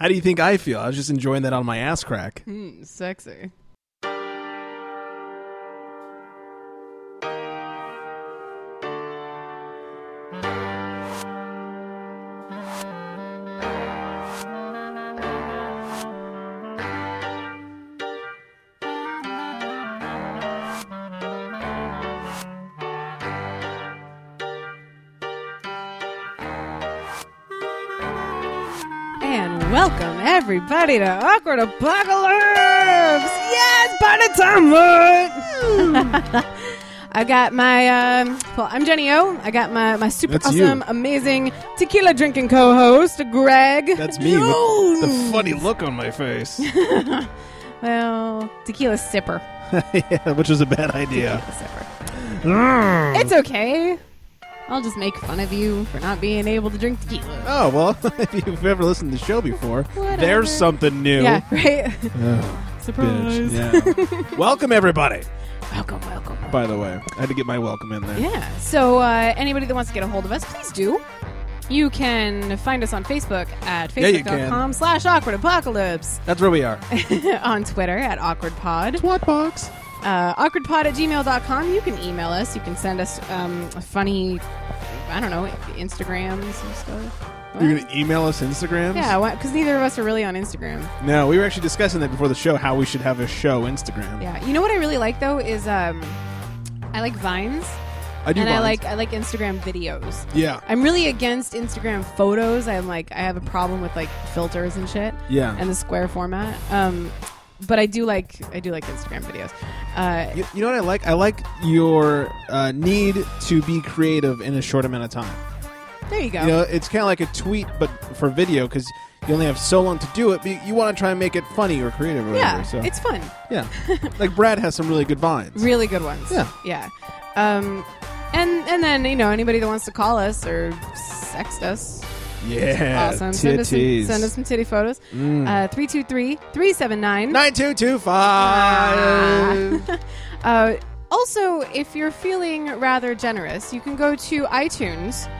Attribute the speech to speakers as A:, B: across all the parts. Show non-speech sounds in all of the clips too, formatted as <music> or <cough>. A: How do you think I feel? I was just enjoying that on my ass crack.
B: Mm, sexy. And welcome everybody to Awkward Apocalypse. Yes, party time. mate! <laughs> I got my. Um, well, I'm Jenny O. I got my my super
A: That's you.
B: awesome, amazing tequila drinking co-host Greg.
A: That's me with the funny look on my
B: <laughs>
A: face.
B: Well, tequila sipper.
A: yeah, which was a bad idea.
B: Tequila sipper.
A: Mm.
B: It's okay. I'll just make fun of you for not being able to drink tequila.
A: Oh, well, <laughs> if you've ever listened to the show before,
B: Whatever.
A: there's something new.
B: Yeah, right.
A: Ugh,
B: <laughs> Surprise.
A: Oh, bitch.
B: <laughs>
A: Yeah. welcome, everybody,
B: Welcome, welcome.
A: by the way. I had to get my welcome in there.
B: Yeah. So uh, anybody that wants to get a hold of us, please do. You can find us on Facebook at
A: Yeah, you
B: facebook.com
A: can.
B: slash awkward apocalypse,
A: That's where we are.
B: <laughs> on Twitter at awkwardpod,
A: Twat box.
B: uh, awkwardpod at gmail.com. You can email us. You can send us um, funny, I don't know, Instagrams and stuff. What?
A: You're going to email us Instagrams?
B: Yeah, because neither of us are really on Instagram.
A: No, we were actually discussing that before the show, how we should have a show Instagram.
B: Yeah. You know what I really like, though, is um, I like Vines,
A: I do
B: and I
A: Vines.
B: like, I like Instagram videos.
A: Yeah.
B: I'm really against Instagram photos. I'm like, I have a problem with like filters and shit,
A: Yeah.
B: and the square format. Um, but I do like, I do like Instagram videos. Uh,
A: You, you know what I like? I like your uh, need to be creative in a short amount of time.
B: there you go.
A: You know, it's kind of like a tweet, but for video because you only have so long to do it. But you- you want to try and make it funny or creative, or
B: yeah,
A: whatever. So
B: it's fun. <laughs>
A: yeah, like Brad has some really good vines.
B: Really good ones.
A: Yeah.
B: yeah. Um, and and then you know anybody that wants to call us or sext us,
A: yeah, Mm.
B: awesome. Send us, some, send us some titty photos. Uh, 323-379.
A: nine two two five.
B: <laughs> Uh, also, if you're feeling rather generous, you can go to iTunes,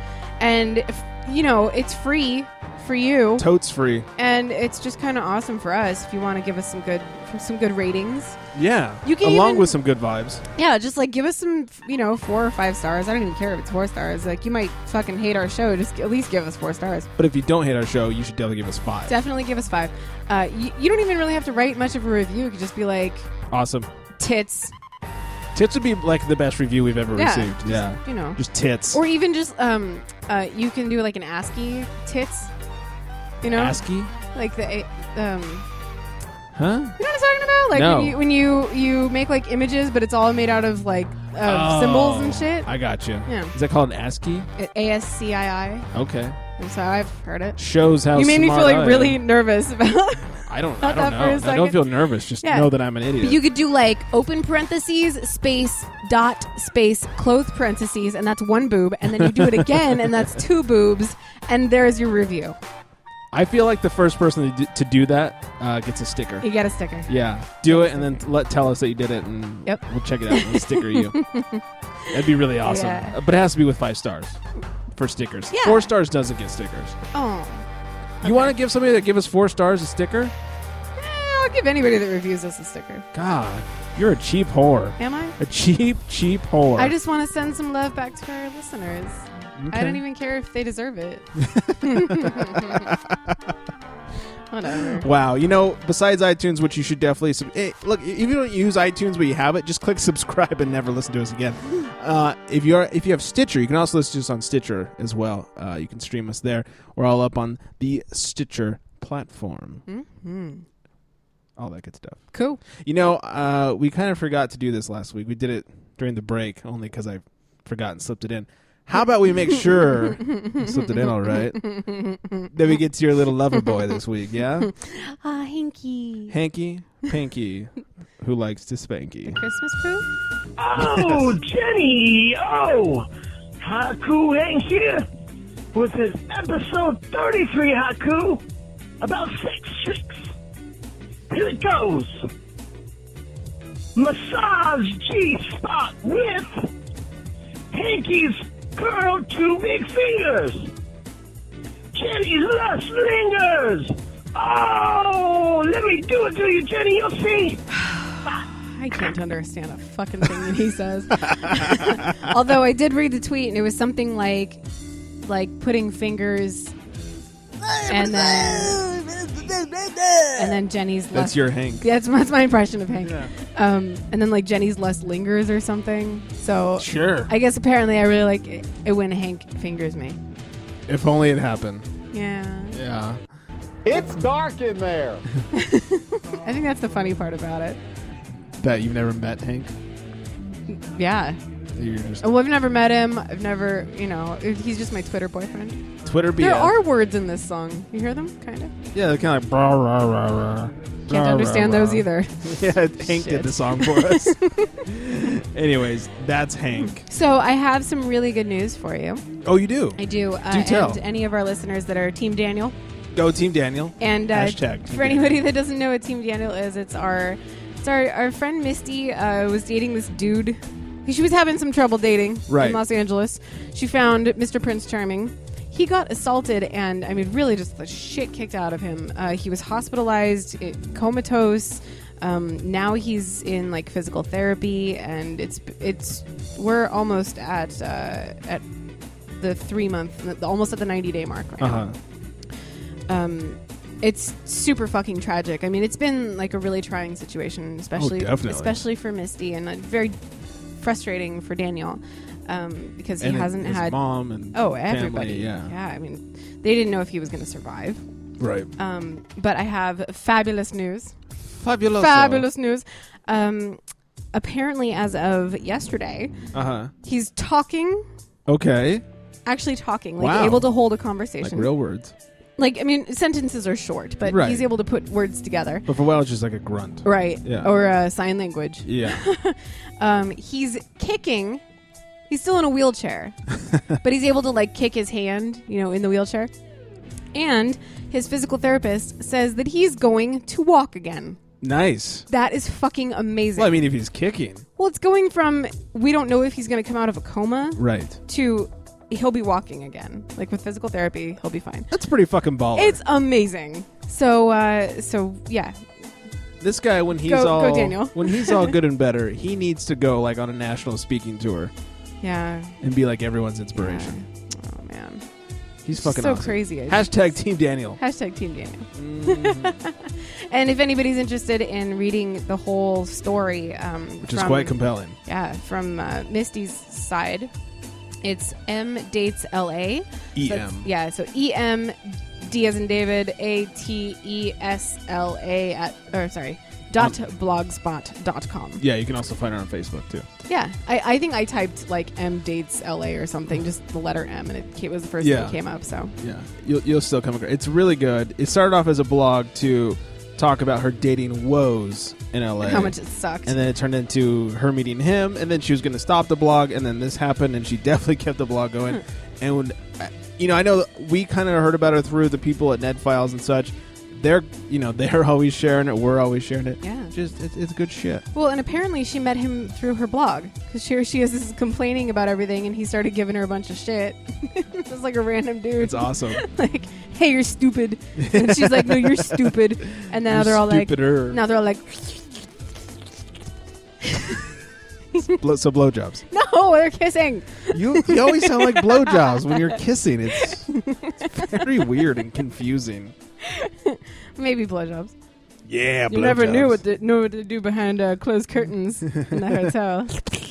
B: and if, you know it's free for you,
A: Totes free.
B: and it's just kind of awesome for us. If you want to give us some good some good ratings,
A: Yeah,
B: You can
A: along
B: even-
A: with some good vibes.
B: yeah, just like give us some you know four or five stars. I don't even care if it's four stars. Like you might fucking hate our show, just at least give us four stars.
A: But if you don't hate our show, you should definitely give us five.
B: Definitely give us five. Uh, you, you don't even really have to write much of a review. You could just be like
A: awesome.
B: tits,
A: Tits would be like the best review we've ever
B: Yeah,
A: received. Yeah,
B: you know,
A: just tits.
B: or even just um, uh, you can do like an ASCII tits. You know,
A: ASCII,
B: like the a- um.
A: huh?
B: You know what I'm talking about? Like
A: No.
B: when, you, when you you make like images, but it's all made out of like of symbols and
A: Oh,
B: shit.
A: I got you.
B: Yeah.
A: Is that called an ASCII?
B: ASCII.
A: Okay.
B: That's how I've heard it.
A: Shows how
B: you made me
A: smart
B: feel
A: I
B: like
A: am.
B: <laughs> really nervous about.
A: I don't. I don't
B: Not that for a
A: know. I don't
B: second.
A: feel nervous. Just
B: Yeah.
A: know that I'm an idiot.
B: But you could do like open parentheses space dot space close parentheses, and that's one boob, and then you do it again, and that's two boobs, and there's your review.
A: I feel like the first person to do, to do that uh, gets a
B: <laughs>
A: sticker.
B: You get a sticker.
A: Yeah. Do it and then let tell us that you did it, and
B: Yep.
A: we'll check it out. and We'll sticker
B: <laughs>
A: you. That'd be really awesome.
B: Yeah.
A: Uh, But it has to be with five stars for stickers.
B: Yeah.
A: Four stars doesn't get stickers.
B: Oh,
A: You want to give somebody that give us four stars a sticker?
B: Eh, I'll give anybody that reviews us a sticker.
A: God, you're a cheap whore.
B: Am I?
A: A cheap, cheap whore.
B: I just want to send some love back to our listeners. I
A: Okay.
B: don't even care if they
A: <laughs>
B: deserve it. <laughs> Whatever.
A: Wow, you know, besides iTunes, which you should definitely sub- eh, look. If you don't use iTunes, but you have it, just click <laughs> subscribe and never listen to us again. Uh, if you are, if you have Stitcher, you can also listen to us on Stitcher as well. Uh, you can stream us there. We're all up on the Stitcher platform. All that good stuff.
B: Mm-hmm. Cool.
A: You know, uh, we kind of forgot to do this last week. We did it during the break only because I forgot and slipped it in. How about we make sure I slipped it in all right that we get to your little lover boy this week? Yeah.
B: Ah, Hinky.
A: Hanky Panky, who likes to spanky.
B: Christmas proof?
C: Oh, Jenny! Oh, Haku Hank here with his episode 33 Haku about sex chicks. Here it goes. Massage G spot with Hanky's curled two big fingers. Jenny's lust lingers Oh, let me do it to you, Jenny. You'll see.
B: I can't understand a fucking thing that
A: <laughs>
B: he says. Although I did read the tweet and it was something like, like putting
A: <laughs>
B: fingers, and then and then Jenny's.
A: That's
B: lust-
A: your Hank.
B: Yeah, that's, that's my impression of Hank.
A: Yeah.
B: Um, and then like Jenny's lust lingers or something. So
A: Sure.
B: I guess apparently I really like it, it when Hank fingers me.
A: If only it happened.
B: Yeah.
A: Yeah.
D: It's dark in there.
B: I think that's the funny part about it.
A: That you've never met Hank.
B: Yeah.
A: You're just
B: Well, I've never met him. I've never, you know, he's just my Twitter boyfriend.
A: Twitter BS.
B: Oh, There are words in this song. You hear them? Kind of.
A: yeah, they're kind of like. Brah, rah, rah, rah.
B: Can't understand those either.
A: <laughs> Yeah, Hank did
B: Shit.
A: the song for
B: <laughs>
A: us. Anyways, that's Hank.
B: So I have some really good news for you.
A: Oh, you do.
B: I do. Uh,
A: Do tell.
B: And any of our listeners that are Team Daniel,
A: Go Team Daniel.
B: and uh,
A: Hashtag Team
B: for anybody that doesn't know what Team Daniel is, it's our, it's our, our friend Misty uh, was dating this dude. She was having some trouble dating
A: Right.
B: in Los Angeles. She found Mr. Prince Charming. He got assaulted, and I mean, really, just the shit kicked out of him. Uh, he was hospitalized, i- comatose. Um, now he's in like physical therapy, and it's it's we're almost at uh, at the three month, almost at the ninety day mark right now
A: Uh huh.
B: um, it's super fucking tragic. I mean, it's been like a really trying situation, especially
A: Oh, definitely.
B: especially for Misty, and uh, very frustrating for Daniel um, because he
A: And
B: hasn't
A: his
B: had.
A: mom and
B: oh,
A: family,
B: everybody.
A: yeah.
B: I mean, they didn't know if he was going to survive.
A: Right.
B: Um, but I have fabulous news.
A: Fabulous.
B: Fabulous news. Um, apparently, as of yesterday,
A: Uh huh.
B: he's talking.
A: Okay.
B: Actually, talking, like
A: Wow.
B: able to hold a
A: Like
B: conversation.
A: real words.
B: like, I mean, sentences are short, but
A: Right.
B: he's able to put words together.
A: But for a while, it's just like a grunt.
B: right
A: Yeah.
B: or uh, sign language
A: Yeah. <laughs>
B: um, he's kicking he's still in a
A: <laughs>
B: wheelchair but he's able to like kick his hand you know in the wheelchair and his physical therapist says that he's going to walk again
A: nice.
B: that is fucking amazing
A: Well, I mean, if he's kicking,
B: well it's going from we don't know if he's going to come out of a coma
A: right?
B: to he'll be walking again like with physical therapy he'll be fine
A: That's pretty fucking baller.
B: it's amazing so uh so yeah
A: this guy when he's
B: Go- go,
A: all
B: Daniel.
A: when he's all good and
B: <laughs>
A: better, he needs to go like on a national speaking tour
B: yeah
A: and be like everyone's inspiration.
B: oh man
A: He's fucking
B: so
A: awesome.
B: crazy I
A: Hashtag Team Daniel.
B: Hashtag Team Daniel. <laughs> and if anybody's interested in reading the whole story, um,
A: Which is
B: from-
A: quite compelling.
B: yeah, from uh, Misty's side, it's M dates L A.
A: EM.
B: yeah, so E M D as in David A T E S L A at or sorry dot blogspot dot com.
A: Yeah, you can also find her on Facebook too.
B: Yeah, I, I think I typed like M dates L A or something, just the letter M, and it, it was the first
A: Yeah.
B: thing that came up. So
A: Yeah, you'll, you'll still come across. It's really good. It started off as a blog to talk about her dating woes in LA.
B: how much it sucked.
A: and then it turned into her meeting him, and then she was going to stop the blog, and then this happened, and she <laughs> definitely kept the blog
B: Hmm.
A: going. And when, I- you know, I know we kind of heard about her through the people at Ned Files and such. They're, you know, <laughs> they're always sharing it. We're always sharing it.
B: Yeah.
A: just it's, it's good shit.
B: Well, and apparently she met him through her blog because here she is, is complaining about everything, and he started giving her a bunch of shit. <laughs> Just like a random dude. <laughs>
A: It's awesome.
B: like, hey, you're stupid. And she's like,
A: <laughs>
B: no, you're stupid. And now
A: You're
B: they're all
A: stupider. <laughs>
B: like, now they're all like, <laughs>
A: Blow, so blowjobs.
B: no, they're kissing.
A: You you always sound like blowjobs when you're kissing. It's, it's very weird and confusing.
B: Maybe blowjobs.
A: Yeah,
B: You never knew what to, knew what to do behind uh,
A: <laughs>
B: closed curtains in the hotel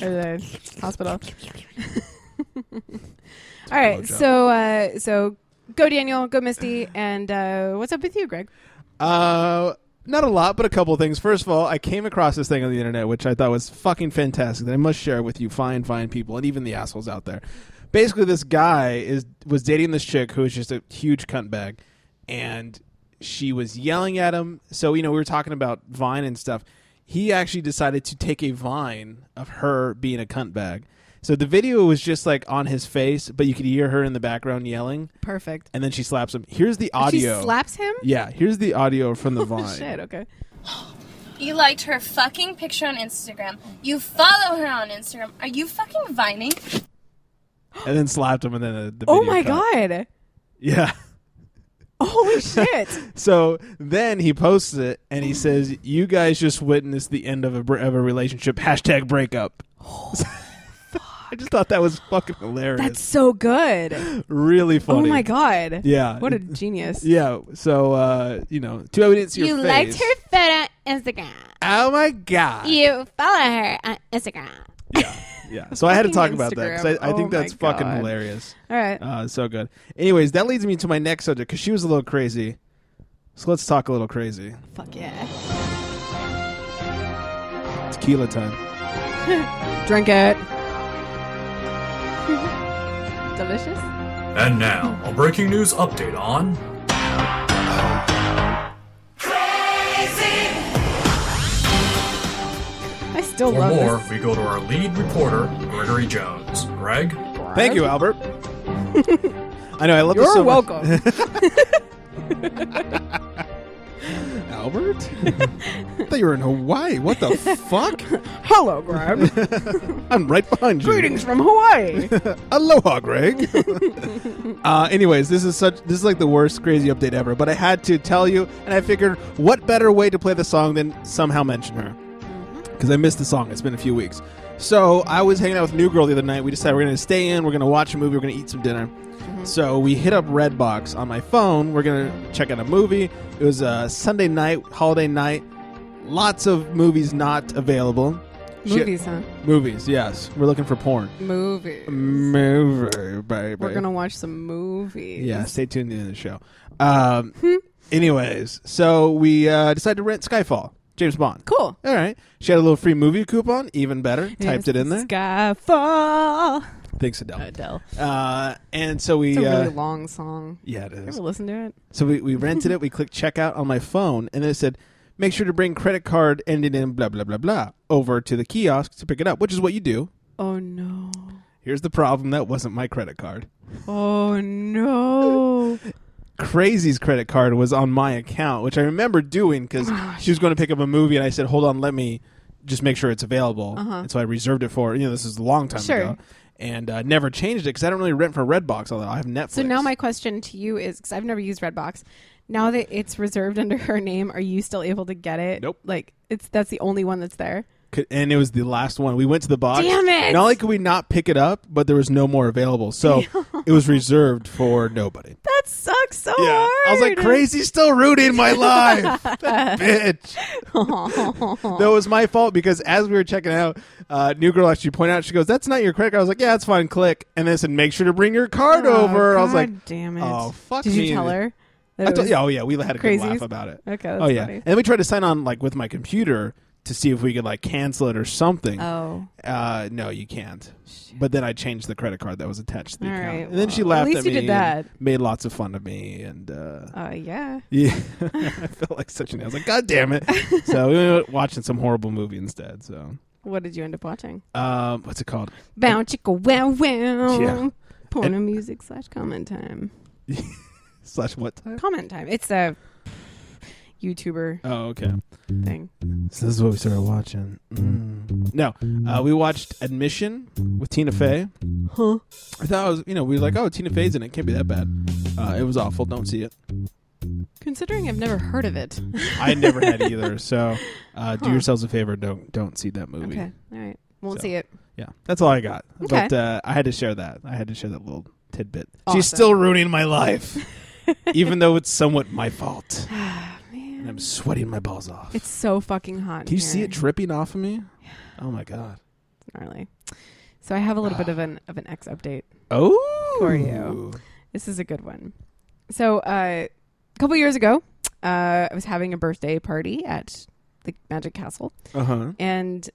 B: or the hospital. <laughs> All right,
A: blowjob.
B: so uh, so go Daniel, go Misty, and uh, what's up with you, Greg?
A: Uh, not a lot, but a couple things. First of all, I came across this thing on the internet, which I thought was fucking fantastic. That I must share with you, fine, fine people, and even the assholes out there. Basically, this guy is was dating this chick who was just a huge cuntbag, and she was yelling at him. So you know, we were talking about Vine and stuff. He actually decided to take a Vine of her being a cuntbag. So the video was just like on his face, but you could hear her in the background yelling,
B: Perfect.
A: and then she slaps him. Here's the audio.
B: She slaps him.
A: Yeah, here's the audio from
B: <laughs>
A: the
B: Oh,
A: Vine.
B: Shit. Okay.
E: You liked her fucking picture on Instagram. You follow her on Instagram. Are you fucking vining?
A: And then slapped him, and then the, the
B: Oh
A: video
B: my
A: cut.
B: god.
A: Yeah,
B: Holy shit!
A: <laughs> So then he posts it and he says, "You guys just witnessed the end of a br- of a relationship." Hashtag breakup. <laughs> I just thought that was fucking hilarious.
B: Oh, That's so good.
A: really funny.
B: Oh my god.
A: Yeah.
B: What a genius.
A: Yeah. So uh, you know, too bad we didn't see
F: You
A: her
F: liked
A: face.
F: her photo on Instagram.
A: Oh my god.
F: You follow her on Instagram.
A: Yeah. So I had to talk
B: Fucking
A: about that because
B: Instagram.
A: I, I think
B: Oh my
A: that's fucking
B: God.
A: hilarious.
B: All right.
A: Uh, so good. Anyways, that leads me to my next subject because she was a little crazy. So let's talk a little crazy.
B: Fuck yeah.
A: Tequila time.
B: Drink it. <laughs> Delicious.
G: And now, a breaking news update on.
B: I still
G: For
B: love
G: more,
B: this.
G: we go to our lead reporter, Gregory Jones. Greg?
A: Thank you, Albert. <laughs> I know. I love this
B: You're
A: so much.
B: welcome.
A: <laughs> Albert?
B: <laughs>
A: I thought you were in Hawaii. What the fuck?
B: Hello,
A: <laughs>
B: Greg.
A: I'm right behind you.
B: Greetings from
A: <laughs>
B: Hawaii.
A: Aloha, Greg. <laughs> uh, anyways, this is such this is like the worst crazy update ever, but I had to tell you, and I figured what better way to play the song than somehow mention her. Because I missed the song. It's been a few weeks. So I was hanging out with New Girl the other night. We decided we're gonna stay in, we're gonna watch a movie, we're gonna eat some dinner. So we hit up Redbox on my phone. We're gonna check out a movie. It was a Sunday night, holiday night. Lots of movies not available. She-
B: Movies, huh?
A: movies, yes. We're looking for porn.
B: Movies.
A: Movie, baby.
B: We're gonna watch some movies.
A: yeah. Stay tuned to the end of the show.
B: Hmm?
A: Um, anyways, so we uh, decided to rent Skyfall, James Bond.
B: Cool.
A: All right. She had a little free movie coupon. Even better. Typed
B: Yes,
A: it in there.
B: Skyfall.
A: Thanks, Adele.
B: Adele.
A: Uh, and so we.
B: It's a
A: uh,
B: really long song.
A: yeah, it
B: You
A: is.
B: ever listen to it?
A: So we, we rented it. We clicked checkout on my phone, and then it said, "Make sure to bring credit card ending in blah blah blah blah over to the kiosk to pick it up," which is what you do.
B: Oh no.
A: Here's the problem: that wasn't my credit card.
B: Oh no.
A: Crazy's credit card was on my account, which I remember doing because
B: Oh
A: she was going to pick up a movie, and I said, "Hold on, let me just make sure it's available." And so I reserved it for her. you know this is a long time
B: Uh-huh. Sure.
A: ago, and uh, never changed it because I don't really rent for Redbox, although I have Netflix.
B: <laughs> So now my question to you is because I've never used Redbox. Now that it's reserved <laughs> under her name, are you still able to get it?
A: Nope.
B: Like it's that's the only one that's there.
A: Could- and it was the last one. We went to the box.
B: Damn it!
A: Not only could we not pick it up, but there was no more available,
B: <laughs>
A: so it was reserved for nobody.
B: That sucks so hard.
A: I was like,
B: <laughs>
A: crazy, <laughs> still ruining my life, That bitch. that was my fault because as we were checking out, uh, new girl actually pointed out. She goes, "That's not your credit card." I was like, "Yeah, that's fine." Click, and then it said, "Make sure to bring your card
B: Oh,
A: over." I was
B: God
A: like,
B: damn it.
A: oh, fuck
B: Did you
A: me.
B: tell her? That
A: I
B: it
A: told-
B: was-
A: yeah, oh yeah, we had a good laugh
B: Crazies?
A: about it.
B: Okay, that's
A: oh yeah,
B: funny.
A: and then we tried to sign on like with my computer to see if we could like cancel it or something.
B: Oh.
A: Uh, no, you can't. But then I changed the credit card that was attached to the
B: All
A: account,
B: right,
A: and then she
B: well, at
A: laughed at,
B: least you
A: me,
B: did that.
A: and made lots of fun of me, and uh, <laughs>
B: Uh, yeah.
A: yeah, I felt like such an. I was like, God damn
B: <laughs>
A: it! so we were watching some horrible movie instead. So,
B: What did you end up watching?
A: um, what's it called?
B: Bow chicka wow wow.
A: Yeah.
B: Porno music slash comment time.
A: Slash what time?
B: Comment time. It's a YouTuber
A: Oh, okay.
B: thing.
A: So this is what we started watching. Mm. No, uh, we watched Admission with Tina Fey.
B: Huh.
A: I thought I was, you know, we were like, oh, Tina Fey's in it. Can't be that bad. Uh, it was awful. Don't see it.
B: Considering I've never heard of it.
A: I never had
B: <laughs>
A: either. So, uh, do
B: Huh.
A: yourselves a favor. Don't don't see that movie.
B: Okay. All right. Won't
A: So.
B: see it.
A: Yeah, that's all I got.
B: Okay.
A: But uh, I had to share that. I had to share that little tidbit.
B: Awesome.
A: She's still ruining my life,
B: <laughs> <sighs>
A: even though it's somewhat my fault. And
B: Ah, Man.
A: I'm sweating my balls off.
B: It's so fucking hot.
A: Can you see it dripping off of me? Oh my god.
B: gnarly. So I have a little bit of an of an X update.
A: Oh,
B: For you. This is a good one. So uh, a couple years ago, uh, I was having a birthday party at the Magic Castle,
A: Uh huh.
B: and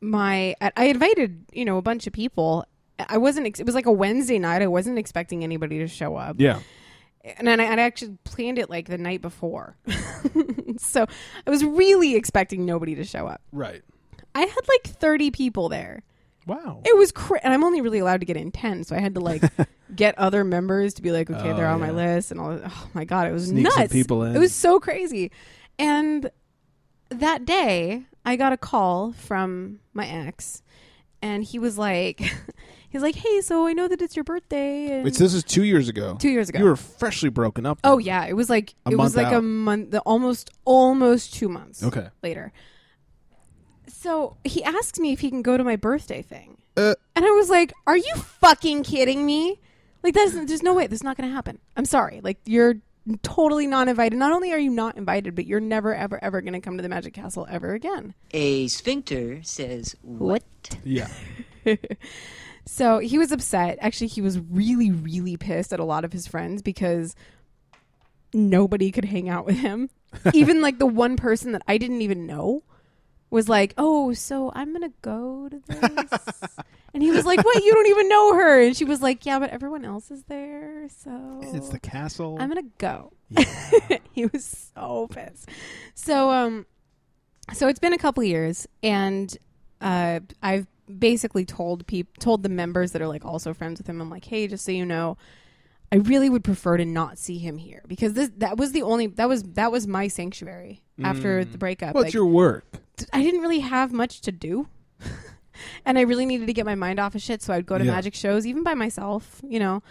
B: my I- I invited you know a bunch of people. I wasn't. Ex- it was like a Wednesday night. I wasn't expecting anybody to show up.
A: Yeah.
B: and then I had actually planned it like the night before. <laughs> so I was really expecting nobody to show up.
A: Right.
B: I had like 30 people there.
A: Wow.
B: It was cra- and I'm only really allowed to get in 10, so I had
A: <laughs>
B: to like get other members to be like, okay,
A: Oh,
B: they're on my
A: yeah.
B: list and all. Oh my god, it was
A: Sneak some
B: nuts.
A: people in.
B: It was so crazy. And that day, I got a call from my ex, and he was like, <laughs> he's He's like, hey, so I know that it's your birthday. And
A: It's, this is two years ago.
B: Two years ago.
A: You were freshly broken up.
B: Oh yeah, it was like
A: A
B: it was
A: month
B: like a
A: out.
B: month, the almost almost two months.
A: Okay.
B: later. So he asked me if he can go to my birthday thing,
A: Uh.
B: and I was like, "Are you fucking kidding me? Like that's there's no way. That's not going to happen. I'm sorry. Like you're totally not invited. Not only are you not invited, but you're never ever ever going to come to the Magic Castle ever again."
H: A sphincter says what?
A: Yeah.
B: So he was upset. Actually, he was really, really pissed at a lot of his friends because nobody could hang out with him. even like the one person that I didn't even know was like, "Oh, so I'm gonna go to this," and he was like, "What? You don't even know her?" And she was like, "Yeah, but everyone else is there, so
A: <laughs> It's the castle.
B: I'm gonna go. <laughs> he was so pissed. So um, so it's been a couple years, and uh, I've basically told peop told the members that are like also friends with him. I'm like, hey, just so you know, I really would prefer to not see him here because this that was the only that was that was my sanctuary after the breakup.
A: What's
B: Like,
A: Mm. your work?
B: I didn't really have much to do. <laughs> and I really needed to get my mind off of shit, so I'd go to
A: Yeah.
B: magic shows even by myself, you know.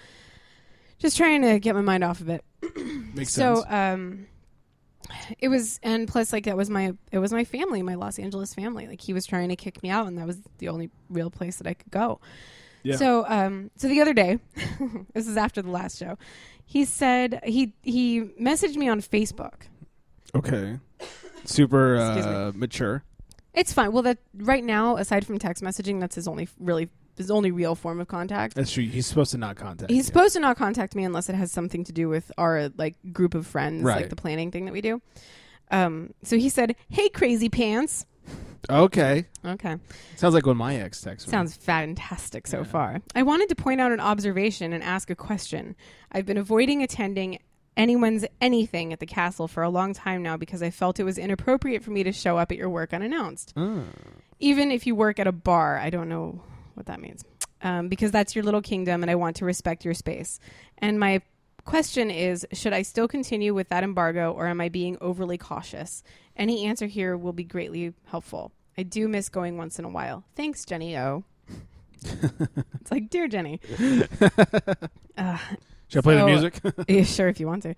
B: Just trying to get my mind off of it
A: Makes
B: so
A: sense.
B: um it was and plus like that was my it was my family my los angeles family like he was trying to kick me out and that was the only real place that i could go
A: Yeah.
B: so um so the other day <laughs> this is after the last show he said he he messaged me on facebook
A: okay. Super
B: Excuse
A: uh, mature.
B: it's fine well that right now aside from text messaging that's his only really his only real form of contact
A: That's true. He's supposed to not contact.
B: He's
A: you.
B: supposed to not contact me unless it has something to do with our like group of friends,
A: Right.
B: like the planning thing that we do. Um, so he said, "Hey, crazy pants."
A: Okay.
B: Okay,
A: Sounds like when my ex texts me.
B: sounds fantastic so far. I wanted to point out an observation and ask a question. I've been avoiding attending anyone's anything at the castle for a long time now because I felt it was inappropriate for me to show up at your work unannounced. Even if you work at a bar, I don't know what that means. Um, because that's your little kingdom and I want to respect your space. And my question is should I still continue with that embargo or am I being overly cautious? Any answer here will be greatly helpful. I do miss going once in a while. Thanks, Jenny O. it's like,
A: <laughs>
B: dear Jenny.
A: Should I play the
B: So- <laughs>
A: music? <laughs>
B: Yeah, sure, if you want to.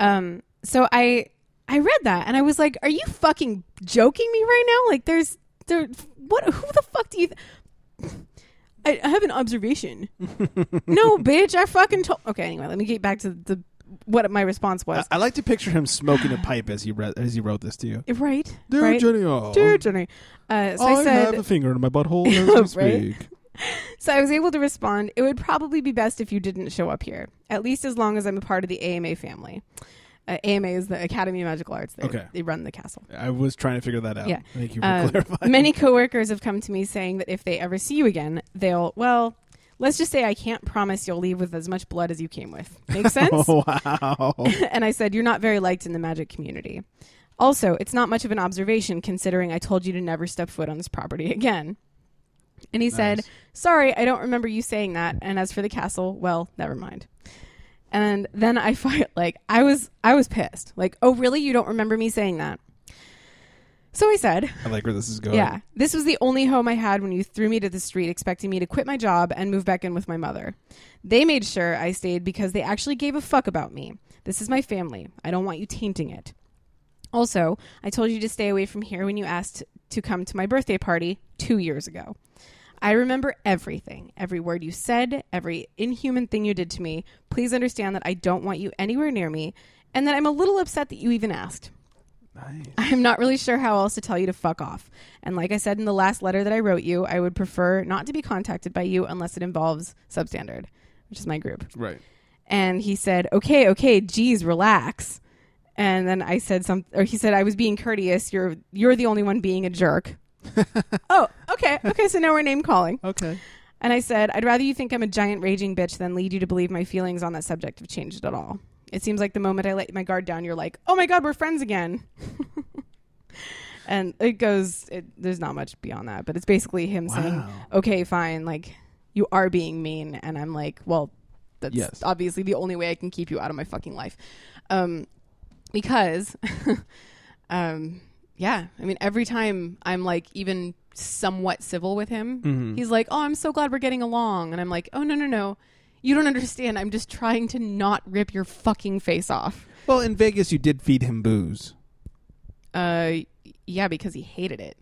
B: Um, so I I read that and I was like, "Are you fucking joking me right now? Like, there's there what? Who the fuck do you?" Th- <laughs> I, I have
A: <laughs>
B: an observation. no, bitch, I fucking told. Okay, anyway, let me get back to the what my response was.
A: I like to picture him smoking a pipe as he read as he wrote this to you.
B: right,
A: Dear
B: right,
A: Jenny O,
B: dear Jenny. Uh, so I,
A: I
B: said,
A: have a finger in my butthole
B: <laughs>
A: as we
B: Right?
A: speak.
B: So I was able to respond, it would probably be best if you didn't show up here, at least as long as I'm a part of the AMA family. Uh, AMA is the Academy of Magical Arts. They,
A: Okay.
B: they run the castle.
A: I was trying to figure that out.
B: Yeah.
A: Thank you for
B: Uh,
A: clarifying.
B: many coworkers have come to me saying that if they ever see you again, they'll, well, let's just say I can't promise you'll leave with as much blood as you came with. Make
A: <laughs>
B: sense?
A: wow.
B: <laughs> and I said, You're not very liked in the magic community. Also, it's not much of an observation considering I told you to never step foot on this property <laughs> again. And he said, Sorry, I don't remember you saying that. And as for the castle, well, never mind. And then I fight <laughs> like I was I was pissed. Like, oh really? You don't remember me saying that? So I said,
A: I like where this is going.
B: yeah. This was the only home I had when you threw me to the street, expecting me to quit my job and move back in with my mother. They made sure I stayed because they actually gave a fuck about me. This is my family. I don't want you tainting it. Also, I told you to stay away from here when you asked to come to my birthday party two years ago. I remember everything, every word you said, every inhuman thing you did to me. Please understand that I don't want you anywhere near me, and that I'm a little upset that you even asked. I'm not really sure how else to tell you to fuck off. And like I said in the last letter that I wrote you, I would prefer not to be contacted by you unless it involves Substandard, which is my group.
A: Right.
B: And he said, "Okay, okay, geez, relax." And then I said something, or he said, "I was being courteous. You're you're the only one being a jerk." oh, okay, okay. So now we're name calling.
A: Okay.
B: And I said, I'd rather you think I'm a giant raging bitch than lead you to believe my feelings on that subject have changed at all. It seems like the moment I let my guard down, you're like, oh my God, we're friends again. <laughs> and it goes, it, there's not much beyond that, but it's basically him saying, okay, fine, like, you are being mean. And I'm like, well, that's
A: Yes.
B: obviously the only way I can keep you out of my fucking life. Um, because um yeah i mean every time i'm like even somewhat civil with him. He's like, "Oh, I'm so glad we're getting along," and I'm like, "Oh no, no, no, you don't understand. I'm just trying to not rip your fucking face off."
A: Well, in Vegas, you did feed him booze.
B: Uh, yeah, because he hated it.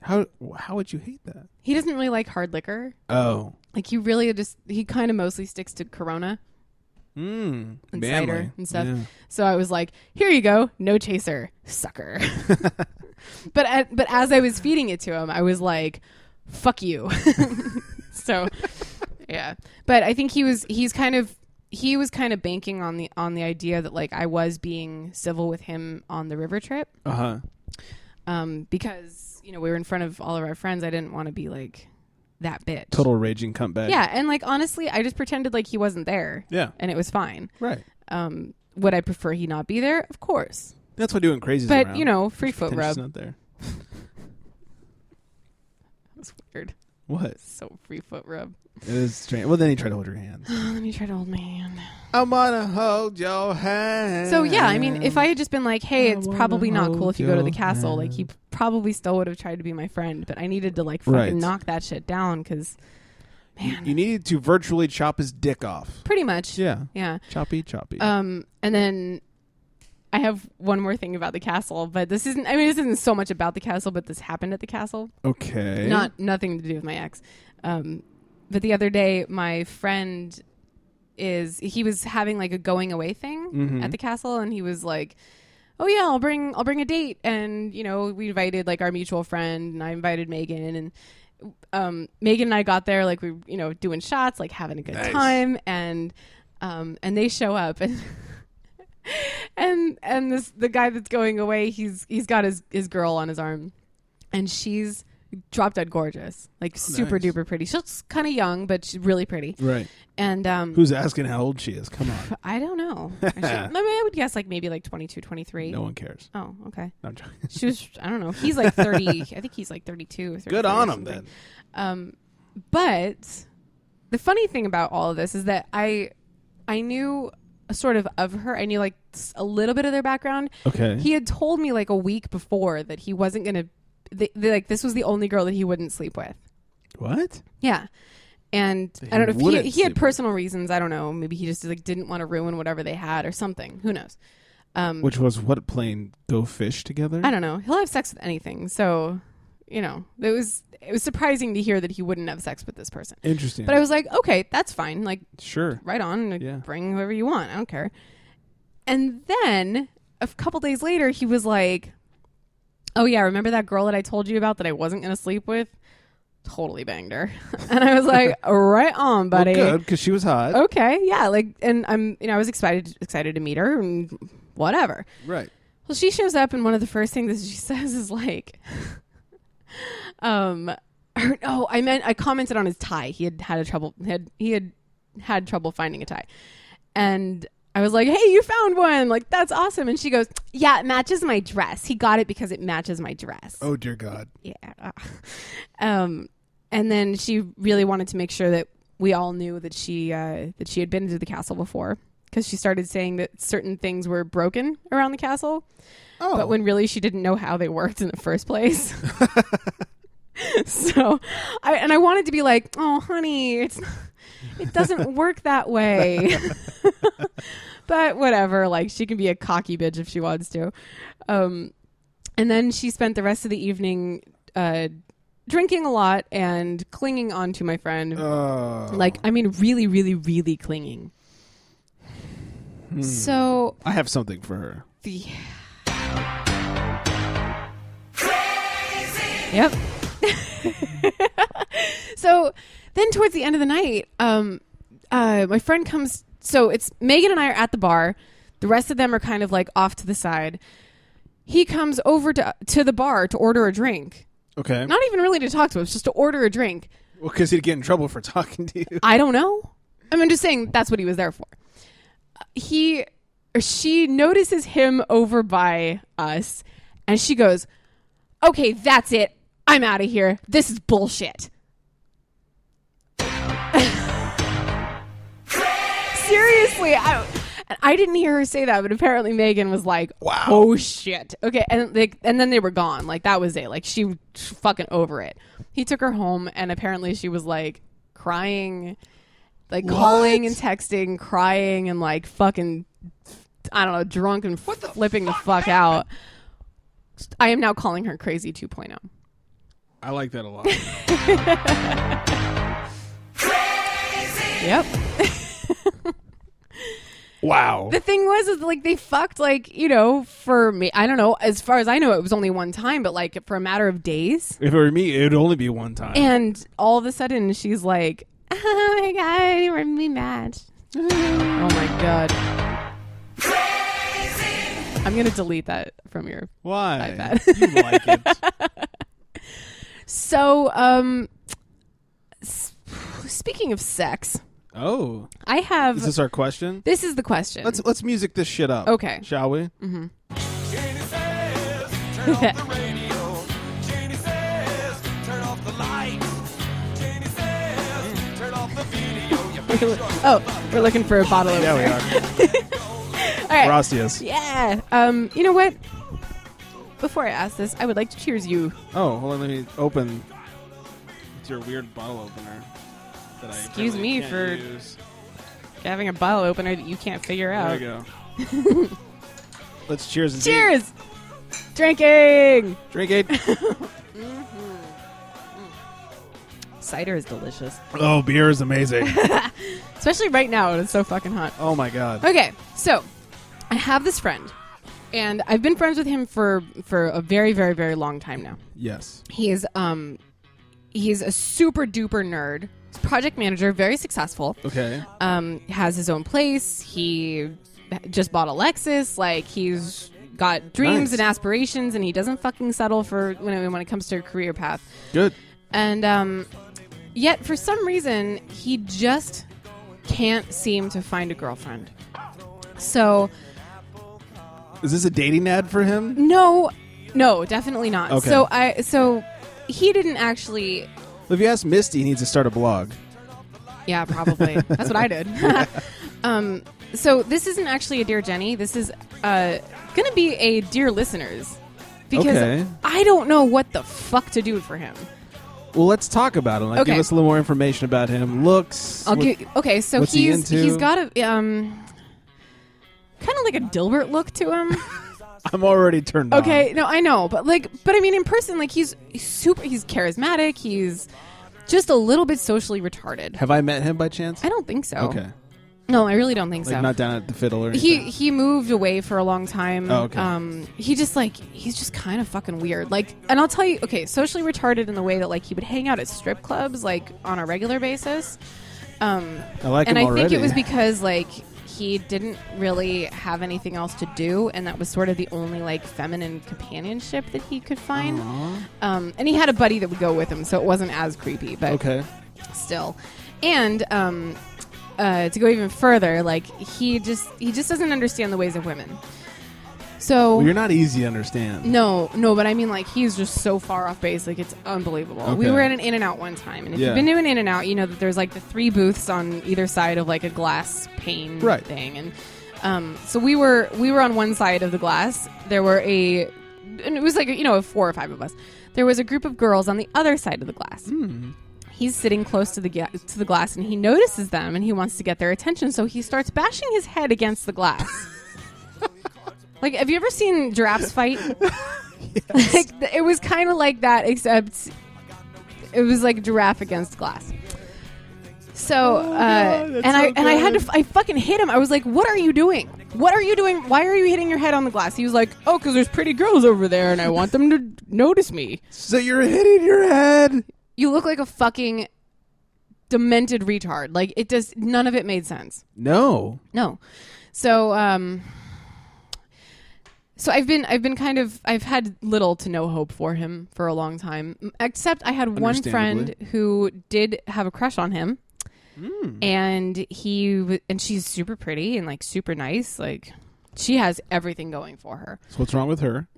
A: How how would you hate that?
B: He doesn't really like hard liquor.
A: Oh,
B: Like he really just he kind of mostly sticks to Corona
A: mm,
B: and
A: manly.
B: cider and stuff.
A: Yeah.
B: So I was like, "Here you go, no chaser, sucker." <laughs> but a- but as I was feeding it to him, I was like, "Fuck you." <laughs> so yeah, but I think he was he's kind of he was kind of banking on the on the idea that like I was being civil with him on the river trip
A: Uh huh.
B: um, because you know we were in front of all of our friends. I didn't want to be like that bitch.
A: Total raging cuntbag.
B: Yeah, and like honestly, I just pretended like he wasn't there.
A: Yeah.
B: and it was fine.
A: Right.
B: Um, would I prefer he not be there? Of course.
A: That's what doing crazy.
B: But, you know, free foot
A: It's
B: rub.
A: not there.
B: That's weird.
A: What?
B: So free foot rub.
A: It is strange. Well, then you try to hold your <gasps> hands.
B: Oh, Let me try to hold my hand.
A: I wanna hold your hand.
B: So yeah, I mean, if I had just been like, "Hey,
A: I
B: it's
A: wanna
B: probably not cool
A: hold
B: if you go to the
A: your
B: castle," like he probably still would have tried to be my friend. But I needed to like fucking
A: Right.
B: knock that shit down because, man,
A: you needed to virtually chop his dick off.
B: pretty much.
A: Yeah.
B: Yeah.
A: Choppy, choppy.
B: Um, and then I have one more thing about the castle, but this isn't. I mean, this isn't so much about the castle, but this happened at the castle.
A: okay.
B: Not nothing to do with my ex. Um, but the other day, my friend is he was having like a going away thing at the castle, and he was like. Oh yeah, I'll bring I'll bring a date, and you know we invited like our mutual friend, and I invited Megan, and um, Megan and I got there, like we, were, you know, doing shots, like having a good time, and um, and they show up, and <laughs> and and this the guy that's going away, he's he's got his his girl on his arm, and she's drop dead gorgeous, like super
A: Oh, Nice.
B: duper pretty. She's kind of young, but she's really pretty,
A: Right.
B: and um,
A: Who's asking how old she is? Come
B: <laughs>
A: on.
B: I
A: <laughs>
B: don't know, I, should, I mean, I would guess like maybe like 22, 23.
A: no one cares.
B: Oh, okay.
A: No, I'm joking.
B: She was, I don't know. He's like 30. I think he's like 32 or 33.
A: Good
B: or
A: on him
B: something.
A: then.
B: but the funny thing about all of this is that I I knew sort of of her. I knew like s- a little bit of their background.
A: Okay.
B: He had told me like a week before that he wasn't going to th- th- like this was the only girl that he wouldn't sleep with.
A: What?
B: Yeah. And I
A: he
B: don't know if
A: wouldn't
B: he, he
A: sleep
B: had
A: with.
B: personal reasons. I don't know. Maybe he just like didn't want to ruin whatever they had or something. Who knows?
A: Which was what plane? Go fish together?
B: I don't know. He'll have sex with anything. So, you know, it was it was surprising to hear that he wouldn't have sex with this person.
A: Interesting.
B: But I was like, okay, that's fine. Like
A: sure.
B: right on. like,
A: Yeah.
B: Bring whoever you want. I don't care. And then a couple days later, he was like, Oh, yeah, remember that girl that I told you about that I wasn't going to sleep with? Totally banged her. <laughs> and I
A: <laughs>
B: was like, Right on,
A: Well,
B: buddy.
A: good because she was hot.
B: Okay. Yeah. Like, and I'm, you know, I was excited, excited to meet her and whatever.
A: Right.
B: Well, she shows up, and one of the first things that she <laughs> says is like, um, her, oh, I meant I commented on his tie. He had had a trouble had he had had trouble finding a tie, and I was like, hey, you found one, like that's awesome. And she goes, yeah, it matches my dress. He got it because it matches my dress.
A: Oh dear God.
B: Yeah. <laughs> um, and then she really wanted to make sure that we all knew that she uh, that she had been to the castle before because she started saying that certain things were broken around the castle.
A: Oh.
B: But when really she didn't know how they worked in the first place. <laughs> so, I and I wanted to be like, "Oh, honey, it's it doesn't work that way." <laughs> but whatever, like she can be a cocky bitch if she wants to. Um and then she spent the rest of the evening uh drinking a lot and clinging on to my friend.
A: Uh,
B: like, I mean really really really clinging. So,
A: I have something for her.
B: the Yep. <laughs> so then towards the end of the night, um, uh, my friend comes. So it's Megan and I are at the bar. The rest of them are kind of like off to the side. He comes over to to the bar to order a drink.
A: Okay.
B: Not even really to talk to us, just to order a drink.
A: Well, because he'd get in trouble for <laughs> talking to you.
B: I don't know. I mean, I'm just saying that's what he was there for. Uh, He or she notices him over by us and she goes, Okay, that's it. I'm out of here. This is bullshit. Seriously, I, And I didn't hear her say that, but apparently Megan was like,
A: Wow.
B: oh shit." Okay, and like and then they were gone. Like that was it. Like she was fucking over it. He took her home and apparently she was like crying like calling and texting, crying and like fucking I don't know, drunk and flipping the fuck out. I am now calling her crazy oh. 2.0.
A: I like that a
B: <laughs>
A: lot.
B: Yep.
A: wow.
B: the thing was is like they fucked like you know for me i don't know as far as i know it was only one time but like for a matter of days
A: If it were me, it'd only be one time.
B: and all of a sudden she's like <laughs>
F: Oh my god, you were me
A: <laughs>
F: mad.
B: oh my god i'm gonna delete that from your
A: Why?
B: bet.
A: You like
B: <laughs>
A: it.
B: so um s- speaking of sex
A: Oh,
B: i have
A: is
B: this,
A: this our question?
B: is the question
A: Let's let's music this shit up.
B: Okay. Mm-hmm.
A: Shall we?
B: <laughs> oh we're looking for a bottle of
A: Yeah, we
B: <laughs>
A: are.
B: all right
A: Rossius.
B: yeah um you know what before i ask this i would like to cheers you
A: Oh, hold on. Let me open. It's your weird bottle opener. That I
B: Excuse me
A: apparently can't
B: for-
A: use.
B: having a bottle opener that you can't figure
A: There we
B: out.
A: go. Oh. <laughs> Let's cheers. and
B: Cheers! Drinking!
A: eat. Drink
B: <laughs>
A: it.
B: Cider is delicious.
A: oh, beer is amazing.
B: Especially right now, it's so fucking hot.
A: <laughs> Oh my god.
B: Okay, so I have this friend, and I've been friends with him for, for a very, very, very long time now.
A: Yes.
B: He is, um, he is a super duper nerd, He's project manager, very successful.
A: Okay.
B: um, has his own place. He just bought a Lexus. Like he's got
A: Nice.
B: dreams and aspirations, and he doesn't fucking settle for when it, when it comes to a career path.
A: Good.
B: And um, yet, for some reason, he just can't seem to find a girlfriend. So
A: Is this a dating ad for him?
B: no, no, definitely not.
A: Okay.
B: So I so he didn't actually
A: If you ask Misty, he needs to start a blog.
B: Yeah, probably. That's what
A: <laughs>
B: I did. <laughs> um, so this isn't actually a dear Jenny. This is uh, going to be a dear listeners because
A: Okay.
B: I don't know what the fuck to do for him.
A: Well, let's talk about him. Like,
B: Okay.
A: give us a little more information about him. Looks.
B: I'll
A: what-
B: give, okay, so
A: what's he
B: he's
A: into?
B: he's got a um, kind of like a Dilbert look
A: <laughs>
B: to him.
A: I'm already turned on.
B: Okay, no, I know, but like, but I mean, in person, like, he's he's super. He's charismatic. He's just a little bit socially retarded.
A: Have I met him by chance?
B: I don't think so.
A: Okay.
B: No, I really don't think
A: Like
B: so.
A: not down at the fiddle or
B: he
A: anything.
B: he moved away for a long time.
A: Oh, okay.
B: Um, he just like he's just kind of fucking weird. Like, and I'll tell you, okay, socially retarded in the way that like he would hang out at strip clubs like on a regular basis. Um,
A: I like
B: and
A: him
B: I think
A: already.
B: it was because like he didn't really have anything else to do, and that was sort of the only like feminine companionship that he could find. Um, and he had a buddy that would go with him, so it wasn't as creepy. But
A: Okay.
B: still. And um, uh, to go even further, like he just he just doesn't understand the ways of women. So
A: Well, you're not easy to understand.
B: no, no, but I mean like he's just so far off base, like it's unbelievable. We
A: Okay.
B: were at an In and Out one time, and if
A: Yeah.
B: you've been to an In and Out, you know that there's like the three booths on either side of like a glass pane
A: Right.
B: thing, and um, so we were we were on one side of the glass. There were a and it was like you know four or five of us. There was a group of girls on the other side of the glass.
A: Hmm.
B: He's sitting close to the ga- to the glass, and he notices them, and he wants to get their attention, so he starts bashing his head against the
A: <laughs>
B: glass. like, have you ever seen giraffes fight? like, th- it was kind of like that, except it was like giraffe against glass. So, uh, and I and I had to f- I fucking hit him. I was like, "What are you doing? What are you doing? Why are you hitting your head on the glass?" He was like, "Oh, because there's pretty girls over there, and I want them to notice me."
A: So you're hitting your head.
B: You look like a fucking demented retard. Like it does none of it made sense.
A: No.
B: No. So um so I've been I've been kind of I've had little to no hope for him for a long time. Except I had one friend
A: Understandably.
B: who did have a crush on him.
A: Hmm.
B: And he w- and she's super pretty and like super nice. Like she has everything going for her.
A: So what's wrong with her?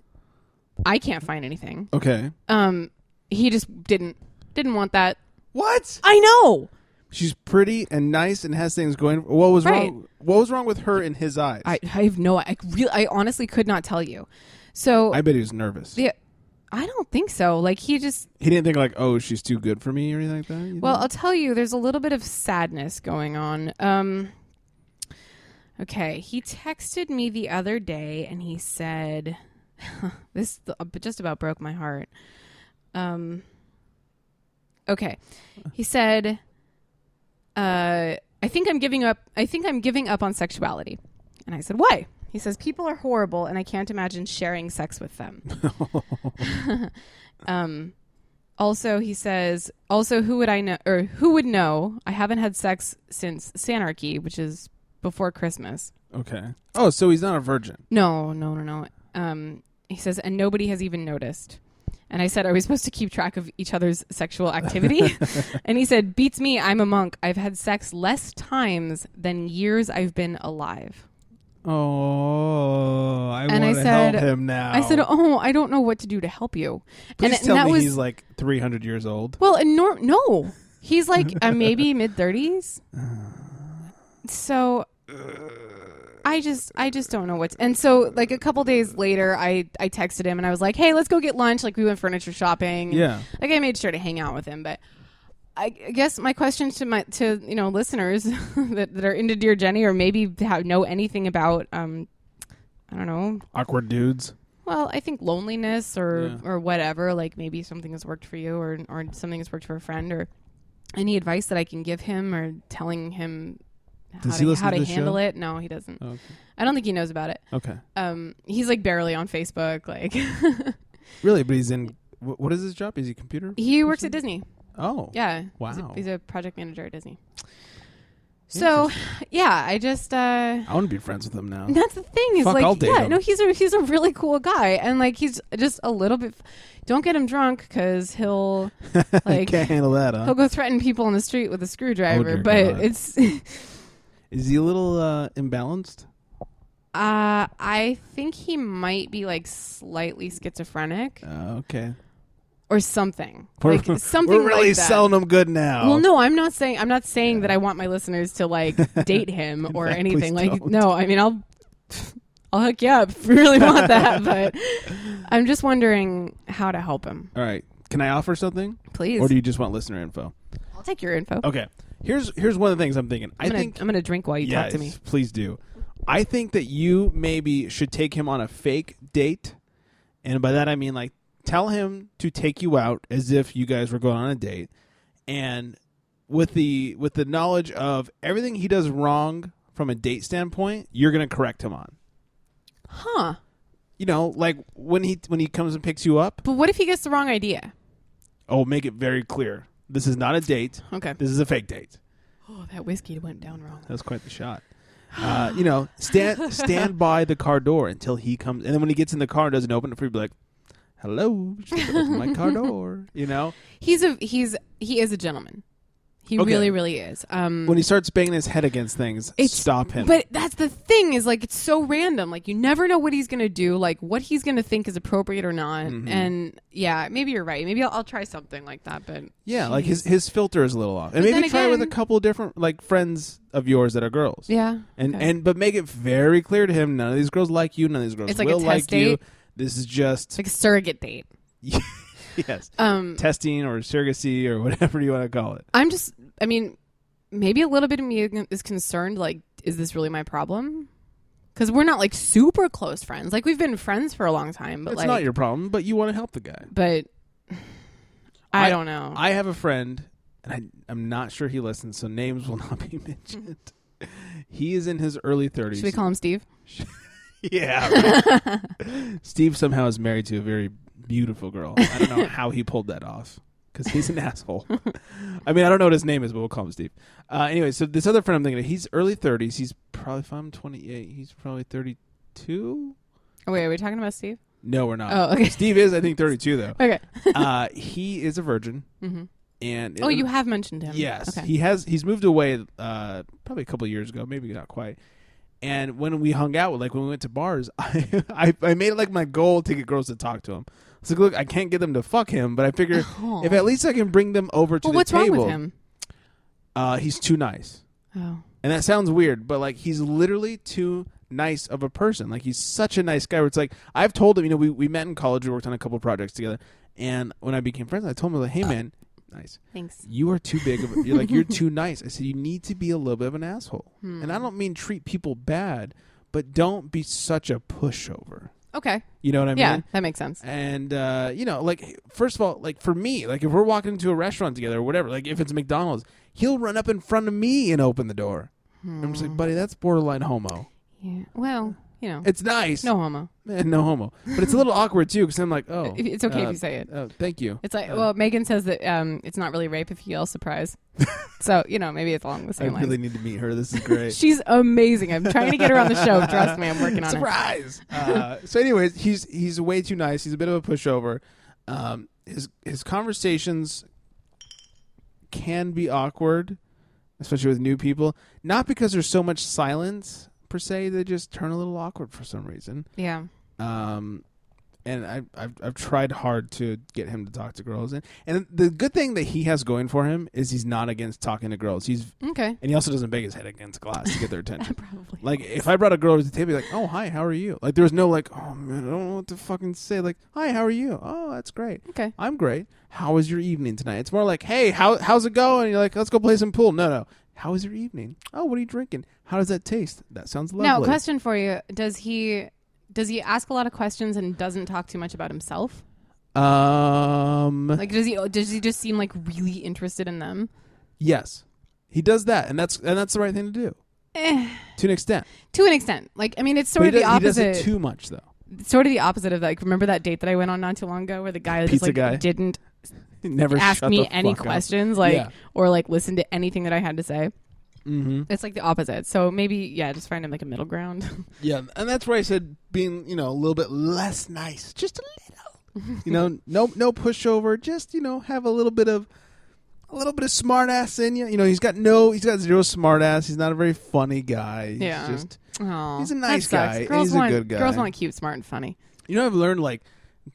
B: I can't find anything.
A: Okay.
B: Uh, Um he just didn't didn't want that.
A: What?
B: I know.
A: She's pretty and nice and has things going. What was
B: Right.
A: wrong? What was wrong with her in his eyes?
B: I, I have no. I really, I honestly could not tell you. So
A: I bet he was nervous.
B: the, I don't think so. Like he just.
A: He didn't think like, oh, she's too good for me or anything like that. you
B: Well,
A: know?
B: I'll tell you. There's a little bit of sadness going on. Um. Okay, he texted me the other day and he said, <laughs> "This uh, just about broke my heart." Um. Okay, he said, uh, "I think I'm giving up. I think I'm giving up on sexuality." And I said, "Why?" He says, "People are horrible, and I can't imagine sharing sex with them." um. Also, he says, also, who would I know, or who would know? I haven't had sex since Sanarchy, which is before Christmas.
A: okay. Oh, so he's not a virgin.
B: No, no, no, no. Um, he says, and nobody has even noticed. And I said, are we supposed to keep track of each other's sexual
A: <laughs>
B: activity? and he said, beats me. I'm a monk. I've had sex less times than years I've been alive.
A: Oh, I
B: And I
A: want to
B: said-
A: help him now.
B: I said, oh, I don't know what to do to help you.
A: Please
B: and,
A: tell
B: and that
A: me
B: was
A: he's like 300 years old.
B: Well, and nor- no, he's like uh, maybe mid thirties. So I just I just don't know what's and so like a couple days later I I texted him and I was like, hey, let's go get lunch. Like we went furniture shopping.
A: Yeah.
B: like I made sure to hang out with him, but. I I guess my question to my to you know listeners <laughs> that, that are into Dear Jenny or maybe have, know anything about um I don't know
A: Awkward dudes.
B: well, I think loneliness or
A: Yeah.
B: or whatever, like maybe something has worked for you or or something has worked for a friend or any advice that I can give him or telling him how
A: Does
B: to,
A: he listen
B: how
A: to
B: to,
A: this
B: handle
A: show? Oh,
B: it. No, he doesn't.
A: Okay.
B: I don't think he knows about it.
A: Okay.
B: Um he's like barely on Facebook like <laughs>
A: Really, but he's in. wh- What is his job? Is he a computer?
B: he works at Disney.
A: Oh,
B: Yeah. He's
A: Wow.
B: a, he's a project manager at Disney. So, yeah, I just uh
A: I want to be friends with him now.
B: And that's the thing is
A: Fuck,
B: like
A: I'll date
B: yeah
A: him.
B: no he's a he's a really cool guy and like he's just a little bit don't get him drunk
A: <laughs>
B: because he'll <laughs> like
A: Can't handle that. Huh?
B: he'll go threaten people on the street with a screwdriver
A: Oh, dear
B: but
A: God.
B: it's <laughs>
A: Is he a little uh, imbalanced?
B: uh I think he might be like slightly schizophrenic
A: Uh, okay.
B: or something
A: <laughs> We're-
B: like something
A: We're really
B: like that.
A: selling him good now.
B: Well, no, I'm not saying I'm not saying that I want my listeners
A: <laughs>
B: to like date him or
A: fact,
B: anything.
A: please
B: Like,
A: don't.
B: no, I mean, I'll I'll hook you up if you really
A: <laughs>
B: want that, but I'm just wondering how to help him.
A: All right. Can I offer something,
B: Please,
A: or do you just want listener info?
B: I'll take your info.
A: Okay. Here's here's one of the things I'm thinking. I
B: I'm gonna,
A: think
B: I'm gonna drink while you
A: yes,
B: talk to me.
A: please do. I think that you maybe should take him on a fake date, and by that I mean like tell him to take you out as if you guys were going on a date, and with the with the knowledge of everything he does wrong from a date standpoint, you're gonna correct him on.
B: Huh?
A: You know, like when he when he comes and picks you up,
B: But what if he gets the wrong idea?
A: oh, make it very clear this is not a date.
B: Okay.
A: This is a fake date.
B: Oh, that whiskey went down wrong.
A: That was quite the shot. Uh, you know, stand
B: <laughs>
A: stand by the car door until he comes, and then when he gets in the car and doesn't open it for you, be like, "Hello, you should open my
B: <laughs>
A: car door." You know,
B: He's a he's he is a gentleman. He
A: Okay.
B: really, really is. Um,
A: when he starts banging his head against things,
B: It's-
A: stop him.
B: But that's the thing is like it's so random. Like you never know what he's gonna do, like what he's gonna think is appropriate or not.
A: Mm-hmm.
B: And yeah, maybe you're right. Maybe I'll, I'll try something like that. But
A: yeah, like his
B: jeez.
A: his filter is a little off, and
B: But
A: maybe
B: then
A: try it with a
B: again-
A: couple different like friends of yours that are girls.
B: yeah,
A: and
B: okay.
A: and but make it very clear to him: none of these girls like you. None of these girls
B: It's like a
A: will
B: test
A: like you.
B: date?
A: This is just
B: it's like a surrogate date.
A: <laughs> yes,
B: Um,
A: testing or surrogacy or <laughs> whatever you want to call it.
B: I'm just. I mean, maybe a little bit of me is concerned. Like, is this really my problem? Because we're not like super close friends. Like we've been friends for a long time, but
A: it's
B: like,
A: not your problem, but you want to help the guy.
B: but I, don't know.
A: I have a friend, and I, I'm not sure he listens, so names will <laughs> not be mentioned. he is in his early 30s.
B: Should we call him Steve?
A: <laughs> yeah. right. <laughs> Steve somehow is married to a very beautiful girl. I don't know how he pulled that off because he's an <laughs> asshole. I mean, I don't know what his name is, but we'll call him Steve. Uh, anyway, so this other friend I'm thinking of, he's early 30s. He's probably, if I'm 28, he's probably 32.
B: Oh, wait, are we talking about Steve?
A: No, we're not.
B: Oh, okay.
A: Steve is, I think, 32
B: <laughs>
A: though.
B: Okay.
A: Uh, he is a virgin, and
B: Oh, you have mentioned him.
A: Yes,
B: Okay.
A: he has. He's moved away uh, probably a couple years ago, maybe not quite. And when we hung out, like when we went to bars, <laughs> I, I I made it like my goal to get girls to talk to him. It's like, look, I can't get them to fuck him, but I figure if at least I can bring them over to
B: Oh. well,
A: the
B: what's
A: table.
B: wrong with him?
A: Uh, he's too nice.
B: Oh.
A: And that sounds weird, but like he's literally too nice of a person. Like he's such a nice guy. Where it's like I've told him, you know, we, we met in college, we worked on a couple projects together, and when I became friends, I told him, like,
B: Uh,
A: hey man, nice.
B: Thanks.
A: You are too big of. A, you're like
B: <laughs>
A: you're too nice. I said you need to be a little bit of an asshole, and
B: Hmm.
A: I don't mean treat people bad, but don't be such a pushover.
B: Okay.
A: You know what I
B: yeah,
A: mean?
B: that makes sense.
A: And uh, you know, like first of all, like for me, like if we're walking into a restaurant together or whatever, like if it's McDonald's, he'll run up in front of me and open the door. I'm just
B: Hmm.
A: like, buddy, that's borderline homo.
B: Yeah. Well, you know,
A: It's nice, <laughs>
B: no homo.
A: man, no homo, but it's a little awkward too because I'm like, oh,
B: If- <laughs> it's okay if you say it.
A: Oh, thank you.
B: It's like, well, Megan says that um, it's not really rape if you
A: <laughs>
B: yell surprise. so you know, maybe it's along the
A: I
B: same lines.
A: really need to meet her. This is <laughs> great.
B: She's amazing. I'm trying to get her on the show. Trust me, I'm working on it.
A: Surprise! uh, so, anyways, he's he's way too nice. He's a bit of a pushover. Um, his his conversations can be awkward, especially with new people. Not because there's so much silence per se; they just turn a little awkward for some reason.
B: Yeah.
A: Um, and I, I've I've tried hard to get him to talk to girls, and and the good thing that he has going for him is he's not against talking to girls. He's
B: Okay.
A: and he also doesn't bang his head against glass to get
B: <laughs>
A: their attention.
B: Probably.
A: Like if I brought a girl to the table, like, oh hi, how are you? Like there was no like, oh man, I don't know what to fucking say. Like, hi, how are you? Oh, that's great.
B: Okay.
A: I'm great. How was your evening tonight? It's more like, hey, how how's it going? you're like, let's go play some pool. No, no. How was your evening? Oh, what are you drinking? How does that taste? That sounds lovely.
B: Now, question for you: Does he does he ask a lot of questions and doesn't talk too much about himself?
A: Um.
B: Like, does he does he just seem like really interested in them?
A: yes, he does that, and that's and that's the right thing to do
B: Eh.
A: to an extent.
B: To an extent, like I mean, it's
A: But
B: sort
A: he,
B: of the
A: does, he does
B: opposite.
A: it too much though. <laughs>
B: sort of the opposite of like. Remember that date that I went on not too long ago, where the guy just
A: Pizza
B: like
A: guy.
B: didn't
A: He never
B: ask
A: shut
B: me
A: the
B: any
A: fuck up.
B: questions, like
A: Yeah.
B: or like listen to anything that I had to say. Mm-hmm. It's like the opposite. So maybe yeah, just find him like a middle ground.
A: Yeah, and that's where I said being, you know, a little bit less nice, just a
B: <laughs>
A: little. you know, no no pushover, just, you know, have a little bit of a little bit of smart ass in you. You know, he's got no he's got zero smart ass. He's not a very funny guy. He's
B: Yeah.
A: just
B: <laughs> Aw,
A: He's a
B: that
A: nice
B: sucks.
A: guy.
B: Girls
A: He's a
B: want,
A: good guy.
B: Girls want cute, smart, and funny.
A: You know, I've learned like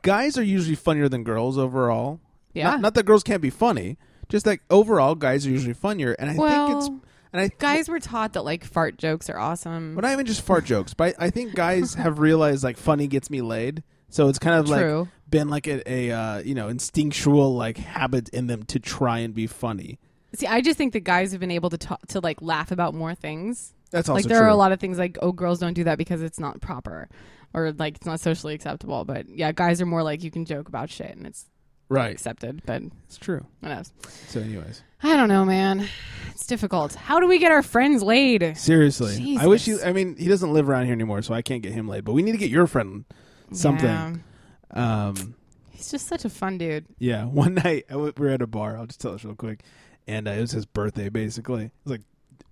A: guys are usually funnier than girls overall.
B: Yeah.
A: Not, not that girls can't be funny, just like overall guys are usually funnier and I think it's
B: Well,
A: and I
B: Guys were taught that like fart jokes are awesome.
A: But not even just
B: <laughs>
A: fart jokes. But I, I think guys have realized like funny gets me laid. So it's kind of
B: True.
A: like been like a, a uh, you know instinctual like habit in them to try and be funny.
B: See, I just think that guys have been able to talk, to like laugh about more things.
A: That's also
B: like there
A: true.
B: are a lot of things like oh girls don't do that because it's not proper or like it's not socially acceptable. But yeah, guys are more like you can joke about shit and it's
A: right.
B: accepted. But
A: It's true.
B: what else?
A: So, anyways,
B: I don't know, man. It's difficult. How do we get our friends laid?
A: seriously, I wish you.
B: Jesus.
A: I mean, he doesn't live around here anymore, so I can't get him laid. But we need to get your friend something.
B: Yeah.
A: Um,
B: He's just such a fun dude.
A: Yeah, <laughs> one night I w- we were at a bar. I'll just tell this real quick, and uh, it was his birthday. Basically, it was like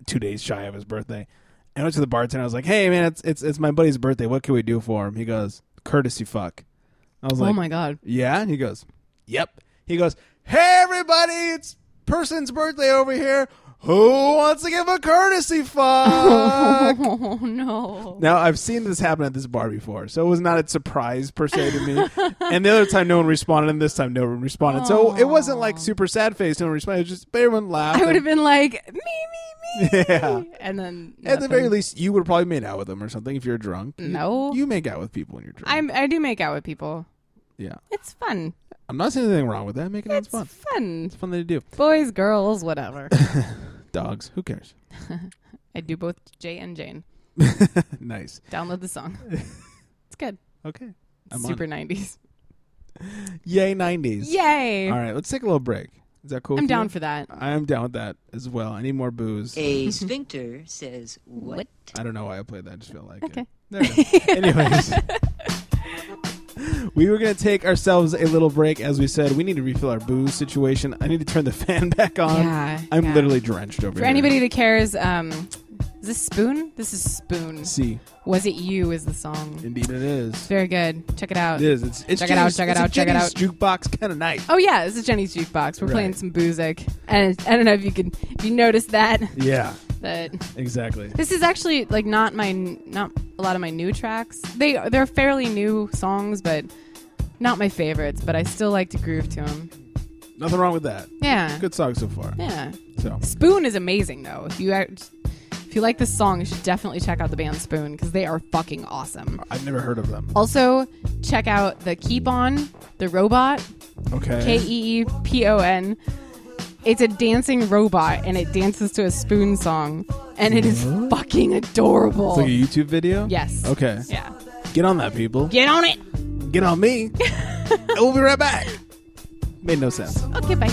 A: two days shy of his birthday. And I went to the bartender. I was like, "Hey, man, it's it's it's my buddy's birthday. What can we do for him?" He goes, "Courtesy fuck." I was
B: oh
A: like,
B: my god. <laughs>
A: yeah?" And he goes, "Yep." He goes, "Hey, everybody, it's person's birthday over here. Who wants to give a
B: <laughs>
A: courtesy fuck?"
B: Oh no.
A: Now I've seen this happen at this bar before, so it was not a surprise per se
B: <laughs>
A: to me. and the other time, no one responded, and this time, no one responded. So it wasn't like super sad face. No one responded. It was just but everyone laughed.
B: I would
A: and-
B: have been like me me me.
A: <laughs> Yeah.
B: And then
A: At the
B: nothing.
A: very least, you would have probably made out with them or something if you're drunk. You-
B: No.
A: you, make out with people when you're drunk.
B: I'm, I do make out with people.
A: yeah,
B: It's fun.
A: I'm not saying anything wrong with that. Making out's
B: It's
A: fun.
B: fun.
A: It's a fun thing to do.
B: Boys, girls, whatever. <laughs>
A: Dogs, who cares? <laughs>
B: I do both Jay and Jane.
A: nice.
B: Download
A: <laughs>
B: the song. It's good.
A: Okay.
B: It's
A: I'm on
B: Super
A: it.
B: 90s.
A: Yay, nineties.
B: Yay.
A: All right, let's take a little break. Is that cool?
B: I'm down for that.
A: I am down with that as well. I need more booze.
H: A sphincter says what?
A: I don't know why I played that. I just feel like okay. it. There we go.
B: <laughs>
A: Anyways. We were going to take ourselves a little break. As we said, we need to refill our booze situation. I need to turn the <laughs> fan back on.
B: Yeah,
A: I'm
B: yeah.
A: literally drenched over
B: For
A: here.
B: anybody that cares, um, is this Spoon? This is Spoon.
A: See,
B: Was It You is the song.
A: indeed it is.
B: Very good. Check it out.
A: It is. It's, it's
B: Check it out,
A: Jenny's-
B: check it
A: it's a
B: out, check it
A: Jenny's
B: out.
A: jukebox kind of night.
B: Oh, yeah. This is Jenny's Jukebox. We're
A: Right.
B: playing some boozic. And I don't know if you can, if you noticed that,
A: Yeah,
B: but
A: exactly.
B: This is actually like not my not a lot of my new tracks. They they're fairly new songs, but not my favorites. But I still like to groove to them.
A: Nothing wrong with that.
B: Yeah.
A: Good song so far.
B: Yeah.
A: So
B: Spoon is amazing though. If you act- if you like this song, you should definitely check out the band Spoon because they are fucking awesome.
A: I've never heard of them.
B: Also, check out the Keep On, the robot,
A: Okay.
B: K E E P O N. It's a dancing robot and it dances to a spoon song and it is fucking adorable.
A: It's like a YouTube video.
B: yes.
A: Okay.
B: Yeah.
A: Get on that, people.
B: Get on it.
A: Get
I: <laughs>
A: on me. we'll be right back. Made no sense.
B: Okay, bye.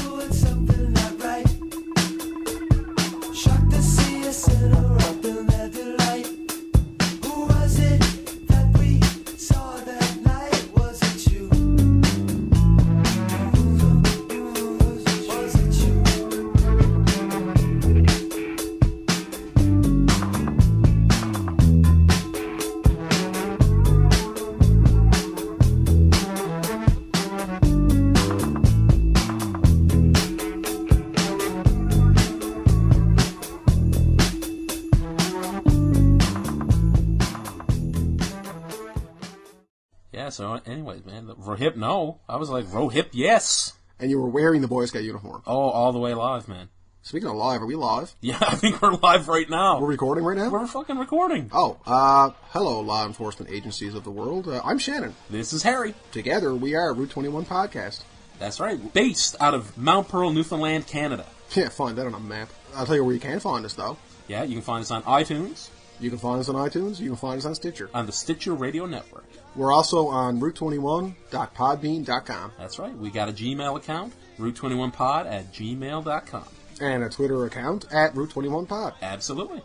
J: Yeah, so anyways, man, the- Rohip no. I was like, Rohip yes. <laughs>
K: And you were wearing the Boy Scout uniform.
J: Oh, all the way live, man.
K: Speaking of live, are we live?
J: Yeah, I think we're live right now.
K: We're recording right now?
J: We're fucking recording.
K: oh, uh, hello, law enforcement agencies of the world. Uh, I'm Shannon.
J: This is Harry.
K: Together, we are Route 21 Podcast.
J: That's right. Based out of Mount Pearl, Newfoundland, Canada.
K: Can't find that on a map. I'll tell you where you can find us, though.
J: Yeah, you can find us on iTunes,
K: You can find us on iTunes. You can find us on Stitcher.
J: on the Stitcher Radio Network.
K: We're also on route21.podbean.com
J: That's right. We got a Gmail account, root21pod at gmail.com.
K: and a Twitter account at route21pod.
J: Absolutely.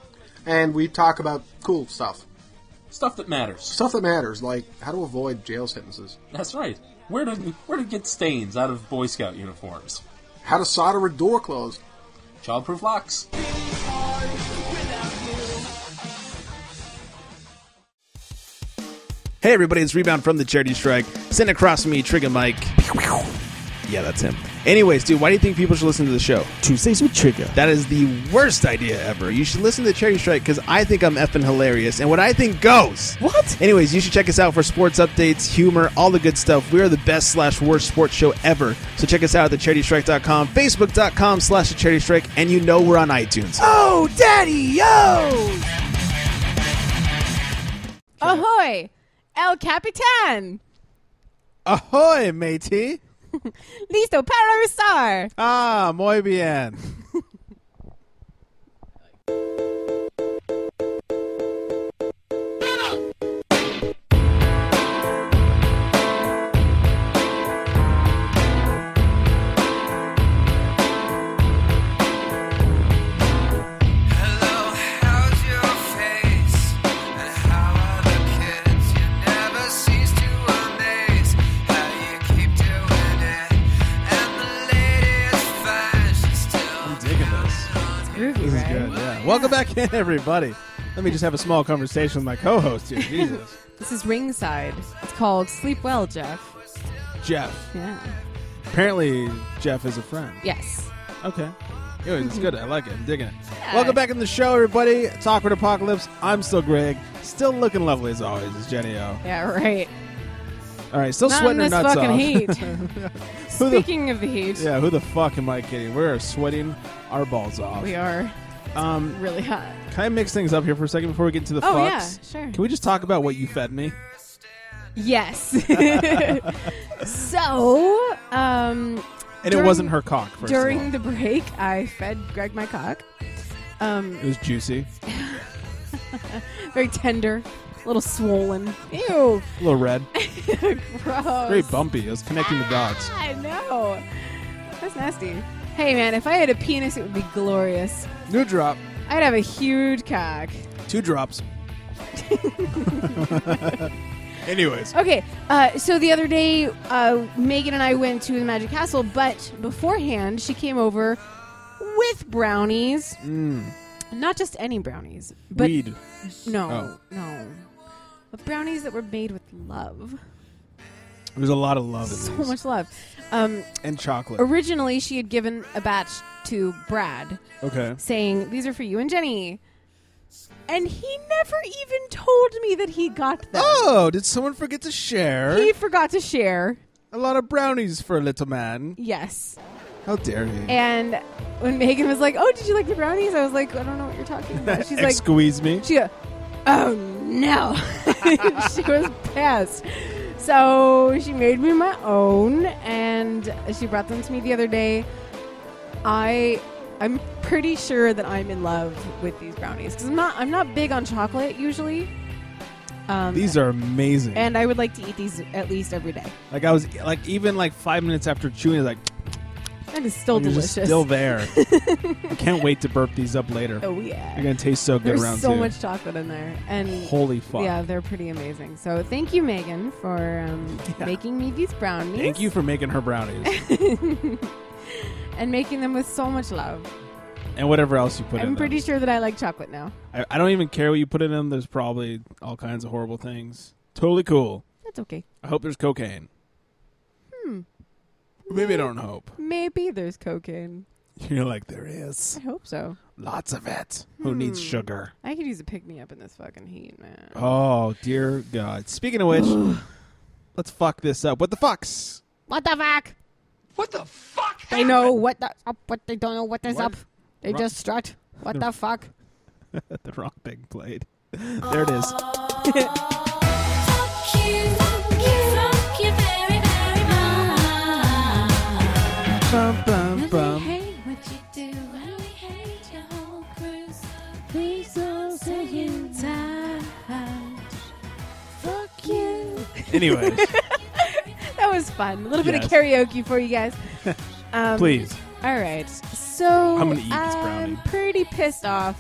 K: And we talk about cool stuff.
J: Stuff that matters.
K: Stuff that matters, like how to avoid jail sentences,
J: That's right. Where to, where to get stains out of Boy Scout uniforms.
K: how to solder a door closed,
J: Childproof locks.
A: Hey everybody, it's Rebound from the Charity Strike. Send across to me, Trigger Mike. Yeah, that's him. Anyways, dude, why do you think people should listen to the show?
I: Tuesdays with Trigger.
A: That is the worst idea ever. You should listen to the Charity Strike because I think I'm effing hilarious, and what I think goes.
I: What?
A: Anyways, you should check us out for sports updates, humor, all the good stuff. We are the best slash worst sports show ever. So check us out at thecharitystrike.com, facebook.com slash the charity strike, and you know we're on iTunes.
I: Oh, daddy, yo!
B: Ahoy, El Capitan.
A: Ahoy, matey.
B: Listo para usar.
A: Ah, muy bien. Digging this.
B: Groovy,
A: This is good. Yeah. Welcome back in, everybody. Let me just have a small conversation with my co-host <laughs> here. Jesus,
B: This is Ringside. It's called Sleep Well, Jeff.
A: Jeff.
B: Yeah.
A: Apparently, Jeff is a friend.
B: Yes.
A: Okay. Anyways, it's good. I like it. I'm digging it. Welcome back in the show, everybody. It's Awkward Apocalypse. I'm still Greg. Still looking lovely as always. It's Jenny O.
B: Yeah, right.
A: All right, still
B: Not in
A: sweating
B: this
A: her nuts
B: fucking
A: off. <laughs>
B: heat.
A: Who the-
B: Speaking of the heat,
A: yeah, who the fuck am I kidding? We are sweating our balls off.
B: we are
A: Um, <laughs>
B: really hot.
A: can I mix things up here for a second before we get into the
B: Oh, yeah,
A: fucks?
B: sure.
A: Can we just talk about what you fed me?
B: Yes. <laughs> so, um,
A: And
B: During-
A: it wasn't her cock. First of all.
B: during the break, I fed Greg my cock. Um,
A: it was juicy,
B: very tender, a little swollen. Ew,
A: a little red,
B: gross.
A: very bumpy. It was connecting the dots.
B: I know. That's nasty. Hey, man, if I had a penis, it would be glorious.
A: New drop,
B: I'd have a huge cock.
A: two
B: <laughs>
A: drops. Anyways,
B: Okay, uh, so the other day, uh, Megan and I went to the Magic Castle, but beforehand, she came over with brownies. Not just any brownies, but
A: weed.
B: no, no, but brownies that were made with love.
A: There's a lot of love in
B: <laughs> So
A: these.
B: much love. Um,
A: and chocolate.
B: originally, she had given a batch to Brad,
A: Okay.
B: saying, "These are for you and Jenny," and he never even told me that he got them.
A: Oh, did someone forget to share
B: He forgot to share.
A: a lot of brownies for a little man?
B: Yes.
A: How dare you?
B: And when Megan was like, "Oh, did you like the brownies?" I was like, "I don't know what you're talking about." She's like,
A: Squeeze me.
B: She go, oh no. <laughs> she was pissed. So she made me my own and she brought them to me the other day. I I'm pretty sure that I'm in love with these brownies cuz I'm not I'm not big on chocolate usually. Um,
A: These are amazing.
B: and I would like to eat these at least every day.
A: like I was like even like five minutes after chewing, I was like
B: That is still
A: "You're just
B: delicious.
A: still
B: <laughs>
A: there. I can't wait to burp these up later.
B: oh
A: They're
B: yeah.
A: gonna taste so good
B: There's
A: round
B: so
A: two.
B: much chocolate in there and
A: Holy fuck!
B: Yeah, they're pretty amazing. So thank you, Megan, for
A: <laughs>
B: um, making me these brownies.
A: Thank you for making her
B: <laughs>
A: brownies
B: and making them with so much love.
A: and whatever else you put in.
B: I'm pretty
A: them.
B: sure that I like chocolate now.
A: I, I don't even care what you put in them. There's probably all kinds of horrible things. Totally cool.
B: That's okay.
A: I hope there's cocaine. Hmm. Maybe I don't hope.
B: Maybe there's cocaine.
A: You're like there is
B: I hope so.
A: lots of it. Who
B: Hmm.
A: needs sugar?
B: I could use a pick me up in this fucking heat, man.
A: Oh dear God! Speaking of which,
B: <sighs>
A: let's fuck this up. What the fucks?
B: What the fuck?
G: What the fuck?
B: They know what the up. What they don't know what is
A: What?
B: up. They
A: Wrong-
B: just strut. What the fuck?
A: the wrong thing played. <laughs> there it is.
E: Fuck you, fuck you, fuck you very, very much.
A: Bum, bum,
E: I
A: bum.
E: hate what you do. I really hate your whole crew. So please don't say you touch. Fuck you.
A: Anyways,
B: That was fun. A little bit of
A: Yes.
B: karaoke for you guys. <laughs> Um,
A: please.
B: All right. So
A: I'm gonna eat this brownie.
B: I'm pretty pissed off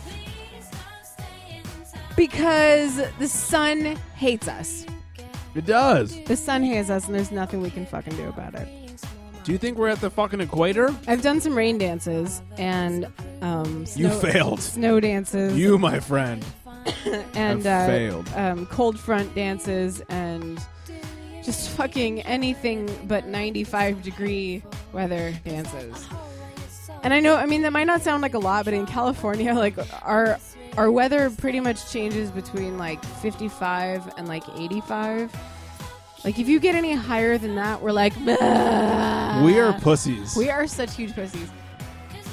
B: because the sun hates us.
A: It does.
B: The sun hates us, and there's nothing we can fucking do about it.
A: Do you think we're at the fucking equator?
B: I've done some rain dances and um, snow,
A: You failed.
B: snow dances
A: You, my friend.
B: and
A: have
B: uh,
A: failed.
B: Um, cold front dances and just fucking anything but 95 degree weather dances. And I know, I mean, that might not sound like a lot, but in California, <laughs> like our our weather pretty much changes between like 55 and like 85. Like if you get any higher than that, we're like, "Bah."
A: we are pussies.
B: Uh, We are such huge pussies.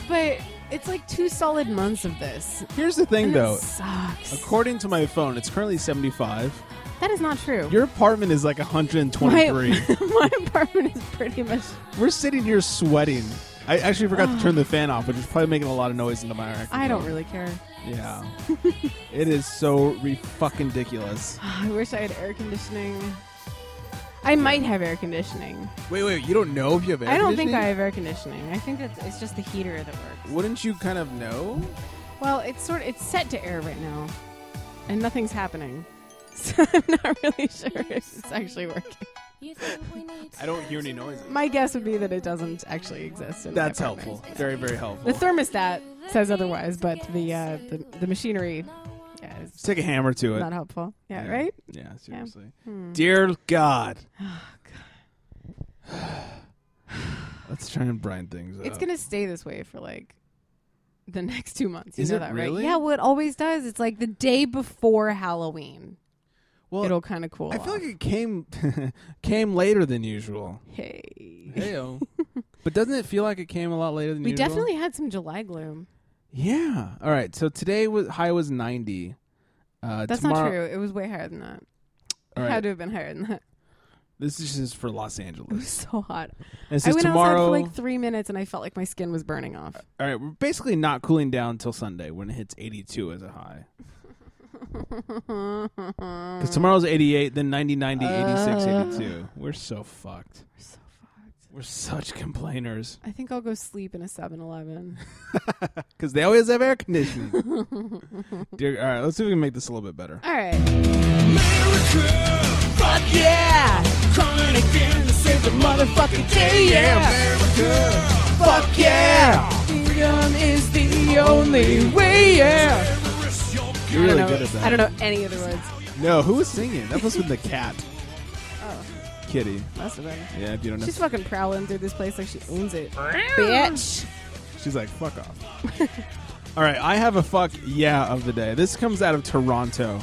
B: But it's like two solid months of this.
A: Here's the thing,
B: And
A: though.
B: It sucks.
A: According to my phone, it's currently 75.
B: that is not true.
A: Your apartment is like
B: my, <laughs>
A: 123.
B: my apartment is pretty much.
A: We're sitting here sweating. I actually forgot to turn
B: <sighs>
A: the fan off, which is probably making a lot of noise into my microphone.
B: I don't really care. <laughs>
A: Yeah. it is so re fucking
B: <gasps>
A: ridiculous.
B: I wish I had air conditioning. I might have air conditioning.
A: Wait, wait, you don't know if you have air
B: I don't think I have air conditioning. I think that it's just the heater that works.
A: Wouldn't you kind of know?
B: Well, it's sort it's set to air right now, and nothing's happening. <laughs> So I'm not really sure if it's actually working.
A: I don't hear any noises.
B: My guess would be that it doesn't actually exist. In my
A: That's
B: apartment.
A: helpful. Very, very helpful.
B: The thermostat says otherwise, but the uh, the, the machinery yeah, is
A: Just take a hammer to it.
B: not helpful. Yeah, Hmm. Oh, right?
A: Yeah, seriously. Dear
B: <sighs>
A: God. Let's try and brighten things up.
B: It's going to stay this way for like the <laughs> next two months. You
A: Is
B: know
A: it
B: that,
A: really?
B: right? Yeah, well, it always does. It's like the day before Halloween.
A: Well,
B: It'll kind of cool.
A: I feel
B: off.
A: like it came <laughs> came later than
B: <laughs>
A: usual.
B: hey.
A: Heyo. but doesn't it feel like it came a lot later than
B: We
A: usual?
B: definitely had some July gloom.
A: Yeah. All right. So today was high was 90. Uh,
B: That's
A: tomorrow,
B: not true. It was way higher than that.
A: All
B: It
A: right.
B: had to have been higher than that. <laughs>
A: This is just for Los
B: It was <laughs>
A: Angeles.
B: so hot.
A: And it
B: I
A: says
B: went outside
A: tomorrow. Uh,
B: for like three minutes and I felt like my skin was burning off.
A: all right, we're basically not cooling down until Sunday when it hits 82 as a high. Because tomorrow's 88, then 90, 90, 86, 82. We're so fucked. We're so fucked. We're such complainers.
B: I think I'll go sleep in a
A: <laughs>
B: 7 Eleven.
A: Because they always have air conditioning. Dear, all right, let's see if we can make this a little bit better.
B: All right.
A: Motherfucking day, yeah. Fuck yeah. Freedom is the only way, yeah. You're really
B: I, don't
A: good
B: know,
A: at that.
B: I don't know any other words.
A: No, who was singing? That must have been the cat. Kitty.
B: That's about it.
A: Yeah, if you don't know.
B: She's
A: She's,
B: fucking prowling through this place like she owns it. Bitch.
A: like, fuck off. <laughs> All right, I have a fuck yeah of the day. This comes out of Toronto.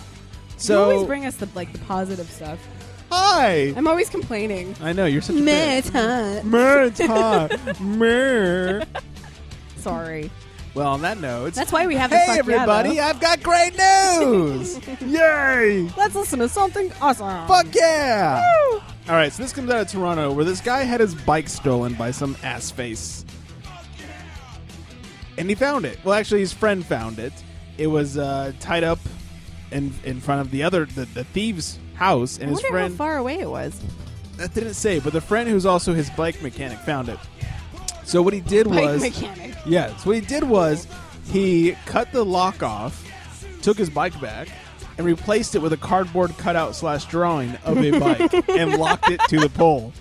B: you always
A: So,
B: bring us the like the positive stuff.
A: Why?
B: I'm always complaining.
A: I know you're such a
B: Meh,
A: bitch.
B: it's hot.
A: Mer, it's
B: <laughs>
A: hot. Mer.
B: Sorry.
A: Well, on that note,
B: That's why we have the
A: hey
B: fuck yeah,
A: everybody,
B: though.
A: I've got great
B: <laughs>
A: news! Yay!
B: Let's listen to something awesome.
A: Fuck yeah! All right, so this comes out of Toronto, where this guy had his bike stolen by some ass face, and he found it. Well, actually, his friend found it. It was uh, tied up in in front of the other the, the thief's house, and
B: I
A: his
B: wonder
A: friend
B: how far away
A: <laughs>
B: it was.
A: that didn't say, but the friend who's also his bike mechanic found it. So what he did
B: Bike
A: was
B: mechanic. <laughs>
A: Yes. What he did was he cut the lock off, took his bike back, and replaced it with a cardboard cutout slash drawing of a
B: <laughs>
A: bike and locked it to the pole.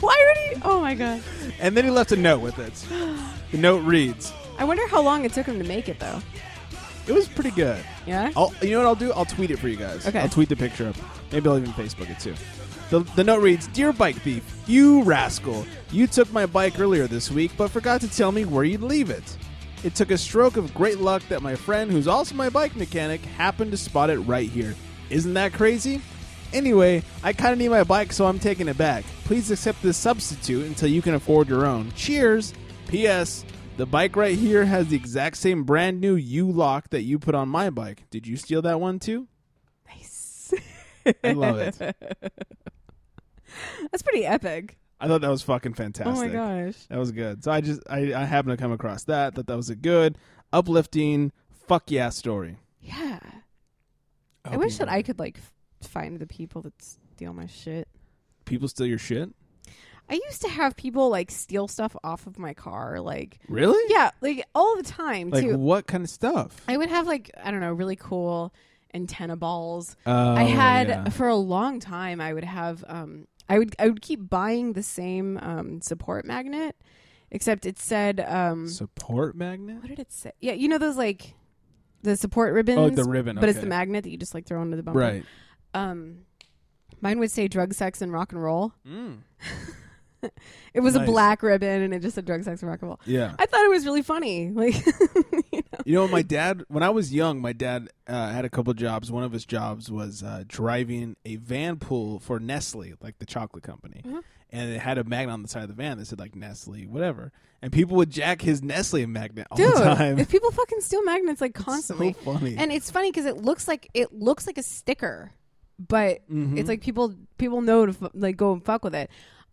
B: Why would he? Oh my god.
A: And then he left a note with it. The note reads,
B: I wonder how long it took him to make it though.
A: It was pretty good.
B: Yeah.
A: I'll, you know what I'll do? I'll tweet it for you guys.
B: Okay.
A: I'll tweet the picture up. Maybe I'll even Facebook it too. The, the note reads Dear bike thief, you rascal. You took my bike earlier this week, but forgot to tell me where you'd leave it. It took a stroke of great luck that my friend, who's also my bike mechanic, happened to spot it right here. Isn't that crazy? Anyway, I kind of need my bike, so I'm taking it back. Please accept this substitute until you can afford your own. Cheers. P.S. The bike right here has the exact same brand new U lock that you put on my bike. Did you steal that one too? Nice. I love it.
B: That's pretty epic.
A: I thought that was fucking fantastic.
B: Oh my gosh.
A: That was good. So I just I, I happened to come across that. Thought that was a good, uplifting, fuck yeah story.
B: Yeah. I wish that I could like f- find the people that steal my shit.
A: people steal your shit.
B: I used to have people like steal stuff off of my car, like
A: Really?
B: yeah, like all the time
A: Like
B: too.
A: what kind of stuff?
B: I would have like I don't know, really cool antenna balls.
A: Oh,
B: I had
A: yeah.
B: for a long time. I would have. Um, I would. I would keep buying the same um, support magnet, except it said. Um,
A: support magnet.
B: what did it say? Yeah, you know those like the support ribbons.
A: Oh, like the ribbon,
B: But it's
A: okay.
B: the magnet that you just like throw into the bumper.
A: Right.
B: Um, mine would say drug, sex, and rock and roll. <laughs> it
A: Mm.
B: was
A: Nice.
B: a black ribbon, and it just said drug, sex, and rock and roll.
A: Yeah.
B: I thought it was really
A: <laughs>
B: funny. <laughs> Like, you know.
A: You know,
B: <laughs>
A: my dad, when I was young, my dad uh, had a couple jobs. One of his jobs was uh, driving a van pool for Nestle, like the chocolate company.
B: Uh-huh.
A: And it had a magnet on the side of the van that said, like, Nestle, whatever. And people would jack his Nestle magnet all
B: dude
A: the time.
B: if people fucking steal magnets like constantly
A: funny.
B: and it's funny because it looks like it looks like a sticker but
A: Mm-hmm.
B: it's like people people know to f- like go and fuck with it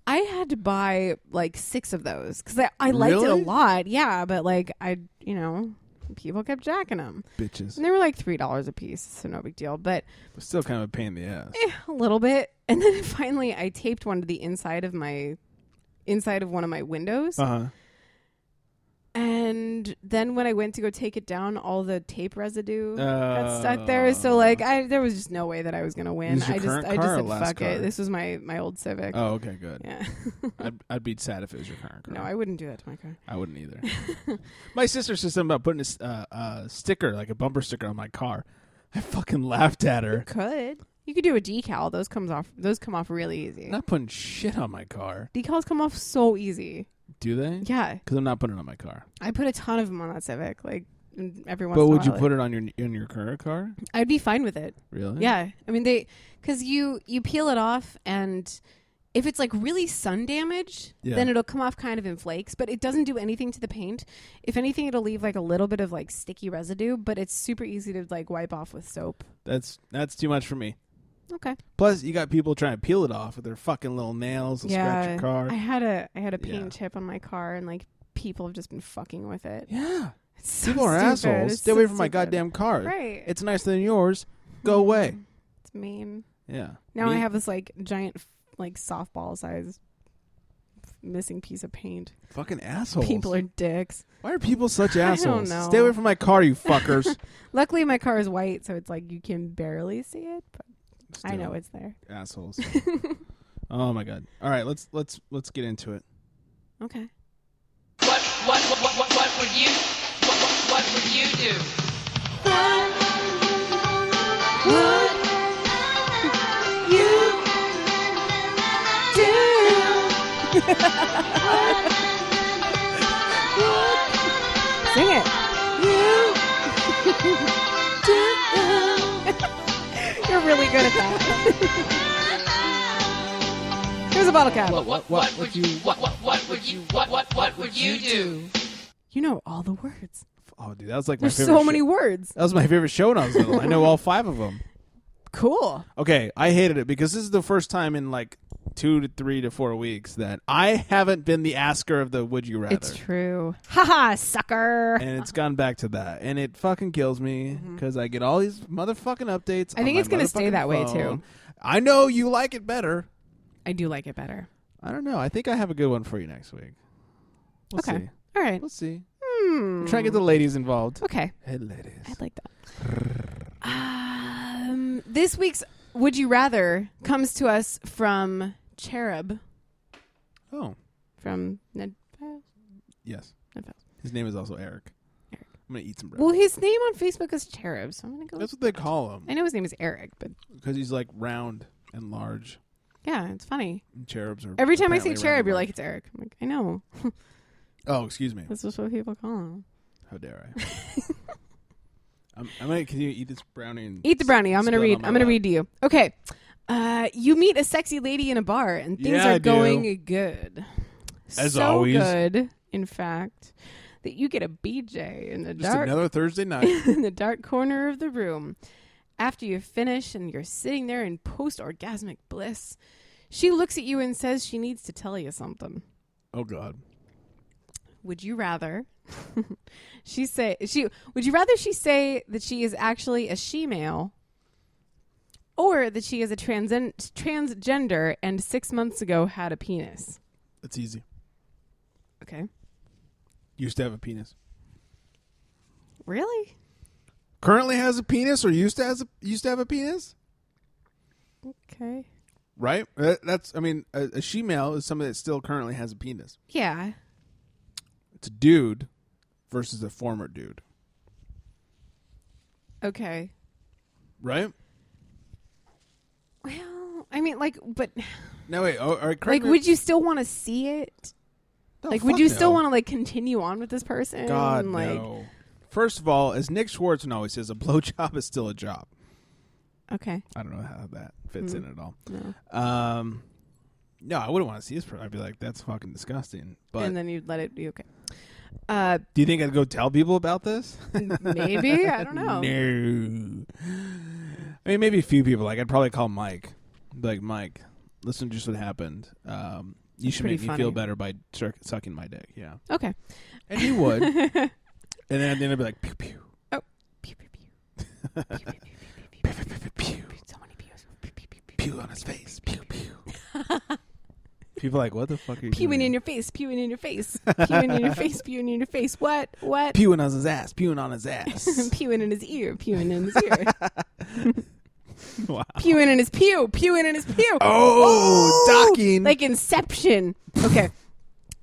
B: i had to buy like six of those because I, I liked it a
A: Really?
B: lot yeah but like i you know people kept jacking them
A: <laughs> Bitches.
B: and they were like three dollars a piece so no big deal but
A: Still kind of a pain in the ass.
B: eh, a little bit <laughs> and then finally i taped one to the inside of my inside of one of my windows
A: Uh huh.
B: and then when I went to go take it down, all the tape residue
A: Oh.
B: got stuck there. So like, I there was just no way that I was gonna win.
A: Uh. Is your
B: I just
A: current
B: I
A: car or
B: just said
A: last
B: fuck
A: car?
B: it. This was my my old Civic.
A: Oh, okay, good.
B: Yeah. <laughs>
A: I'd, I'd be sad if it was your current car.
B: no, I wouldn't do that to
A: <laughs>
B: my car.
A: I wouldn't
B: <laughs>
A: either. my sister said something about putting a s- uh, uh, sticker, like a bumper sticker, on my car. I fucking laughed at her.
B: Could you could do a decal? Those comes off. Those come off really easy.
A: not putting shit on my car.
B: Decals come off so easy.
A: Do they?
B: Yeah,
A: Because I'm not putting it on my car.
B: I put a ton of them on that Civic. Like mm, every once.
A: but
B: in a
A: would you
B: while.
A: put it on your on your current car?
B: I'd be fine with it.
A: Really?
B: Yeah, I mean they because you you peel it off and if it's like really sun damaged,
A: Yeah.
B: then it'll come off kind of in flakes, but it doesn't do anything to the paint. If anything, it'll leave like a little bit of like sticky residue, but it's super easy to like wipe off with soap.
A: That's that's too much for me.
B: Okay.
A: Plus, you got people trying to peel it off with their fucking little nails and scratch your car.
B: I had a I had a paint
A: Yeah.
B: chip on my car, and like people have just been fucking with it. <laughs>
A: yeah.
B: It's so
A: People are
B: stupid.
A: assholes.
B: It's
A: Stay
B: so
A: away from my
B: stupid.
A: goddamn car.
B: Right.
A: It's nicer than yours. Go away.
B: It's mean.
A: Yeah.
B: Mm-hmm. Now
A: Me-
B: I have this like giant f- like softball size missing piece of paint.
A: fucking assholes.
B: People are dicks.
A: Why are people
B: <laughs>
A: such
B: don't
A: assholes?
B: know.
A: Stay away from my car, you
B: <laughs>
A: fuckers.
B: Luckily, my car is white, so it's like you can barely see it, but I
A: Still,
B: know it's there. <laughs>
A: assholes. oh my god. All right, let's let's let's get into it.
B: Okay.
E: What, what, what, what, what, what would you, what, what, what would you do?
B: Sing it. <laughs> You're really good at that. is a bottle cap.
L: What, what, what, would you, what, what, what would you, what, what, what would you do?
B: You know all the words.
A: Oh, dude, that was like
B: There's
A: my favorite.
B: so many
A: shit.
B: words.
A: That was my favorite show when I was little. I know all five of them.
B: Cool.
A: Okay, I hated it because this is the first time in like two to three to four weeks that I haven't been the asker of the would you rather.
B: It's true. Haha, sucker.
A: and it's gone back to that, and it fucking kills me because I get all these motherfucking updates.
B: Mm-hmm. I
A: on
B: think
A: my
B: it's gonna stay
A: motherfucking
B: that way, too.
A: phone. I know you like it better.
B: I do like it better.
A: I don't know. I think I have a good one for you next week. We'll
B: okay.
A: see.
B: All right.
A: We'll see.
B: Hmm.
A: Try to get the ladies involved.
B: Okay.
A: Hey, ladies.
B: I'd like that. um, this week's Would You Rather comes to us from Cherub
A: Oh,
B: from Ned.
A: yes.
B: Okay.
A: His name is also Eric. I'm gonna eat some bread.
B: Well, his name on Facebook is Cherub, so I'm gonna go.
A: That's what they call him
B: I know his name is Eric, but
A: because he's like round and large.
B: yeah, it's funny.
A: And cherubs are
B: Every time I say
A: apparently
B: Cherub,
A: round and
B: you're
A: large.
B: like, it's Eric. I'm like, I know.
A: Oh, excuse me.
B: this is what people call him.
A: How dare I?
B: <laughs>
A: I'm, I'm gonna continue to eat this brownie. And
B: Eat the
A: s-
B: brownie. I'm
A: spill
B: gonna
A: it
B: read.
A: on my
B: I'm gonna
A: lap.
B: read to you. Okay. Uh, you meet a sexy lady in a bar, and things
A: Yeah, I
B: are
A: do.
B: going good.
A: As
B: so
A: always.
B: good, in fact, that you get a BJ in the
A: Just
B: dark
A: another Thursday
B: <laughs>
A: night.
B: in the dark corner of the room. After you finish and you're sitting there in post-orgasmic bliss, she looks at you and says she needs to tell you something.
A: oh God.
B: Would you rather? <laughs> she say she would you rather she say that she is actually a she male or that she is a trans- transgender and 6 months ago had a penis.
A: That's easy.
B: Okay.
A: Used to have a penis.
B: Really?
A: Currently has a penis, or used to has a, used to have a penis.
B: Okay.
A: Right. Uh, That's. I mean, a, a she-male is somebody that still currently has a penis.
B: Yeah.
A: It's a dude versus a former dude.
B: Okay.
A: Right.
B: Well, I mean like but
A: No wait. Oh, all right.
B: like would you still want to see it? like would you still want to like continue on with this person?
A: God
B: like
A: no. First of all, as Nick Schwartzman always says, a <laughs> blowjob is still a job.
B: Okay.
A: I don't know how that fits in at all.
B: Mm. No.
A: Um, no, I wouldn't want to see this person. I'd be like, that's fucking disgusting. But
B: and then you'd let it be okay. Uh
A: do you think I'd go tell people about this?
B: maybe, I
A: <laughs>
B: don't know.
A: No. I mean, maybe a few people. Like, I'd probably call Mike. Be like, Mike, listen to just what happened. Um, you should
B: pretty
A: make me feel
B: funny.
A: better by sur- sucking my dick. Yeah.
B: Okay.
A: And he
B: <laughs>
A: would. and then at the end, I'd be like, pew, pew.
B: Pew, pew, pew.
A: Pew, pew, pew, pew, pew.
B: So many pews. Pew, pew, pew, pew.
A: Pew on his face. Pew,
B: <laughs>
A: pew. people are like, what the fuck are you doing? <laughs>
B: Pewing in your face, pewing in your face, pewing in your face, pewing in your face. What? What?
A: Pewing on his ass. Pewing on his
B: <laughs>
A: ass.
B: pewing in his ear, pewing in his ear,
A: wow.
B: pewing in his pew, pewing in his pew.
A: Oh, docking.
B: Like Inception. Okay,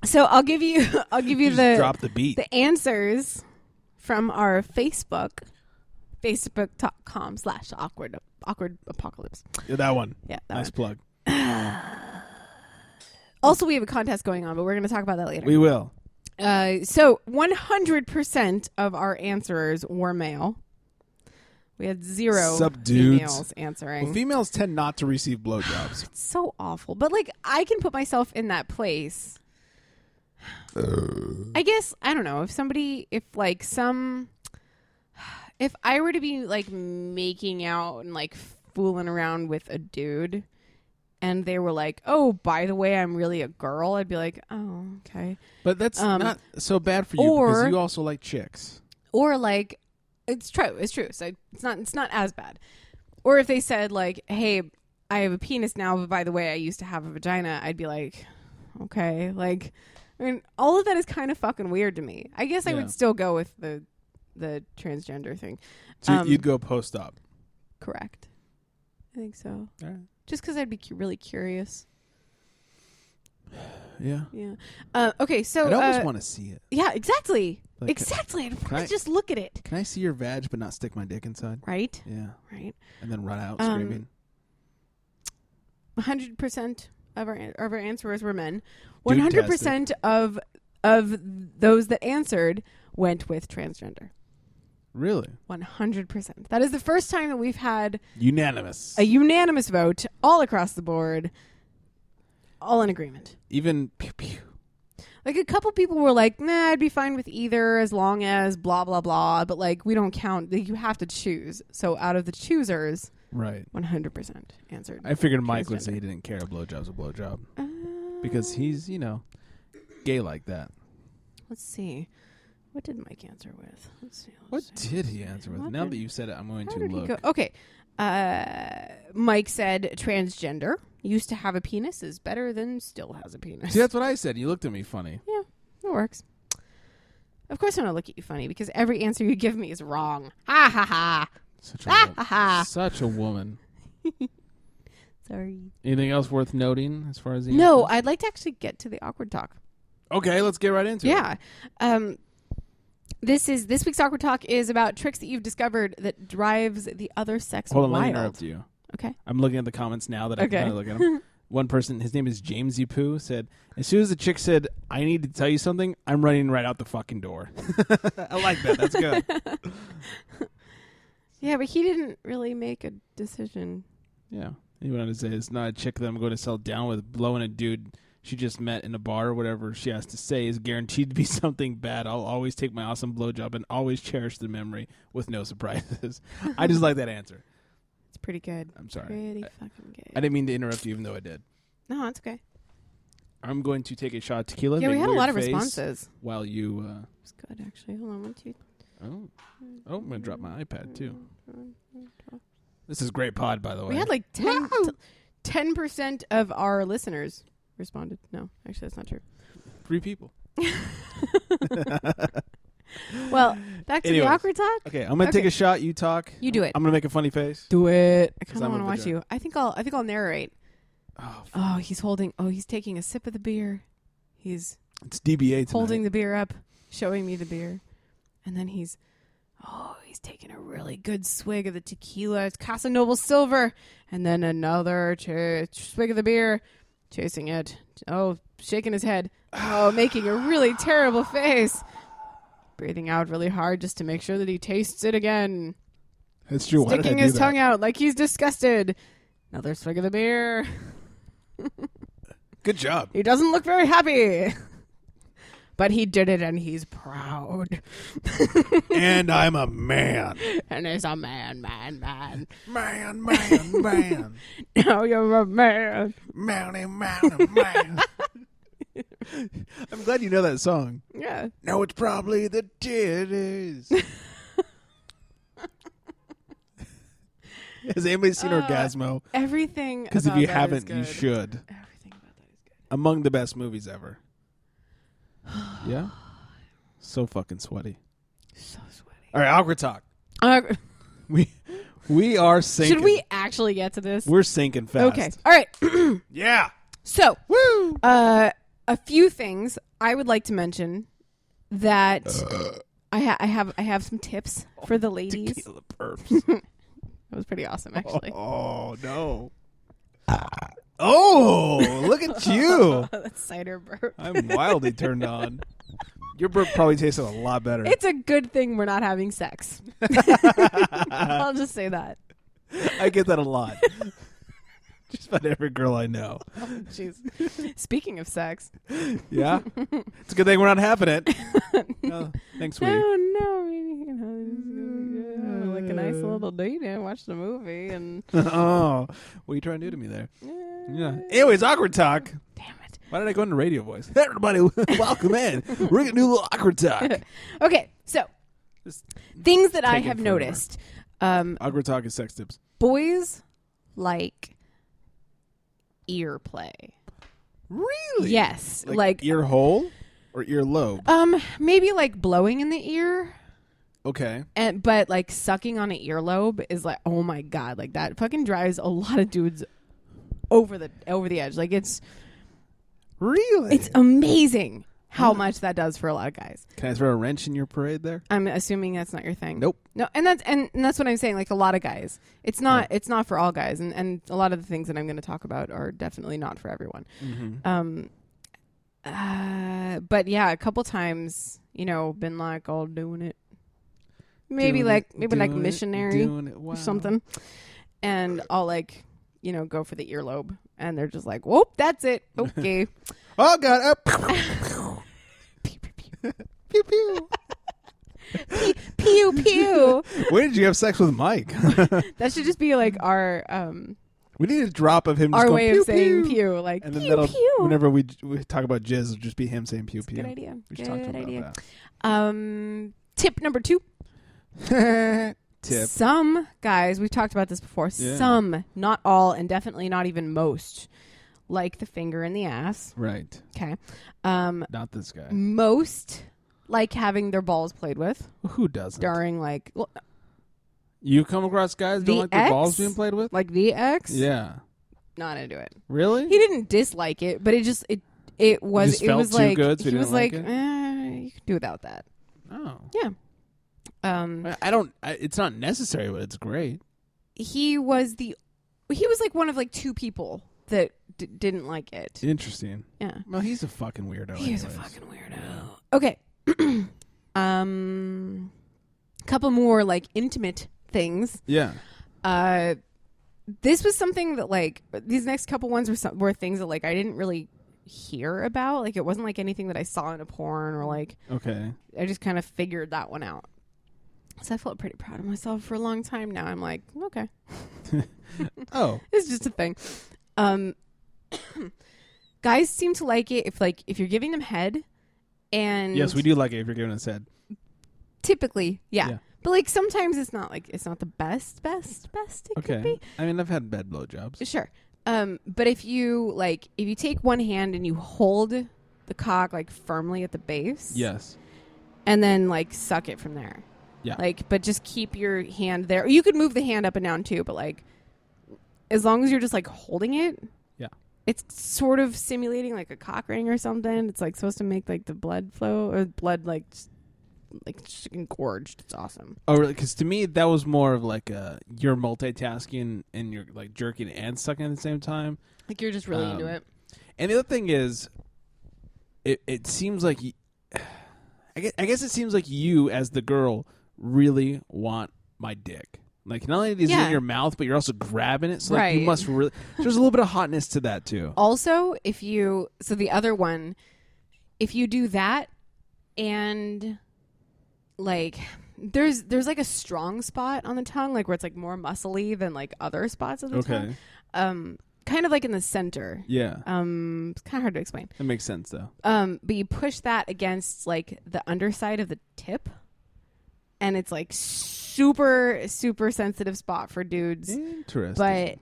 B: so I'll give you, I'll give
A: You
B: you
A: just
B: the
A: drop the beat.
B: the answers from our Facebook, facebook.com slash awkward awkward apocalypse.
A: Yeah, that one.
B: Yeah, that
A: nice
B: one.
A: plug.
B: Also, we have a contest going on, but we're going to talk about that later.
A: We will.
B: Uh, so 100% of our answerers were male. We had zero
A: Subdudes.
B: females answering.
A: Well, females tend not to receive blowjobs.
B: <sighs> it's so awful. But, like, I can put myself in that place.
A: Uh.
B: I guess, I don't know, if somebody, if, like, some, if I were to be, like, making out and, like, fooling around with a dude and they were like, oh, by the way, I'm really a girl, I'd be like, oh, okay.
A: but that's
B: Um,
A: not so bad for you
B: or-
A: because you also like chicks.
B: or like it's true it's true so it's not it's not as bad or if they said like hey i have a penis now but by the way i used to have a vagina i'd be like okay like i mean all of that is kind of fucking weird to me i guess i
A: Yeah.
B: would still go with the the transgender thing
A: So
B: Um,
A: you'd go post op.
B: correct i think so
A: All right.
B: just because i'd be cu- really curious
A: Yeah.
B: yeah uh, okay so
A: I'd almost
B: uh,
A: want to see it.
B: yeah exactly
A: Like, uh,
B: exactly i'd
A: I-
B: want to just look at it
A: Can I see your vag but not stick my dick inside?
B: right
A: Yeah.
B: right
A: And then run out
B: Um,
A: screaming.
B: hundred percent of our of our answerers were men. One hundred percent
A: Dude-tastic.
B: of of those that answered went with transgender.
A: Really?
B: One hundred percent. That is the first time that we've had
A: Unanimous.
B: a unanimous vote all across the board. all in agreement.
A: Even pew pew.
B: Like a couple people were like, "Nah, I'd be fine with either as long as blah blah blah," but like we don't count. like, You have to choose. So out of the choosers,
A: Right.
B: one hundred percent answered.
A: I figured Mike would
B: transgender.
A: say he didn't care. A blowjob's a blowjob because he's you know gay like that.
B: Uh, Let's see, what did Mike answer with? Let's see. let's
A: What
B: see.
A: did he answer with?
B: What
A: Now
B: did-
A: that you said it, I'm going
B: How
A: to
B: did he
A: look.
B: go? Okay. Uh, Mike said transgender used to have a penis is better than still has a penis.
A: See, that's what I said. You looked at me funny.
B: Yeah, it works. Of course, I'm gonna look at you funny because every answer you give me is wrong. Ha ha ha.
A: Such a,
B: <laughs> Ha
A: wo-
B: ha ha.
A: such a woman.
B: Sorry.
A: Anything else worth noting as far as the
B: No, I'd like to actually get to the awkward talk.
A: Okay, let's get right into it.
B: Yeah. Um, this is this week's awkward talk is about tricks that you've discovered that drives the other sex
A: Hold on, let me
B: wild.
A: interrupt you.
B: Okay.
A: I'm looking at the comments now that I
B: Okay.
A: can kinda look at
B: <laughs>
A: them. One person, his name is Jamesy Poo, said, As soon as the chick said, I need to tell you something, I'm running right out the fucking door. <laughs> I like that. That's
B: <laughs>
A: good.
B: Yeah, but he didn't really make a decision.
A: yeah. He went on to say, It's not a chick that I'm going to settle down with. Blowing a dude she just met in a bar or whatever she has to say is guaranteed to be <laughs> something bad. I'll always take my awesome blowjob and always cherish the memory with no surprises. <laughs> I just like that answer.
B: It's pretty good.
A: I'm sorry.
B: Pretty
A: I-
B: fucking good.
A: I didn't mean to interrupt you, even though I did.
B: No, it's okay.
A: I'm going to take a shot of tequila.
B: Yeah, we
A: make
B: had a
A: weird
B: lot of
A: face
B: responses.
A: While you, uh,
B: It's good actually. Hold on, one, two.
A: Oh, oh, I'm gonna drop my iPad too. This is great pod, by the way.
B: We had like 10 10 percent of our listeners responded. No, actually, that's not true.
A: three people. <laughs>
B: Well, back to
A: Anyways.
B: the awkward talk.
A: Okay, I'm gonna take a shot. You talk.
B: You do it.
A: I'm gonna make a funny face.
B: Do it. I
A: 'Cause
B: kind of
A: I'm
B: want to
A: a
B: watch
A: vagina.
B: you. I think I'll. I think I'll narrate. Oh, he's holding. Oh, he's taking a sip of the beer. He's
A: It's DBA tonight.
B: holding the beer up, showing me the beer, and then he's. Oh, he's taking a really good swig of the tequila. It's Casa Noble Silver, and then another ch- swig of the beer, chasing it. Oh, shaking his head.
A: <sighs>
B: Oh, making a really terrible face. Breathing out really hard just to make sure that he tastes it again
A: That's true. Why did I
B: sticking
A: do
B: his
A: that?
B: tongue out like he's disgusted. Another swig of the beer.
A: Good job.
B: <laughs> He doesn't look very happy. <laughs> But he did it and he's proud.
A: and I'm a man.
B: And he's a man, man, man. <laughs>
A: Man, man, man.
B: Now you're a man.
A: Mounty, mounty,
B: <laughs>
A: man. I'm glad you know that song.
B: Yeah.
A: No, it's probably the
B: <laughs>
A: titties. Has anybody seen Orgasmo?
B: Everything.
A: Because if
B: about
A: you
B: Uh, that is
A: haven't, you
B: good.
A: should.
B: Everything about that is good.
A: Among the best movies
B: <sighs>
A: ever. yeah? So fucking sweaty.
B: So sweaty.
A: All right, awkward talk.
B: Uh,
A: We we are sinking.
B: should we actually get to this?
A: We're sinking fast.
B: Okay. All right. <clears throat>
A: Yeah.
B: So, Uh, a few things I would like to mention that
A: Uh.
B: I, ha- I have I have some tips for the ladies.
A: Tequila burps.
B: <laughs> That was pretty awesome, actually.
A: oh no. Oh, look at
B: <laughs>
A: you!
B: That's cider burp.
A: I'm wildly turned on. Your burp probably tasted a lot better.
B: It's a good thing we're not
A: <laughs>
B: having sex. I'll just say that.
A: I get that a lot. Just about every girl I know.
B: Jeez. <laughs> Speaking of sex,
A: Yeah, it's a good thing we're not having it. Oh, thanks, sweetie.
B: <laughs> oh no, I mean, you know, this is gonna be good. like a
A: Mm.
B: nice little date and watch the movie and
A: <laughs> <laughs> oh, what are you trying to do to me there? Yeah. Anyways, awkward talk.
B: damn it.
A: Why did I go into radio voice? <laughs> Hey, everybody, welcome in. We're gonna do a little awkward talk.
B: Okay, so
A: Just
B: things that I
A: take it
B: have
A: from there.
B: noticed. Um,
A: awkward talk is sex tips.
B: boys like ear play.
A: Really?
B: Yes,
A: Like,
B: like-
A: ear hole or ear lobe?
B: Um, maybe like blowing in the ear,
A: Okay.
B: and but like sucking on an earlobe is like, oh my god, like that fucking drives a lot of dudes over the over the edge. Like it's
A: Really?
B: it's amazing how much that does for a lot of guys.
A: Can I throw a wrench in your parade there?
B: I'm assuming that's not your thing.
A: Nope.
B: No, and that's and, and that's what I'm saying. Like a lot of guys, it's not it's not for all guys, and and a lot of the things that I'm going to talk about are definitely not for everyone.
A: Mm-hmm.
B: Um, uh, but yeah, a couple times, you know, been like all doing it, maybe
A: Doing
B: like
A: it,
B: maybe like
A: doing it,
B: missionary
A: doing it. Wow.
B: or something, and I'll like you know go for the earlobe and they're just like, "Whoop,
A: <laughs>
B: that's it. Okay."
A: oh god, Oh. up.
B: <laughs>
A: <laughs>
B: pew pew. pew pew.
A: When did you have sex with Mike? <laughs>
B: That should just be like our um
A: we need a drop of him. Just
B: our
A: going,
B: way
A: pew,
B: of saying
A: pew.
B: pew, like
A: And then
B: pew
A: that'll,
B: pew.
A: whenever we, we talk about jizz, it'll just be him saying pew pew.
B: Good idea.
A: We should
B: Good
A: talk to him about
B: idea.
A: that.
B: Um, tip number two. <laughs>
A: Tip.
B: Some guys, we've talked about this before.
A: Yeah.
B: Some, not all, and definitely not even most, like the finger in the ass.
A: Right.
B: Okay. Um,
A: Not this guy.
B: most like having their balls played with
A: Who doesn't?
B: during like well,
A: You come across guys who
B: the
A: don't like their
B: ex,
A: balls being played with?
B: like the ex.
A: Yeah.
B: not into it.
A: Really?
B: He didn't dislike it, but it just it it was
A: just
B: it
A: felt
B: was
A: too
B: like
A: good, so he
B: he
A: didn't
B: was
A: like
B: like,
A: it?
B: eh, you can do without that.
A: Oh.
B: Yeah. Um,
A: I- I don't. I, it's not necessary, but it's great.
B: he was the he was like one of like two people that d- didn't like it.
A: Interesting.
B: Yeah.
A: Well, he's a fucking weirdo.
B: He is a
A: anyways.
B: fucking weirdo. Okay. <clears throat> um couple more like intimate things.
A: Yeah.
B: Uh this was something that like these next couple ones were some, were things that like I didn't really hear about. Like it wasn't like anything that I saw in a porn or like <laughs>
A: Okay.
B: I just kind of figured that one out. So I felt pretty proud of myself for a long time now. I'm like, okay.
A: Oh.
B: It's just a thing. Um, <coughs> guys seem to like it if like if you're giving them head, and
A: Yes, we do like it if you're giving us head.
B: typically, yeah.
A: Yeah.
B: But like sometimes it's not like it's not the best, best, best it could
A: Okay.
B: be.
A: I mean, I've had bad blowjobs.
B: Sure. Um, but if you like if you take one hand and you hold the cock like firmly at the base,
A: Yes.
B: and then like suck it from there.
A: Yeah.
B: Like, but just keep your hand there. You could move the hand up and down too, but like, as long as you're just like holding it,
A: Yeah.
B: it's sort of simulating like a cock ring or something. It's like supposed to make like the blood flow or blood like s- like just engorged. It's awesome.
A: Oh, really? Because to me, that was more of like a you're multitasking and you're like jerking and sucking at the same time.
B: Like you're just really into
A: Um,
B: it.
A: And the other thing is, it it seems like, y- <sighs> I guess, I guess it seems like you as the girl really want my dick. Like not only is it
B: Yeah.
A: in your mouth, but you're also grabbing it. So like you
B: Right.
A: must really. There's a little bit of hotness to that too.
B: Also, if you so the other one, if you do that and like there's there's like a strong spot on the tongue, like where it's like more muscly than like other spots of the
A: Okay.
B: tongue. Um kind of like in the center.
A: Yeah,
B: Um it's kinda hard to explain.
A: that makes sense though.
B: Um but you push that against like the underside of the tip and it's like super super sensitive spot for dudes
A: Interesting.
B: but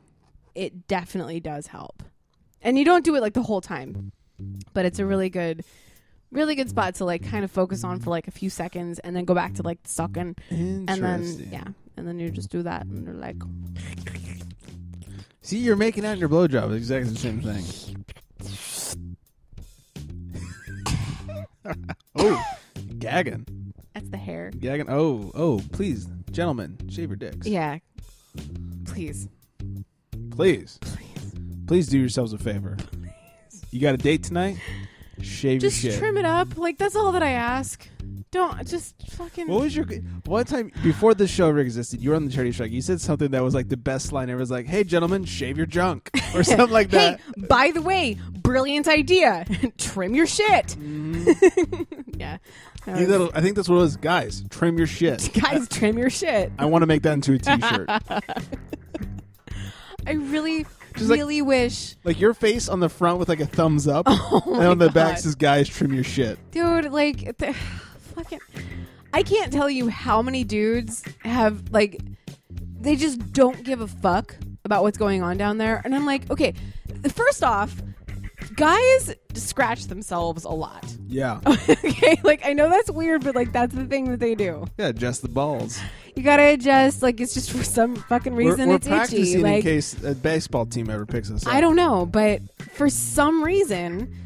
B: it definitely does help. And you don't do it like the whole time, but it's a really good, really good spot to like kind of focus on for like a few seconds and then go back to like sucking. And then,
A: Interesting.
B: yeah. And then you just do that and they're like,
A: See, you're making out in your blowjob. It's Exactly the same thing.
B: <laughs>
A: oh, gagging,
B: that's the hair.
A: gagging. Oh, oh, please, gentlemen, shave your dicks.
B: Yeah. Please.
A: Please. Please. do yourselves a favor. You got a date tonight? Shave
B: Just
A: your shit.
B: trim it up. Like, that's all that I ask. Don't just fucking.
A: What was your one time before the show ever existed? You were on the charity strike. You said something that was like the best line ever. It was like, "Hey, gentlemen, shave your junk" <laughs> or something like
B: Hey,
A: that.
B: by the way, brilliant idea. <laughs> trim your shit.
A: Mm-hmm.
B: <laughs> yeah. That
A: You
B: was-
A: little- I think that's what it was. Guys, trim your shit.
B: Guys, trim your shit.
A: I want to make that into a T-shirt.
B: I really,
A: Just like-
B: really wish,
A: like your face on the front with like a thumbs
B: <laughs>
A: up, and on the back
B: Oh God.
A: says, "Guys, trim your shit."
B: dude. Like, <sighs> the, fucking, I can't tell you how many dudes have like, they just don't give a fuck about what's going on down there. And I'm like, okay, first off, guys scratch themselves a lot. <laughs>
A: Yeah,
B: okay, like I know that's weird, but like that's the thing that they do.
A: yeah. Adjust the balls.
B: You gotta adjust. Like it's just for some fucking
A: We're,
B: reason
A: we're
B: it's
A: practicing
B: itchy.
A: in
B: Like
A: case a baseball team ever picks us up.
B: I don't know, but for some reason,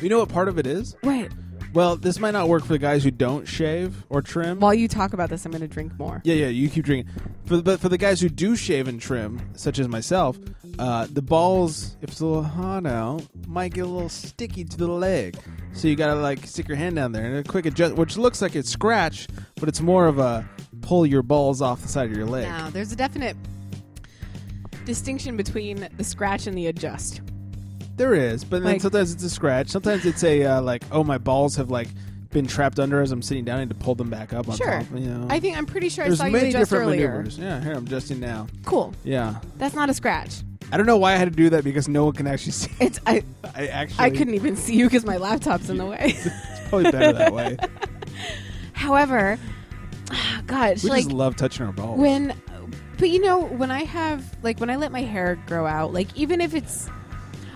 A: You know what part of it is?
B: wait.
A: Well, this might not work for the guys who don't shave or trim.
B: While you talk about this, I'm gonna drink more.
A: yeah, yeah, you keep drinking. For the, but for the guys who do shave and trim, such as myself, uh, the balls, if it's a little hot out, might get a little sticky to the leg. So you gotta like stick your hand down there and a quick adjust, which looks like it's scratch, but it's more of a pull your balls off the side of your leg.
B: Now, there's a definite distinction between the scratch and the adjust.
A: There is, but then
B: Like-
A: sometimes it's a scratch. Sometimes it's a uh, like, oh, my balls have like been trapped under as I'm sitting down. I need to pull them back up. On
B: Sure.
A: top, you know.
B: I think I'm pretty sure
A: There's
B: I saw you
A: many
B: adjust
A: different
B: earlier.
A: maneuvers. Yeah, here I'm adjusting now.
B: Cool.
A: Yeah,
B: That's not a scratch.
A: I don't know why I had to do that because no one can actually <laughs> see.
B: It's I.
A: I actually
B: I couldn't even see you because my laptop's in
A: <laughs>
B: the way.
A: It's probably better that
B: <laughs>
A: way.
B: However, <sighs> gosh,
A: We
B: like
A: just love touching our balls.
B: when but you know when i have like when i let my hair grow out like even if it's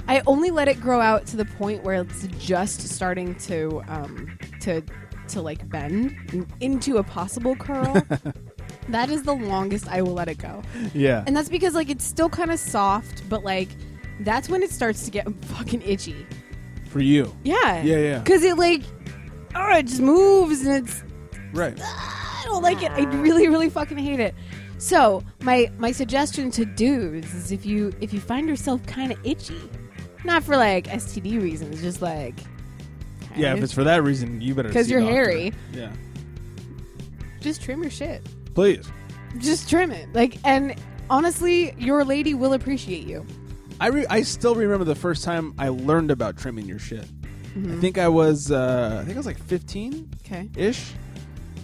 B: i only let it grow out to the point where it's just starting to um to to like bend into a possible curl that is the longest i will let it go
A: yeah,
B: and that's because like it's still kind of soft but like that's when it starts to get fucking itchy
A: for you.
B: yeah
A: Yeah, yeah.
B: because it like oh it just moves and it's
A: Right.
B: I don't like it. I really, really fucking hate it. So my my suggestion to dudes is if you if you find yourself kind of itchy, not for like STD reasons, just like
A: Yeah, if it's for that reason, you better.
B: 'Cause
A: see a
B: you're
A: doctor.
B: hairy.
A: Yeah,
B: just trim your shit,
A: please.
B: just trim it. Like, and honestly, your lady will appreciate you.
A: I re- I still remember the first time I learned about trimming your shit.
B: Mm-hmm.
A: I think I was uh, I think I was like 15
B: Okay.
A: ish,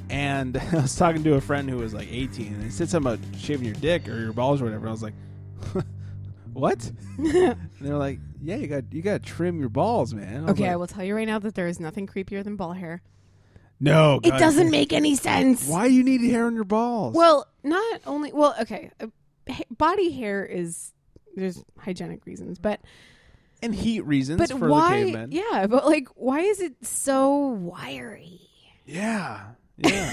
A: and <laughs> I was talking to a friend who was like 18, and they said something about shaving your dick or your balls or whatever. I was like, <laughs>
B: <laughs>
A: what? and they were like, yeah, you got you got to trim your balls, man. I was
B: Okay,
A: like,
B: I will tell you right now that there is nothing creepier than ball hair.
A: No,
B: It
A: God,
B: doesn't make any sense.
A: Why you need hair on your balls?
B: Well, not only well, okay, uh, ha- body hair is there's hygienic reasons, but
A: and heat reasons
B: but
A: for
B: why?
A: the cavemen.
B: Yeah, <laughs> but like, why is it so wiry? <laughs>
A: Yeah, yeah.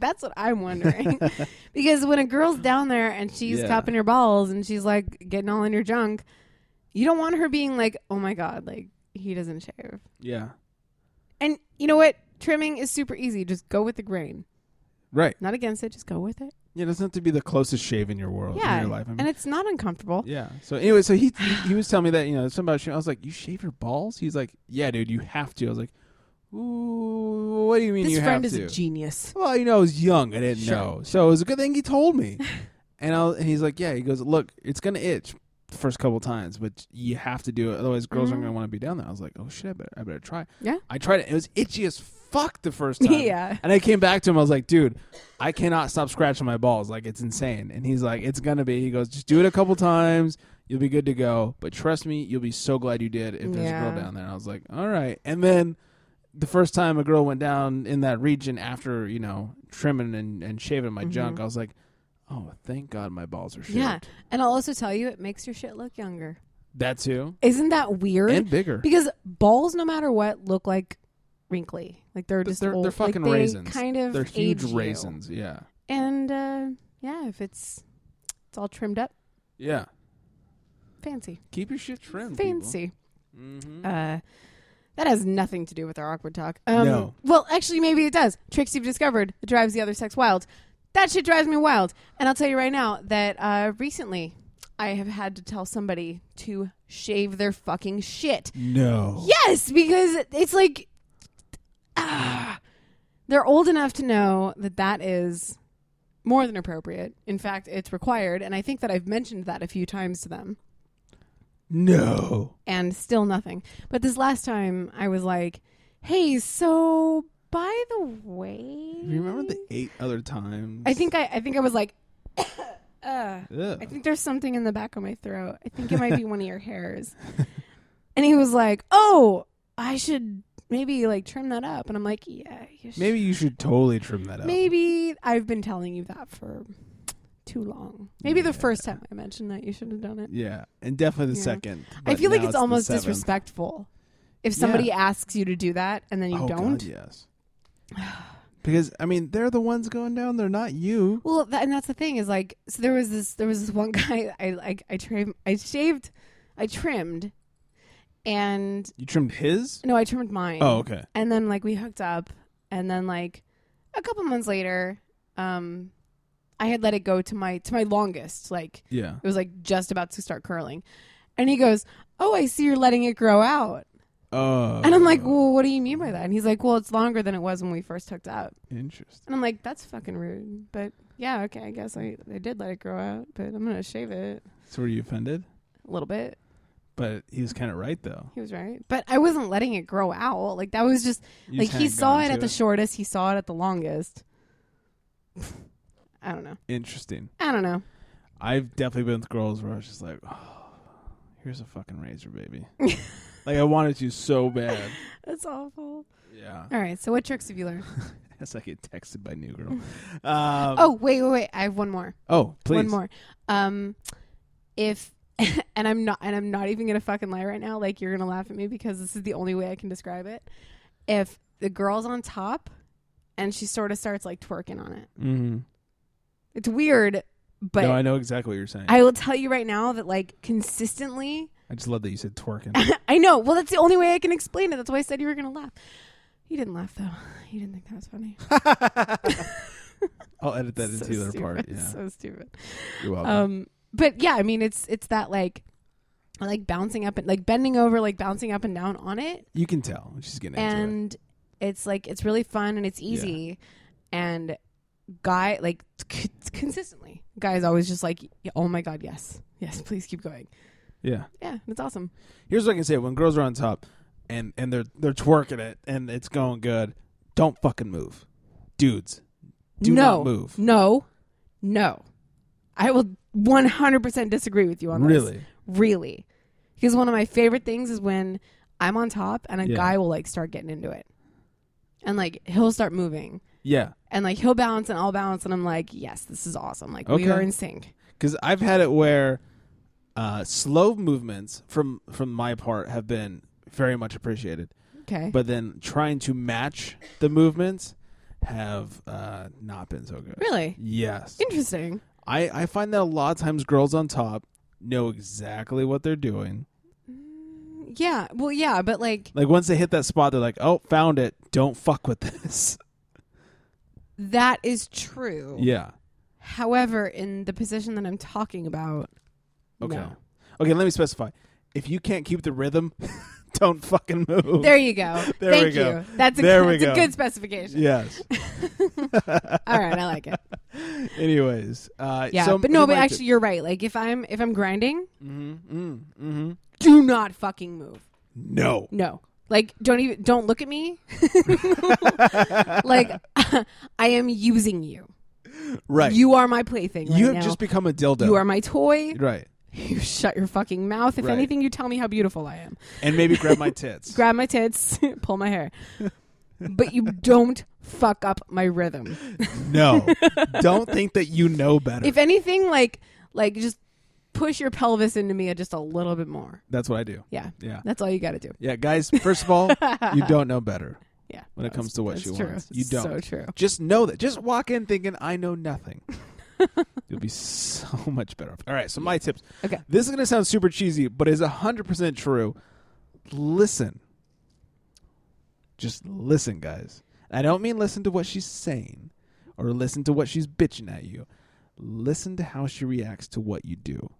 B: That's what I'm wondering.
A: <laughs>
B: because when a girl's down there and she's
A: Yeah.
B: tapping your balls and she's like getting all in your junk, you don't want her being like, "Oh my god, like he doesn't shave."
A: yeah.
B: And you know what? Trimming is super easy. Just go with the grain.
A: Right.
B: Not against it. Just go with it.
A: Yeah, it doesn't have to be the closest shave in your world
B: yeah.
A: in your life. I mean,
B: and it's not uncomfortable.
A: Yeah. So anyway, so he he- he was telling me that you know somebody. I was like, "You shave your balls?" He's like, "Yeah, dude, you have to." I was like, "Ooh, what do you mean
B: This
A: you
B: friend
A: have
B: is
A: to?"
B: a genius.
A: <laughs> well, you know, I was young. I didn't
B: Sure.
A: know, so it was a good thing he told
B: <laughs>
A: me. and I was, and he's like, "Yeah." He goes, "Look, it's gonna itch the first couple times, but you have to do it. Otherwise, girls aren't gonna want to be down there." I was like, "Oh shit, I better, I better try."
B: Mm-hmm. Yeah.
A: I tried it. It was itchy as fuck the
B: <laughs>
A: first time.
B: Yeah.
A: And I came back to him. I was like, dude, I cannot stop scratching my balls. Like, it's insane. And he's like, it's going to be. He goes, just do it a couple times. You'll be good to go. But trust me, you'll be so glad you did if there's a
B: Yeah.
A: girl down there. And I was like, all right. And then the first time a girl went down in that region after, you know, trimming and, and shaving my junk, I was like, oh, thank God my balls are shaved.
B: Mm-hmm. Yeah. And I'll also tell you, it makes your shit look younger.
A: That too.
B: Isn't that weird?
A: And bigger.
B: Because balls, no matter what, look like wrinkly. Like they're
A: But
B: just
A: they're,
B: old.
A: they're fucking
B: like, they
A: raisins.
B: Kind of
A: they're huge
B: age you.
A: raisins. Yeah.
B: And uh, yeah, if it's it's all trimmed up,
A: Yeah.
B: fancy,
A: Keep your shit trimmed. people.
B: fancy.
A: Mm-hmm.
B: Uh, that has nothing to do with our awkward talk. Um,
A: No.
B: Well, actually, maybe it does. Tricks you've discovered that drives the other sex wild. That shit drives me wild. And I'll tell you right now that uh, recently I have had to tell somebody to shave their fucking shit.
A: No.
B: Yes, because it's like ah, they're old enough to know that that is more than appropriate. In fact, it's required, and I think that I've mentioned that a few times to them,
A: No.
B: and still nothing. But this last time, I was like, "Hey, so by the way,
A: Remember the eight other times?
B: I think I, I think I was like, <coughs> uh,
A: Ugh.
B: I think there's something in the back of my throat. I think it might be one of
A: <laughs>
B: your hairs." And he was like, "Oh, I should." Maybe like trim that up, and I'm like, yeah, you should.
A: Maybe you should totally trim that up.
B: Maybe I've been telling you that for too long. Maybe the first time I mentioned that you should have done it.
A: Yeah, and definitely the
B: Yeah.
A: second.
B: I
A: but
B: feel like
A: now
B: it's, almost
A: the seventh.
B: disrespectful if somebody
A: Yeah.
B: asks you to do that and then you
A: oh,
B: don't.
A: God, yes. <sighs> Because I mean, they're the ones going down. They're not you.
B: Well, that, and that's the thing is like, so there was this, there was this one <laughs> guy I like, I trim, I shaved, I trimmed, and
A: You trimmed his.
B: no, I trimmed mine.
A: Oh, okay.
B: and then like we hooked up and then like a couple months later um i had let it go to my to my longest like
A: Yeah.
B: it was like just about to start curling and he goes oh i see you're letting it grow out
A: Oh.
B: and i'm like, well, what do you mean by that? And he's like, well, it's longer than it was when we first hooked up.
A: Interesting.
B: And I'm like, that's fucking rude. But yeah, okay, I guess I, I did let it grow out, but I'm going to shave it
A: So were you offended?
B: a little bit.
A: But he was kind of right though.
B: He was right. But I wasn't letting it grow out. Like, that was just,
A: You
B: like,
A: just
B: he
A: hadn't
B: saw
A: gone
B: it
A: to
B: at the
A: it.
B: shortest, he saw it at the longest. <laughs> I don't know.
A: Interesting.
B: I don't know.
A: I've definitely been with girls where I was just like, oh, here's a fucking razor,
B: <laughs>
A: baby. like I wanted to so bad.
B: That's awful.
A: Yeah.
B: All right. So, what tricks have you learned?
A: Um, As I get texted by new girl. Um,
B: <laughs> oh, wait, wait, wait. I have one more.
A: Oh, please.
B: One more. Um, if <laughs> and I'm not and I'm not even gonna fucking lie right now. Like you're gonna laugh at me because this is the only way I can describe it. If the girl's on top and she sort of starts like twerking on it,
A: hmm
B: it's weird. But
A: no, I know exactly what you're saying.
B: I will tell you right now that like consistently
A: I just love that you said twerking.
B: I know. Well, that's the only way I can explain it. That's why I said you were going to laugh. You didn't laugh, though. You didn't think that was funny.
A: <laughs> I'll edit that into the other
B: stupid.
A: part. Yeah.
B: So stupid.
A: You're welcome.
B: Um, but yeah, I mean, it's it's that like, like bouncing up and like bending over, like bouncing up and down on it,
A: you can tell she's getting into it.
B: and it's like it's really fun and it's easy, and guy like c- consistently, guys always just like, "Yeah, oh my god, yes, yes, please keep going.
A: Yeah.
B: Yeah, it's awesome.
A: Here's what I can say: when girls are on top, and and they're they're twerking it, and it's going good, don't fucking move, dudes. Do
B: no,
A: not move.
B: No, no. I will 100% disagree with you on this.
A: Really?
B: Really. Because one of my favorite things is when I'm on top and a
A: Yeah.
B: guy will like start getting into it. And like he'll start moving.
A: Yeah.
B: And like he'll bounce and I'll bounce and I'm like, yes, this is awesome. Like we
A: Okay.
B: are in sync.
A: because I've had it where uh, slow movements from from my part have been very much appreciated.
B: Okay.
A: but then trying to match the movements have uh, not been so good.
B: Really?
A: Yes.
B: Interesting.
A: I I find that a lot of times girls on top know exactly what they're doing.
B: Yeah. Well, yeah, but like
A: Like once they hit that spot, they're like, "Oh, found it! Don't fuck with this." <laughs>
B: that is true.
A: yeah.
B: However, in the position that I'm talking about,
A: Okay.
B: No.
A: Okay. Let me specify. If you can't keep the rhythm, <laughs> don't fucking move.
B: There you go.
A: <laughs> There
B: Thank
A: we go.
B: you. That's a,
A: There we
B: that's a
A: go.
B: good specification.
A: Yes.
B: All right, I like it.
A: <laughs> Anyways, uh,
B: Yeah,
A: so-
B: but no, but
A: like-
B: actually, you're right. Like if I'm if I'm grinding,
A: Mm, mm-hmm.
B: do not fucking move.
A: No.
B: No. Like don't even don't look at me. <laughs> like <laughs> I am using you.
A: Right.
B: You are my plaything.
A: You
B: right
A: have
B: now.
A: just become a dildo.
B: You are my toy.
A: right.
B: You shut your fucking mouth. If
A: Right.
B: anything, you tell me how beautiful I am.
A: And maybe grab my tits.
B: Grab my tits, <laughs> pull
A: <laughs>
B: my hair, but you don't fuck up my rhythm. <laughs>
A: no. Don't think that you know better.
B: If anything, like like just push your pelvis into me just a little bit more.
A: That's what I do.
B: Yeah.
A: Yeah.
B: That's all you got to do.
A: Yeah, guys, first of all,
B: <laughs>
A: you don't know better.
B: Yeah.
A: When it
B: That's-
A: comes to what
B: that's
A: she
B: true.
A: wants. You
B: It's so
A: don't.
B: true.
A: Just know that. Just walk in thinking I know
B: <laughs>
A: nothing. You'll be so <laughs> much better. off. All right, so my tips.
B: Okay.
A: This is going to sound super cheesy, but it's 100% true. Listen. Just listen, guys. I don't mean listen to what she's saying or listen to what she's bitching at you. Listen to how she reacts to what you do.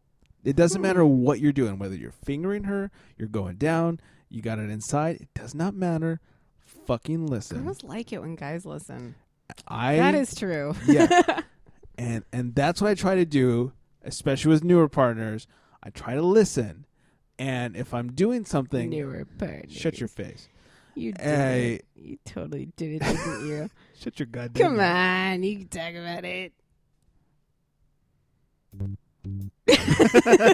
A: It doesn't matter
B: Hmm.
A: what you're doing, whether you're fingering her, you're going down, you got it inside. It does not matter. Fucking listen.
B: Girls like it when guys listen.
A: I
B: that is true. <laughs>
A: yeah. And and that's what I try to do, especially with newer partners. I try to listen. And if I'm doing something
B: Newer partners.
A: Shut your face.
B: You did
A: Hey.
B: it. You totally did it,
A: <laughs>
B: didn't you?
A: Shut your goddamn
B: Come
A: mouth.
B: on, you can talk about it.
A: <laughs>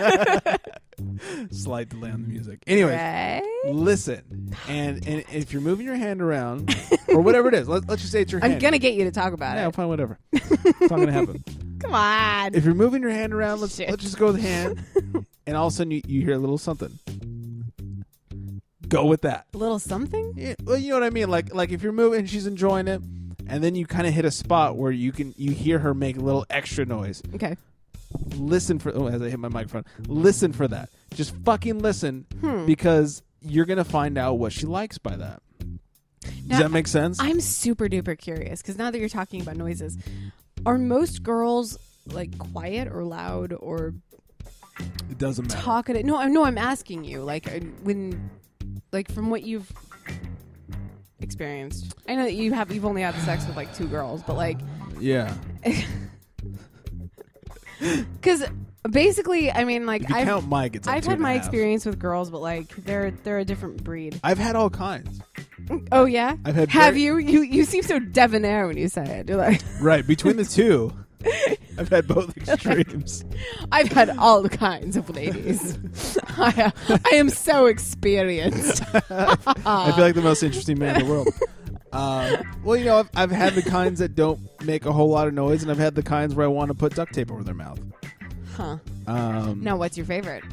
A: Slide delay on the music. Anyways,
B: Right?
A: listen. And and if you're moving your hand around or whatever it is, let, let's just say it's your
B: I'm
A: hand.
B: gonna get you to talk about
A: yeah,
B: it.
A: fine,
B: <laughs>
A: whatever. It's not gonna happen.
B: Come on.
A: If you're moving your hand around, let's
B: Shit.
A: let's just go with hand,
B: <laughs>
A: and all of a sudden you, you hear a little something. Go with that.
B: A little something?
A: Yeah, well, you know what I mean. Like like if you're moving, she's enjoying it, and then you kind of hit a spot where you can you hear her make a little extra noise.
B: Okay.
A: Listen for oh, as I hit my microphone. Listen for that. Just fucking listen
B: Hmm.
A: because you're gonna find out what she likes by that.
B: Now,
A: Does that make sense?
B: I'm super duper curious because now that you're talking about noises, are most girls like quiet or loud or
A: it doesn't matter.
B: uh, talkative? No, I no, I'm asking you. Like I- when, like from what you've experienced. I know that you have you've only had sex with like two girls, but like
A: Yeah.
B: Because basically, I mean, like
A: If you
B: I've,
A: count Mike, it's like
B: I've
A: two
B: had
A: and a
B: my
A: half.
B: experience with girls, but like they're they're a different breed.
A: I've had all kinds.
B: Oh yeah,
A: I've had
B: Have
A: very-
B: you? You you seem so debonair when you say it. You're like,
A: Right between the
B: <laughs>
A: two, I've had both extremes.
B: I've had all kinds of <laughs> ladies. I, I am
A: <laughs>
B: so experienced.
A: Um, I feel like the most interesting man in the <laughs> world. Um, well, you know, I've, I've had the kinds that don't make a whole lot of noise, and I've had the kinds where I want to put duct tape over their mouth.
B: huh?
A: Um,
B: Now, what's your favorite?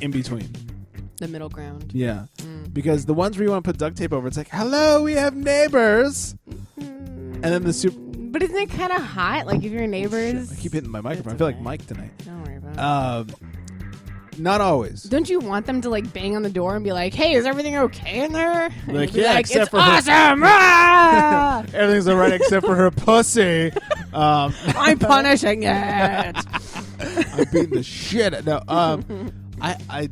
A: in between. Mm.
B: The middle ground.
A: Yeah, because the ones where you want to put duct tape over, it's like, "Hello, we have neighbors," and then the super.
B: But isn't it kind of hot? Like if your neighbors.
A: I keep hitting my microphone. I feel like Mike tonight.
B: Don't worry about it.
A: Um, not always.
B: Don't you want them to like bang on the door and be like, "Hey, is everything okay in there?" And
A: Like,
B: you'd be
A: "Yeah,
B: it's
A: except for her." <laughs>
B: awesome. Ah!
A: Everything's all right except for her <laughs> pussy. Um,
B: I'm
A: <laughs>
B: punishing it.
A: I beat the shit. out- No, um, I, I,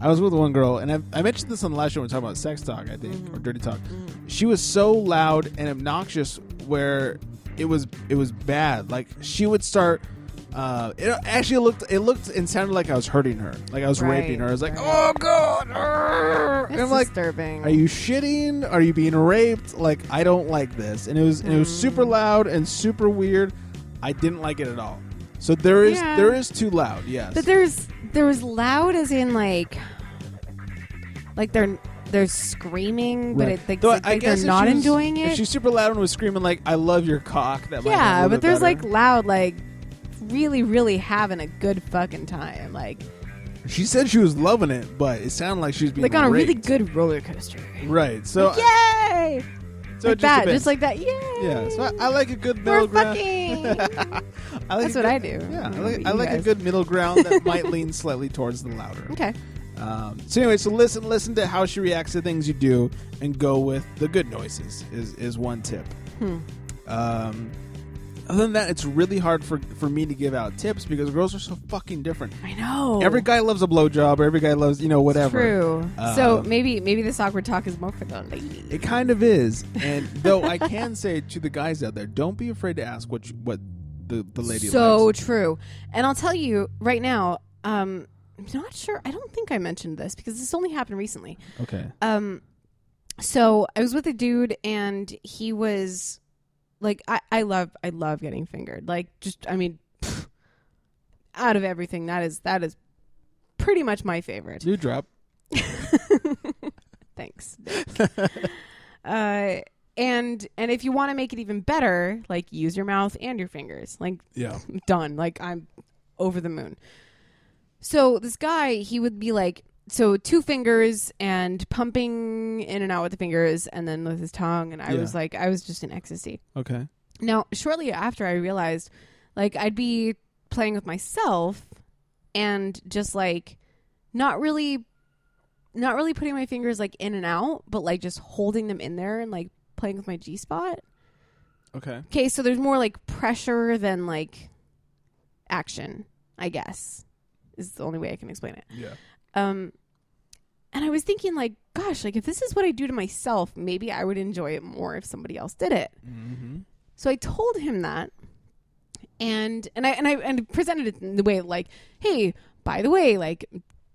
A: I was with one girl, and I, I mentioned this on the last show. When we were talking about sex talk, I think, or dirty talk.
B: Mm-hmm.
A: She was so loud and obnoxious, where it was it was bad. Like she would start. Uh, it actually looked it looked and sounded like I was hurting her, like I was
B: Right,
A: raping her. I was like,
B: right.
A: "Oh God!" argh." And
B: That's
A: I'm like,
B: disturbing.
A: "Are you shitting? Are you being raped? Like I don't like this." And it was and it was super
B: Mm.
A: loud and super weird. I didn't like it at all. So there is
B: Yeah.
A: there is too loud. Yes.
B: But there's there was loud as in like like they're they're screaming, but
A: Right.
B: it, like,
A: Though
B: like they're
A: if
B: not
A: she was-
B: enjoying
A: If
B: it.
A: she's super loud and was screaming like "I love your cock," that might be a
B: Yeah,
A: little
B: but
A: bit
B: there's
A: better.
B: like loud like really really having a good fucking time like
A: she said she was loving it, but it sounded like she was being
B: like on a really
A: raped.
B: good roller coaster.
A: right. So uh,
B: Yay!
A: so
B: like
A: just
B: that,
A: a bit.
B: just like that. Yay!
A: yeah. So uh, I, I like a good middle <laughs>
B: We're
A: ground.
B: fucking.
A: I like
B: That's
A: a
B: what
A: good-
B: I do.
A: Yeah, I
B: know,
A: like,
B: but
A: I
B: you
A: like a
B: guys-
A: good middle ground that might
B: <laughs>
A: lean slightly towards the louder.
B: Okay.
A: Um, so anyway, so listen, listen to how she reacts to things you do, and go with the good noises is is one tip.
B: Hmm.
A: Um, other than that, it's really hard for for me to give out tips because girls are so fucking different.
B: I know.
A: Every guy loves a blowjob, or every guy loves you know whatever.
B: Oh. True.
A: Um,
B: so maybe maybe this awkward talk is more for the ladies.
A: It kind of is, and <laughs> though I can say to the guys out there, don't be afraid to ask what you, what the the lady
B: so
A: likes.
B: true and i'll tell you right now um i'm not sure i don't think i mentioned this because this only happened recently
A: Okay.
B: um so i was with a dude and he was like i i love i love getting fingered like just i mean <laughs> pfft, out of everything that is that is pretty much my favorite
A: New drop.
B: thanks Nick. uh and and if you want to make it even better like use your mouth and your fingers like
A: Yeah.
B: done. Like I'm over the moon. So this guy, he would be like, so two fingers and pumping in and out with the fingers, and then with his tongue, and I
A: Yeah.
B: was like, I was just in ecstasy.
A: Okay.
B: Now, shortly after, I realized, like, I'd be playing with myself, and just like, not really, not really putting my fingers like in and out, but like just holding them in there and like playing with my G spot.
A: Okay.
B: Okay, so there's more like pressure than like action, I guess. Is the only way I can explain it.
A: Yeah.
B: Um and I was thinking like, gosh, like if this is what I do to myself, maybe I would enjoy it more if somebody else did it.
A: Mm-hmm.
B: So I told him that, and and I and I and presented it in the way like, hey, by the way, like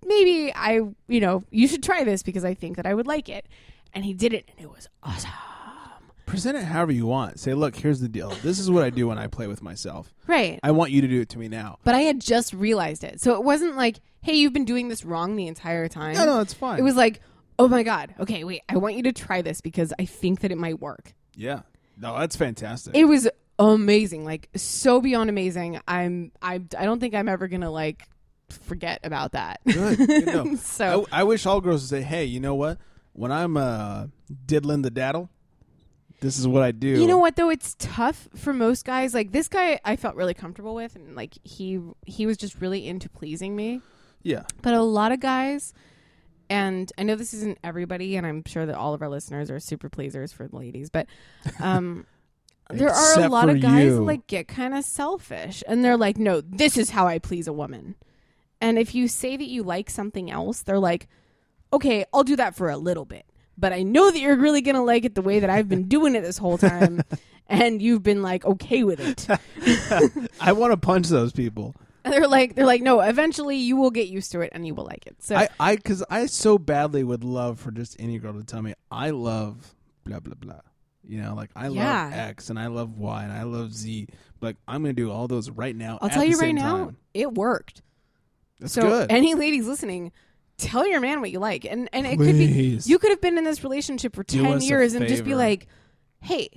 B: maybe I you know you should try this because I think that I would like it. And he did it, and it was awesome.
A: Present it however you want. Say, look, here's the deal. This is what I do when I play with myself.
B: Right.
A: I want you to do it to me now.
B: But I had just realized it. So it wasn't like, hey, you've been doing this wrong the entire time.
A: No, no, it's fine.
B: It was like, oh my God, okay, wait, I want you to try this because I think that it might work.
A: yeah. No, that's fantastic.
B: It was amazing, like so beyond amazing. I'm, I, I don't think I'm ever gonna like forget about that.
A: Good. Good to know.
B: <laughs> so
A: I, I wish all girls would say, "Hey, you know what? When I'm uh, diddling the daddle, this is what I do."
B: you know what though, it's tough for most guys. Like this guy, I felt really comfortable with, and like he, he was just really into pleasing me.
A: Yeah.
B: But a lot of guys, and I know this isn't everybody, and I'm sure that all of our listeners are super pleasers for the ladies, but
A: <laughs>
B: um, there are a
A: Except
B: lot
A: for
B: of guys that
A: you.
B: like get kind of selfish, and they're like, "No, this is how I please a woman." And if you say that you like something else, they're like, "Okay, I'll do that for a little bit." but I know that you're really going to like it the way that I've been doing it this
A: <laughs>
B: whole time. and you've been like okay with it.
A: I want to punch those people.
B: And they're like they're like no, eventually you will get used to it and you will like it. So
A: I, I, because I so badly would love for just any girl to tell me I love blah blah blah. You know, like I
B: Yeah.
A: love X and I love Y and I love Z. Like I'm gonna do all those right now.
B: I'll
A: at
B: tell
A: the
B: you right
A: same
B: now,
A: time.
B: it worked.
A: That's
B: so
A: good.
B: any ladies listening, tell your man what you like. And and it could be
A: Please.
B: you could have been in this relationship for
A: Do
B: 10
A: us a
B: years and just be
A: favor.
B: like, "Hey,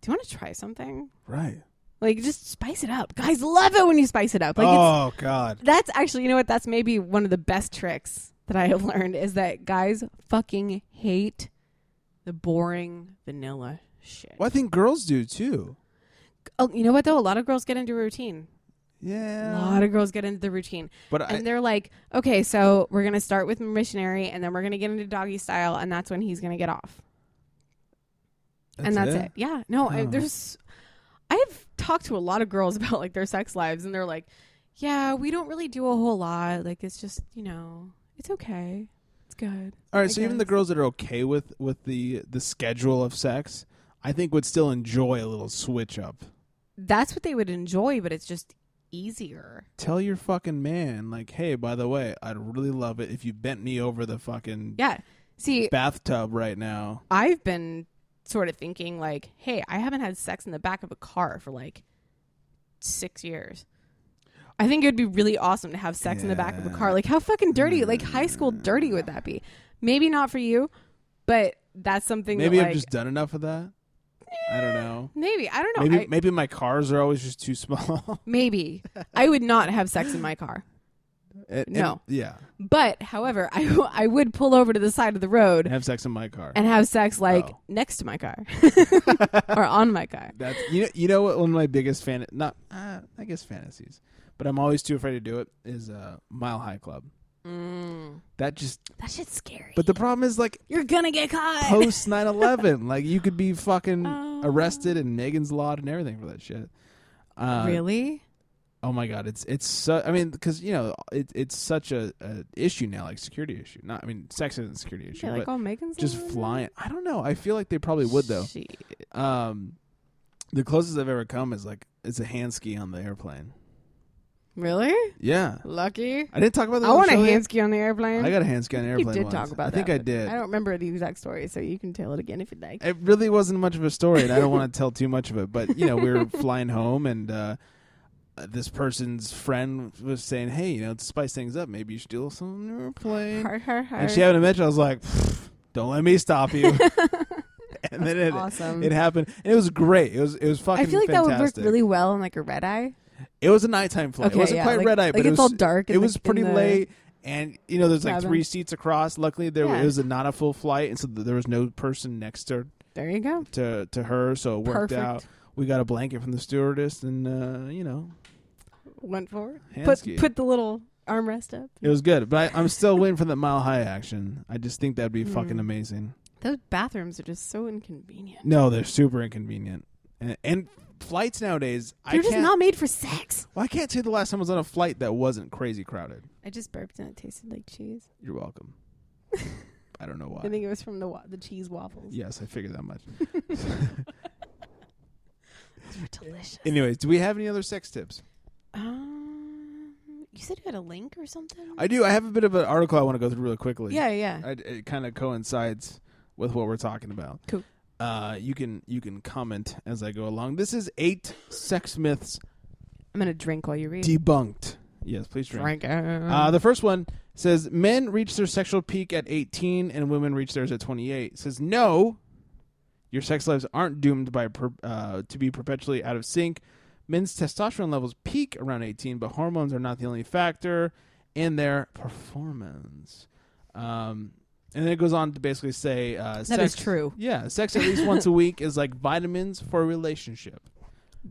B: do you want to try something?"
A: right?
B: Like just spice it up. Guys love it when you spice it up. Like it's,
A: oh God.
B: that's actually, you know what? That's maybe one of the best tricks that I have <laughs> learned is that guys fucking hate the boring vanilla shit.
A: Well, I think girls do too.
B: Oh, you know what though? A lot of girls get into a routine. A
A: Yeah.
B: lot of girls get into the routine.
A: But I-
B: and they're like, okay, so we're going to start with missionary and then we're going to get into doggy style and that's when he's going to get off. and that's it. Yeah. No, I,
A: Huh.
B: there's. I've talked to a lot of girls <laughs> about like their sex lives, and they're like, "Yeah, we don't really do a whole lot. Like it's just you know, it's okay, it's good."
A: All
B: I
A: right, so even the
B: guess."
A: girls that are okay with with the the schedule of sex, I think would still enjoy a little switch up.
B: that's what they would enjoy, but it's just easier.
A: Tell your fucking man, like, hey, by the way, I'd really love it if you bent me over the fucking
B: Yeah. See,
A: bathtub right now.
B: I've been sort of thinking like, "Hey, I haven't had sex in the back of a car for like six years." I think it would be really awesome to have sex in the back of a car. Like, how fucking dirty, like high school
A: Mm.
B: dirty would that be? Maybe not for you, but that's something.
A: Maybe
B: that,
A: I've
B: like-
A: just done enough of that. I don't know.
B: Maybe I don't know.
A: Maybe
B: I,
A: maybe my cars are always just too small. <laughs>
B: maybe I would not have sex in my car.
A: And- and-
B: No.
A: yeah,
B: But however, I w- I would pull over to the side of the road
A: have sex in my car.
B: and have sex like
A: Oh.
B: next to my car <laughs>
A: <laughs>
B: or on my car.
A: That's you know you know what one of my biggest fan not uh, I guess fantasies, but I'm always too afraid to do it is uh, Mile High Club. That just
B: That shit's scary.
A: but the problem is like
B: You're gonna get caught.
A: post 9/11 <laughs> like you could be fucking arrested and Megan's Law and everything for that shit. Uh,
B: really?
A: Oh my god, it's it's so I mean because you know it, it's such a, a issue now like security issue. Not I mean sex isn't a security issue,
B: Yeah, like
A: but
B: all Megan's
A: just
B: Law?
A: flying. I don't know. I feel like they probably would though.
B: Shit.
A: Um, the closest I've ever come is like it's a hand ski on the airplane.
B: Really?
A: Yeah,
B: Lucky.
A: I didn't talk about that.
B: I
A: on
B: want a
A: the show yet.
B: hand ski on the airplane.
A: I got a hand ski on the airplane.
B: You did
A: once.
B: talk about
A: I
B: that.
A: think I
B: but
A: did.
B: I don't remember the exact story, so you can tell it again if you'd like.
A: It really wasn't much of a story, and I don't want to tell too much of it. But you know, we
B: <laughs>
A: were flying home, and uh, this person's friend was saying, "Hey, you know, to spice things up, maybe you should do some on the airplane."
B: Har, har, har.
A: And she happened to mention, I was like, "Pfft, "Don't let me stop
B: <laughs>
A: you." <laughs> and then it
B: Awesome.
A: it happened, and it was great. It was it was fucking.
B: I feel like that would work
A: fantastic.
B: really well in like a red eye.
A: It was a nighttime flight.
B: Okay,
A: it wasn't
B: yeah,
A: quite
B: like-
A: red eye,
B: like
A: but it
B: it's
A: was
B: all dark
A: It
B: in
A: was
B: the- in
A: pretty
B: the
A: late, and you know there's like
B: cabin.
A: three seats across. Luckily, there
B: Yeah.
A: it was a, not a full flight, and so th- there was no person next to
B: There you go.
A: to, to her, so it worked
B: Perfect.
A: out. We got a blanket from the stewardess, and uh, you know
B: Went forward.
A: Hand
B: put
A: ski.
B: put the little armrest up.
A: it was good. But I, I'm still waiting for the mile high action. I just think that'd be
B: Mm.
A: fucking amazing.
B: Those bathrooms are just so inconvenient.
A: No, they're super inconvenient, and, and flights nowadays. I
B: They're just
A: can't.
B: not made for sex.
A: well, I can't say the last time I was on a flight that wasn't crazy crowded.
B: I just burped and it tasted like
A: <laughs>
B: cheese.
A: You're welcome. I don't know why.
B: I think it was from the wa- the cheese waffles.
A: Yes, I figured that much.
B: Those were delicious.
A: Anyways, do we have any other sex tips?
B: Um, you said you had a link or something.
A: I do. I have a bit of an article I want to go through really quickly.
B: yeah, yeah.
A: I, it kind of coincides with what we're talking about.
B: Cool.
A: Uh, you can you can comment as I go along. This is eight sex myths
B: I'm gonna drink while you read.
A: debunked. Yes, please drink.
B: Drink.
A: Uh, the first one says men reach their sexual peak at 18 and women reach theirs at 28. It says no, your sex lives aren't doomed by per, uh, to be perpetually out of sync. Men's testosterone levels peak around 18, but hormones are not the only factor in their performance. Um, and then it goes on to basically say uh,
B: That is true.
A: Yeah, sex at least once a week is like vitamins for a relationship.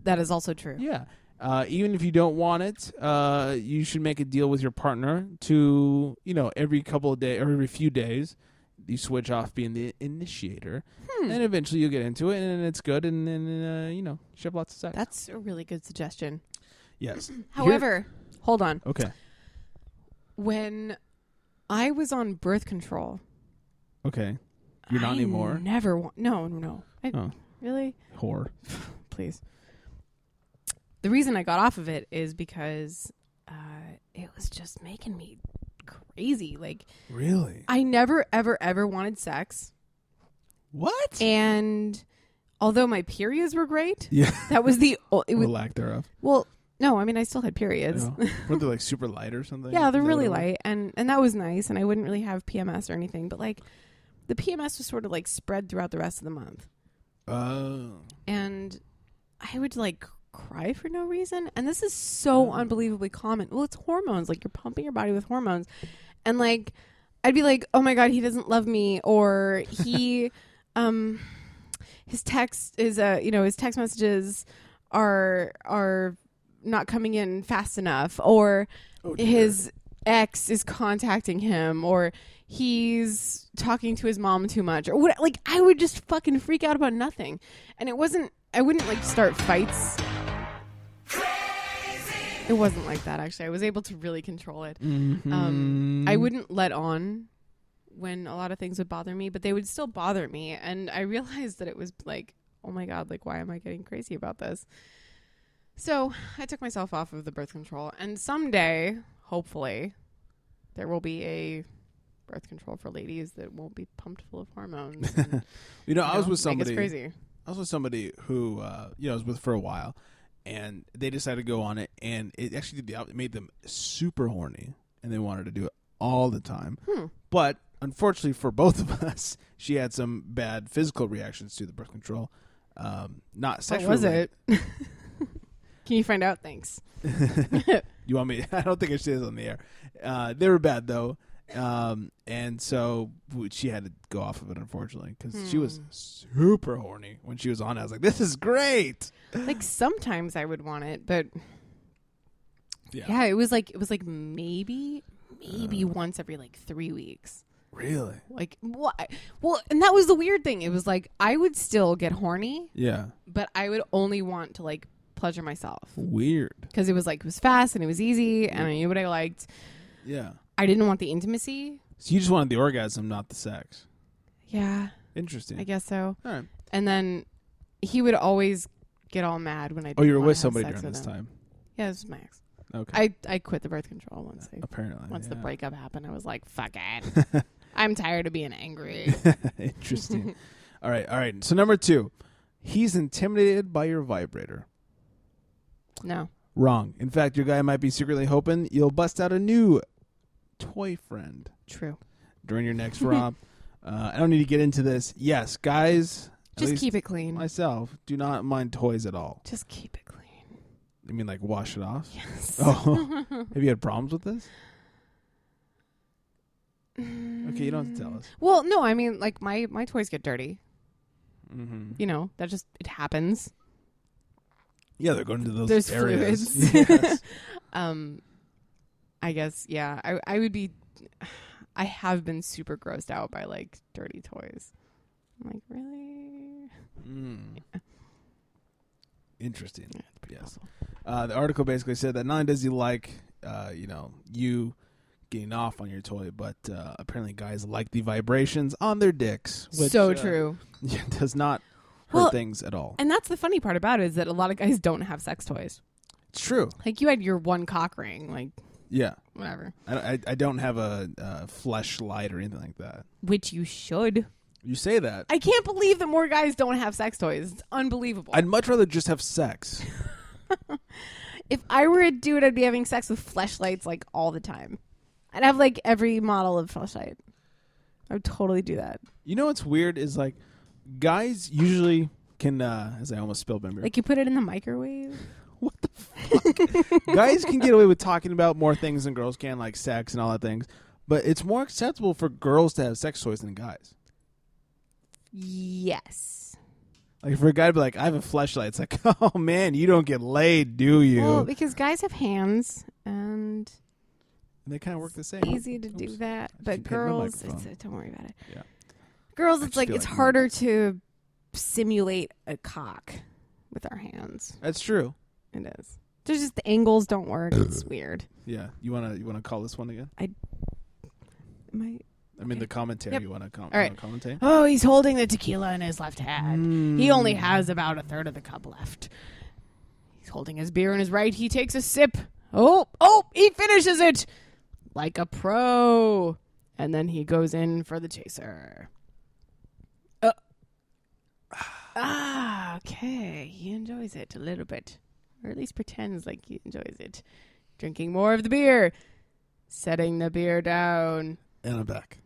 B: that is also true.
A: Yeah. Uh, even if you don't want it, uh, you should make a deal with your partner to, you know, every couple of days or every few days, you switch off being the initiator,
B: Hmm.
A: and eventually you'll get into it, and it's good, and then uh, you know, you should have lots of sex.
B: That's a really good suggestion.
A: yes.
B: <clears throat> However, hold on.
A: Here- Oh. okay,
B: When I was on birth control,
A: okay, You're not
B: I
A: anymore?
B: Never. Wa- no, no, no. I,
A: Oh.
B: Really?
A: Whore.
B: Please. The reason I got off of it is because uh, it was just making me crazy. Like,
A: Really?
B: I never, ever, ever wanted sex.
A: What?
B: And although my periods were great,
A: <laughs> Yeah.
B: that was the. o-
A: <laughs>
B: It was,
A: Or lack
B: <laughs>
A: thereof.
B: well, no, I mean, I still had periods.
A: No. Were they like super light or something?
B: <laughs> Yeah, they're
A: Is that
B: really
A: what it
B: light, and and that was nice, and I wouldn't really have PMS or anything, but like the PMS was sort of like spread throughout the rest of the month,
A: was? Oh.
B: and I would like cry for no reason, and this is so unbelievably common. Well, it's hormones, like you're pumping your body with hormones, and like I'd be like, oh my god, he doesn't love me, or he, um, his text is uh, you know, his text messages are are not coming in fast enough, or his ex is contacting him, or he's talking to his mom too much, or what? Like I would just fucking freak out about nothing, and it wasn't. I wouldn't like start fights. It wasn't like that actually. I was able to really control it. Um, I wouldn't let on when a lot of things would bother me, but they would still bother me. And I realized that it was like, oh my God, like, why am I getting crazy about this? So I took myself off of the birth control. And someday, hopefully, there will be a birth control for ladies that won't be pumped full of hormones.
A: <laughs>
B: and,
A: You know, I was
B: know,
A: with
B: make us
A: somebody.
B: crazy.
A: I was with somebody who uh, you know I was with for a while, and they decided to go on it, and it actually did the op- it made them super horny, and they wanted to do it all the time.
B: Hmm.
A: But unfortunately for both of <laughs> us, she had some bad physical reactions to the birth control. Um, not
B: what
A: sexually.
B: was it? <laughs> Can you find out? Thanks.
A: You want me? <laughs> I don't think I should say this on the air. Uh, they were bad though, um, and so w- she had to go off of it unfortunately because she
B: Hmm.
A: was super horny when she was on. it. I was like, "This is great."
B: like sometimes I would want it, but
A: Yeah. Uh.
B: yeah, it was like it was like maybe maybe once every like three weeks.
A: Really?
B: Like what? Well, and that was the weird thing. It was like I would still get horny,
A: Yeah.
B: but I would only want to like pleasure myself
A: Weird.
B: because it was like it was fast and it was easy and I knew what I liked.
A: Yeah.
B: I didn't want the intimacy.
A: So you just wanted the orgasm, not the sex.
B: Yeah,
A: Interesting.
B: I guess so.
A: All right.
B: And then he would always get all mad when I.
A: Oh, you
B: didn't
A: were
B: wanna
A: with
B: have
A: somebody
B: sex
A: during
B: with
A: this
B: him.
A: time.
B: Yeah, this was my ex.
A: Okay.
B: I, I quit the birth control once I
A: Apparently.
B: once the
A: yeah.
B: breakup happened, I was like, fuck
A: <laughs>
B: it. I'm tired of being angry. <laughs>
A: Interesting. all right. All right. So number two, he's intimidated by your vibrator.
B: no.
A: Wrong. In fact, your guy might be secretly hoping you'll bust out a new toy friend
B: True.
A: during your
B: <laughs>
A: next romp. Uh, I don't need to get into this. Yes, guys. at
B: Just
A: least
B: keep it clean.
A: Myself do not mind toys at all.
B: Just keep it clean.
A: You mean like wash it off?
B: Yes. <laughs>
A: Oh, have you had problems with this?
B: Mm.
A: Okay, you don't have to tell us.
B: Well, no, I mean like my my toys get dirty.
A: Mm-hmm.
B: You know, that just it happens.
A: Yeah, they're going to those
B: There's
A: areas.
B: fluids.
A: <laughs>
B: <laughs>
A: Yes.
B: Um I guess yeah. I I would be I have been super grossed out by like dirty toys. I'm like, really?
A: Hmm. Interesting. yes.
B: awful.
A: Uh, the article basically said that not only does he like, uh, you know, you getting off on your toy, but uh, apparently guys like the vibrations on their dicks. Which, <laughs>
B: so
A: uh,
B: true.
A: yeah, does not hurt
B: Well,
A: things at all.
B: And that's the funny part about it is that a lot of guys don't have sex toys.
A: It's true.
B: Like you had your one cock ring, like
A: Yeah.
B: whatever.
A: I, I, I don't have a uh, flesh light or anything like that.
B: Which you should.
A: You say that.
B: I can't believe that more guys don't have sex toys. It's unbelievable.
A: I'd much rather just have sex.
B: if I were a dude, I'd be having sex with fleshlights like all the time. I'd have like every model of fleshlight. I would totally do that.
A: You know what's weird is like guys usually can uh as I almost spilled my beer.
B: Like you put it in the microwave.
A: what <laughs> the fuck? guys can get away with talking about more things than girls can, like sex and all that things. But it's more acceptable for girls to have sex toys than guys.
B: Yes.
A: Like for a guy to be like, I have a flashlight, it's like, <laughs> oh man, you don't get laid, do you?
B: Well, because guys have hands and
A: and they kinda work the same.
B: easy to do
A: Oops.
B: that,
A: I
B: but
A: keep hitting the
B: girls, it's, uh,
A: microphone.
B: don't worry about it.
A: Yeah.
B: Girls,
A: I
B: it's
A: just
B: like
A: feel
B: it's
A: like-
B: harder to simulate a cock with our hands.
A: That's true.
B: It is. There's just the angles don't work. It's weird.
A: Yeah. You wanna you wanna call this one again?
B: Am I
A: I mean, the commentary.
B: Yep.
A: You want to com-
B: All right.
A: wanna commentate? Hmm.
B: Oh, he's holding the tequila in his left hand. He only has about a third of the cup left. He's holding his beer in his right. He takes a sip. Oh, oh, he finishes it like a pro. And then he goes in for the chaser. Uh, ah, okay. He enjoys it a little bit, or at least pretends like he enjoys it. Drinking more of the beer, setting the beer down.
A: And I'm back.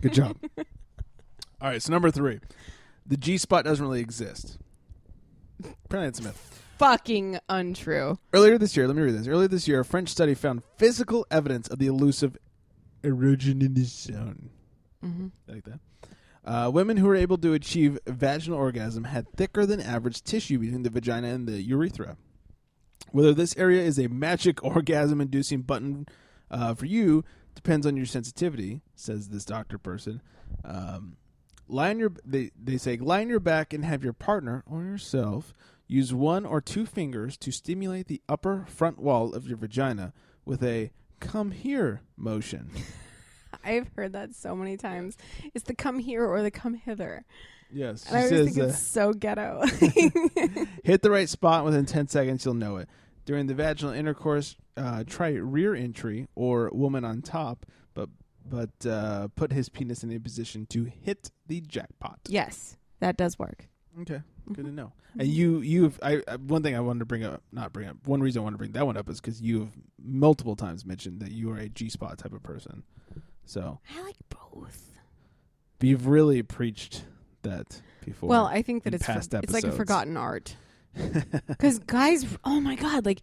A: Good job. All right, so number three, the G spot doesn't really exist. Apparently, it's a myth.
B: Fucking untrue.
A: Earlier this year, let me read this. Earlier this year, a French study found physical evidence of the elusive erogenous zone.
B: Mhm.
A: I Like that. Uh, women who were able to achieve vaginal orgasm had thicker than average tissue between the vagina and the urethra. Whether this area is a magic <laughs> orgasm inducing button uh, for you depends on your sensitivity, says this doctor person. Um, lie on your they, they say lie on your back and have your partner or yourself use one or two fingers to stimulate the upper front wall of your vagina with a come here motion.
B: I've heard that so many times. It's the come here or the come hither.
A: Yes,
B: And I
A: she
B: always
A: says,
B: think
A: uh,
B: it's
A: <laughs>
B: so ghetto. <laughs>
A: Hit the right spot within 10 seconds, you'll know it. During the vaginal intercourse, uh, try rear entry or woman on top, but but uh, put his penis in a position to hit the jackpot.
B: yes, that does work.
A: Okay, good to know. <laughs> And you you've I, I one thing I wanted to bring up, not bring up. One reason I want to bring that one up is because you've multiple times mentioned that you are a G spot type of person. So
B: I like both.
A: but you've really preached that before.
B: Well, I think that
A: in
B: it's for-
A: past
B: it's like a
A: episodes.
B: forgotten art. Because guys, oh my god, like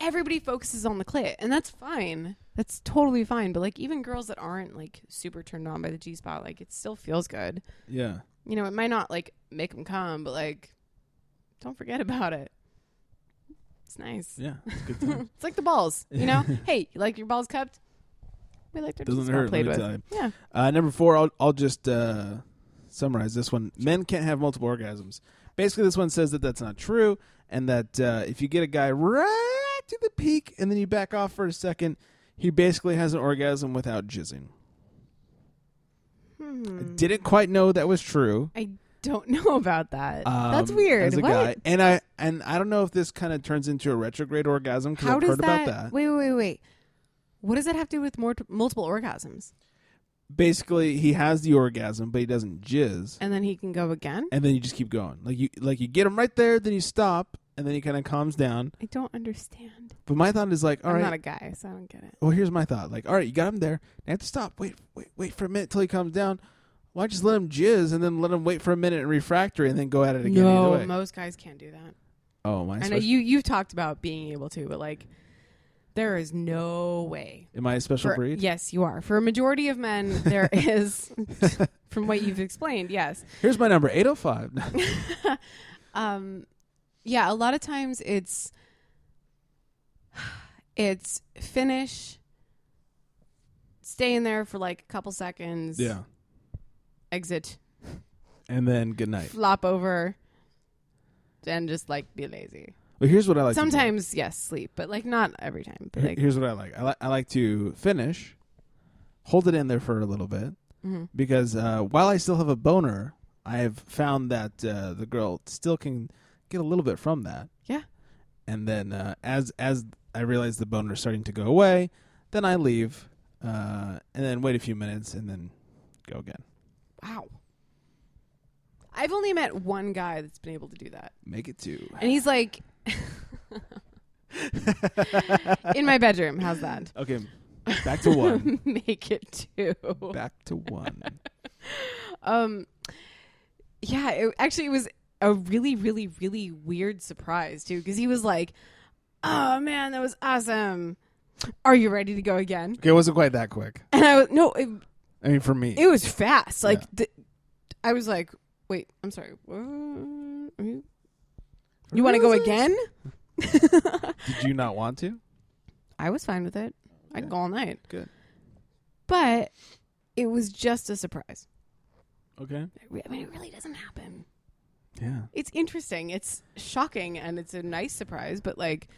B: everybody focuses on the clit, and that's fine. That's totally fine. But like even girls that aren't like super turned on by the G spot, like it still feels good.
A: <laughs> Yeah.
B: You know, it might not like make them come, but like don't forget about it. It's nice.
A: Yeah, it's a good time.
B: <laughs> It's like the balls,
A: <laughs>
B: you know. hey, you like your balls cupped? We like their
A: Doesn't
B: balls well
A: hurt,
B: played
A: let
B: with.
A: me tell
B: Yeah.
A: you. Uh, number four, I'll, I'll just uh, summarize this one. Men can't have multiple orgasms. Basically, this one says that that's not true, and that uh, if you get a guy right to the peak and then you back off for a second, he basically has an orgasm without jizzing. I
B: Hmm.
A: didn't quite know that was true.
B: I don't <laughs> know about that.
A: um,
B: That's weird.
A: As a
B: what?
A: guy, and I and I don't know if this kind of turns into a retrograde orgasm because
B: How
A: I've
B: does
A: heard
B: that,
A: about that.
B: Wait, wait, wait, wait. What does that have to do with more multiple orgasms?
A: Basically, he has the orgasm, but he doesn't jizz.
B: And then he can go again.
A: and then you just keep going. Like you like you get him right there, then you stop, and then he kind of calms down.
B: I don't understand.
A: But my thought is like, all
B: I'm
A: right.
B: not a guy, so I don't get it.
A: well, here's my thought. Like, all right, you got him there. Now you have to stop. Wait, wait, wait for a minute till he calms down. Why just let him jizz and then let him wait for a minute in refractory and then go at it again? either way.
B: most guys can't do that.
A: oh my!
B: I know you. You've talked about being able to, but like, there is no way
A: Am I a special
B: For-
A: breed?
B: Yes, you are. For a majority of men, there
A: <laughs>
B: is, <laughs> from what you've explained, yes.
A: Here's my number, eight oh five.
B: Um, yeah, a lot of times it's it's finish, stay in there for like a couple seconds,
A: Yeah,
B: exit,
A: and then good night.
B: flop over, and just like be lazy.
A: Well, here's what I like. to do.
B: Sometimes, yes, sleep, but like not every time. But
A: Here-
B: like,
A: here's what I like. I like I like to finish, hold it in there for a little bit,
B: Mhm.
A: because uh, while I still have a boner, I have found that uh, the girl still can get a little bit from that.
B: Yeah.
A: And then uh, as as I realize the boner is starting to go away, then I leave, uh, and then wait a few minutes, and then go again.
B: wow. I've only met one guy that's been able to do that.
A: Make it two. <sighs>
B: And he's like, <laughs> in my bedroom. How's that?
A: Okay. Back to
B: <laughs>
A: one.
B: Make it two.
A: Back to one.
B: Um, yeah. It, actually, it was a really, really, really weird surprise too, because he was like, "Oh man, that was awesome. Are you ready to go again?"
A: Okay, it wasn't quite that quick.
B: And I was no, it,
A: I mean, for me,
B: it was fast. Like
A: Yeah.
B: th- I was like, "Wait, I'm sorry. what? Are you you want to go again?"
A: did you not want to?
B: I was fine with it. I'd go all night.
A: Good.
B: But it was just a surprise.
A: Okay.
B: I mean, it really doesn't happen.
A: Yeah.
B: It's interesting. It's shocking, and it's a nice surprise. But like,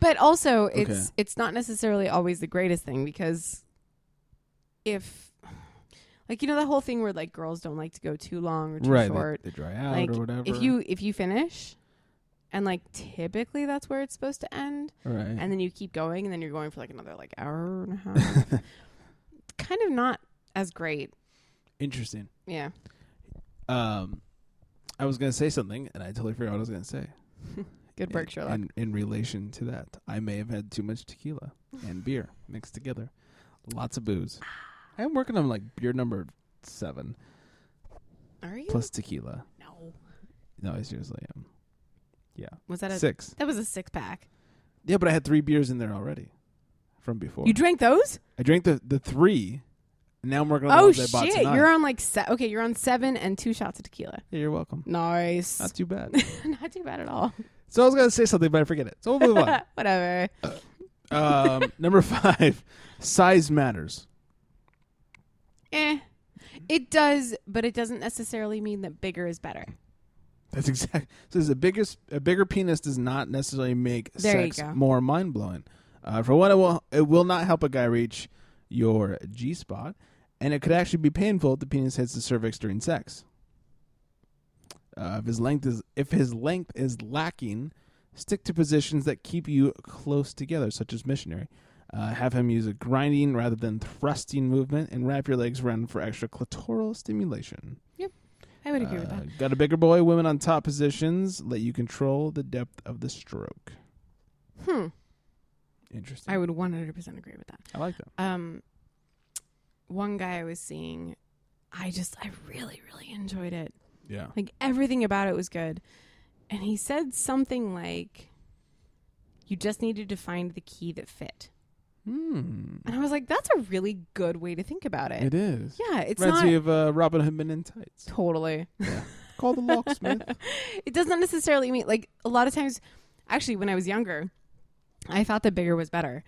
B: but also, it's
A: Okay.
B: it's not necessarily always the greatest thing because if Like you know the whole thing where like girls don't like to go too long or too
A: Right, they-
B: short.
A: they dry out
B: Like,
A: or whatever.
B: If you if you finish, and like typically that's where it's supposed to end.
A: Right.
B: And then you keep going, and then you're going for like another like hour and a half. kind of not as great.
A: <laughs> Interesting.
B: Yeah.
A: Um, I was gonna say something, and I totally forgot what I was gonna say.
B: Good work,
A: In-
B: Sherlock.
A: In, in relation to that, I may have had too much tequila
B: <laughs>
A: and beer mixed together. Lots of booze. I am working on like beer number seven.
B: Are you?
A: Plus tequila.
B: No.
A: No, I seriously am. Yeah.
B: Was that a
A: six?
B: That was a six pack.
A: Yeah, but I had three beers in there already from before.
B: You drank those?
A: I drank the the three. And now I'm working on the
B: Oh
A: ones I bought
B: shit!
A: tonight.
B: You're on like se- okay. You're on seven and two shots of tequila.
A: Yeah, you're welcome.
B: <laughs> Nice.
A: Not too bad.
B: Not too bad at all.
A: so I was gonna say something, but I forget it. So we'll move on.
B: <laughs> Whatever.
A: um, <laughs> number five, size matters.
B: eh. It does, but it doesn't necessarily mean that bigger is better.
A: That's exact. So the biggest, a bigger penis does not necessarily make
B: There you
A: sex
B: go.
A: more mind blowing. Uh, for one, it will it will not help a guy reach your G spot, and it could actually be painful if the penis hits the cervix during sex. Uh, if his length is if his length is lacking, stick to positions that keep you close together, such as missionary. Uh, have him use a grinding rather than thrusting movement, and wrap your legs around for extra clitoral stimulation.
B: I would agree with that.
A: Uh, Got a bigger boy, women on top positions let you control the depth of the stroke. Uh,
B: Hmm.
A: Interesting.
B: I would 100% agree with that.
A: I like that.
B: Um, one guy I was seeing, I just, I really, really enjoyed it.
A: Yeah.
B: Like everything about it was good. And he said something like, you just needed to find the key that fit.
A: Hmm.
B: And I was like, that's a really good way to think about it.
A: It is.
B: Eh, Yeah, it's
A: Reminds
B: not
A: me of uh, Robin Hood Men in Tights.
B: totally.
A: Call the locksmith.
B: it doesn't necessarily mean like a lot of times actually when i was younger i thought that bigger was better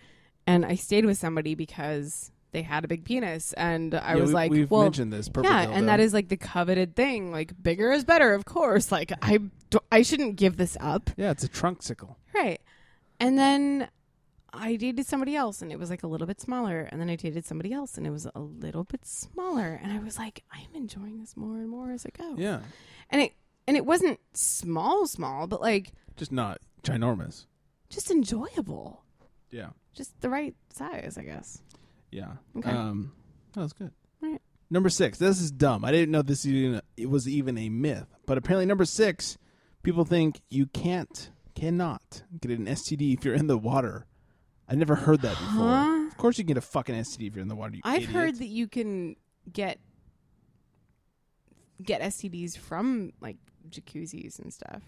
B: and i stayed with somebody because they had a big penis and <laughs> i
A: Yeah,
B: was
A: we-
B: like
A: we've
B: well
A: mentioned this, purple
B: yeah
A: dildo.
B: and that is like the coveted thing like bigger is better of course like i d- i shouldn't give this up
A: yeah, it's a trunksicle.
B: right and then I dated somebody else and it was like a little bit smaller. And then I dated somebody else and it was a little bit smaller. And I was like, I'm enjoying this more and more as I go
A: Yeah.
B: and it and it wasn't small small but like
A: Just not ginormous.
B: just enjoyable
A: Yeah.
B: just the right size i guess
A: Yeah.
B: Okay.
A: Um, that was good.
B: Alright.
A: Number six. This is dumb. I didn't know this even it was even a myth, but apparently number six, people think you can't, cannot get an STD if you're in the water. I never heard that before.
B: Huh?
A: Of course, you can get a fucking STD if you're in the water. You
B: i've
A: idiot.
B: heard that you can get get stds from like jacuzzis and stuff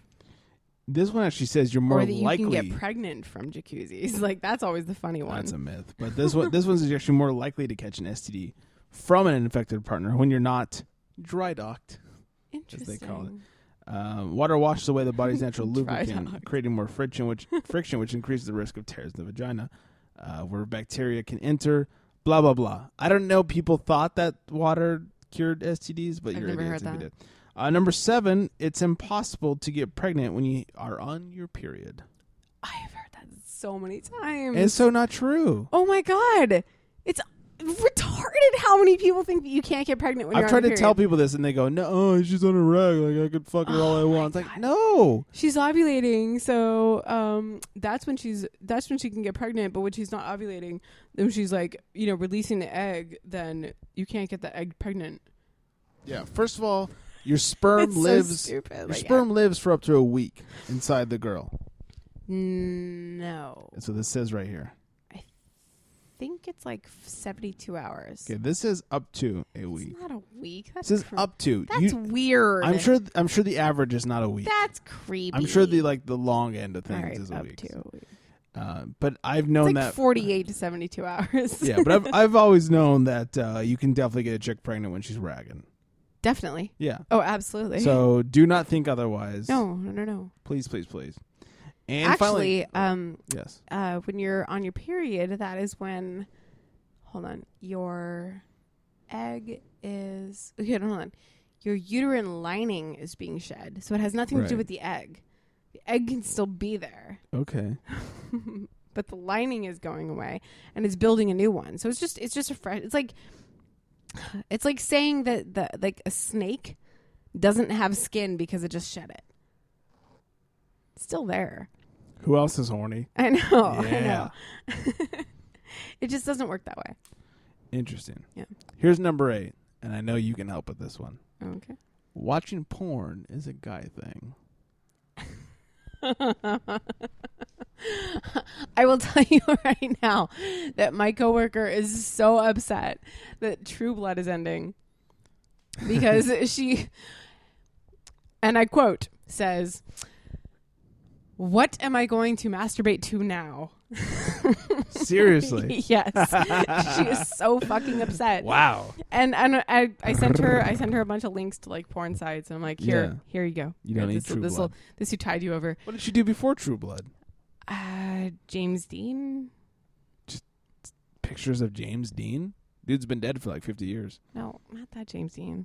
A: this one actually says you're more
B: or that you
A: likely.
B: can get pregnant from jacuzzis <laughs> like that's always the funny one
A: That's a myth. But this one, this one's actually more likely to catch an STD from an infected partner when you're not dry docked, as
B: interesting
A: they call it. Um, water washes away the
B: <laughs>
A: body's natural
B: Dry
A: lubricant,
B: dock.
A: creating more friction,
B: <laughs>
A: which friction which increases the risk of tears in the vagina, uh, where bacteria can enter. Blah blah blah. I don't know. People thought that water cured STDs, but
B: I've
A: you're
B: never
A: idiots
B: heard
A: if you
B: that.
A: did. Uh, number seven, it's impossible to get pregnant when you are on your period.
B: i've heard that so many times
A: It's so not true.
B: oh my god it's retarded how many people think that you can't get pregnant when
A: I've
B: you're
A: tried
B: on
A: to
B: your
A: tell
B: period. Oh
A: people this, and they go, "No, oh, she's on a rag. Like I could fuck her all I want." It's like, no,
B: She's ovulating, so um, that's when she's that's when she can get pregnant. But when she's not ovulating, then she's like you know releasing the egg. Then you can't get the egg pregnant.
A: Yeah. First of all, your sperm
B: It's so
A: lives.
B: stupid,
A: Your
B: like,
A: sperm lives for up to a week inside the girl.
B: No, I
A: That's what this says right here.
B: think it's like seventy two hours.
A: Okay, this says up to a week.
B: It's not a week. That's
A: This is
B: cre-
A: up to.
B: That's
A: You-
B: weird.
A: I'm sure. th- I'm sure the average is not a week.
B: that's creepy.
A: I'm sure the like the long end of
B: All
A: things
B: right,
A: is a
B: up
A: week.
B: to a week.
A: Uh, but I've
B: It's
A: known
B: like
A: that.
B: forty eight to seventy two
A: <laughs>
B: hours. <laughs>
A: yeah, but I've I've always known that uh, you can definitely get a chick pregnant when she's ragging.
B: definitely.
A: Yeah.
B: Oh, absolutely.
A: So do not think otherwise.
B: no, no, no, no.
A: Please, please, please. And finally,
B: Actually, um,
A: yes.
B: uh, when you're on your period, that is when, hold on, your egg is, okay, hold on, your uterine lining is being shed. So it has nothing to do
A: Right.
B: with the egg. The egg can still be there,
A: Okay.
B: but the lining is going away and it's building a new one. So it's just, it's just a fresh, it's like, It's like saying that the like a snake doesn't have skin because it just shed it. It's still there. <laughs>
A: Who else is horny?
B: I know. I
A: Yeah.
B: know. <laughs> it just doesn't work that way.
A: Interesting.
B: Yeah.
A: Here's number eight, and I know you can help with this one.
B: Okay.
A: Watching porn is a guy thing.
B: <laughs> I will tell you right now that my coworker is so upset that True Blood is ending
A: <laughs>
B: because she, and I quote, says, What am I going to masturbate to now? <laughs>
A: Seriously.
B: yes. she is so fucking upset. <laughs>
A: Wow.
B: And and I, I sent her I sent her a bunch of links to like porn sites and I'm like here
A: Yeah.
B: here you go
A: You don't
B: Here,
A: need
B: this,
A: True
B: this
A: Blood.
B: this who tied you over
A: What did she do before True Blood?
B: uh, James Dean
A: Pictures of James Dean? Dude's been dead for like 50 years.
B: no not that James Dean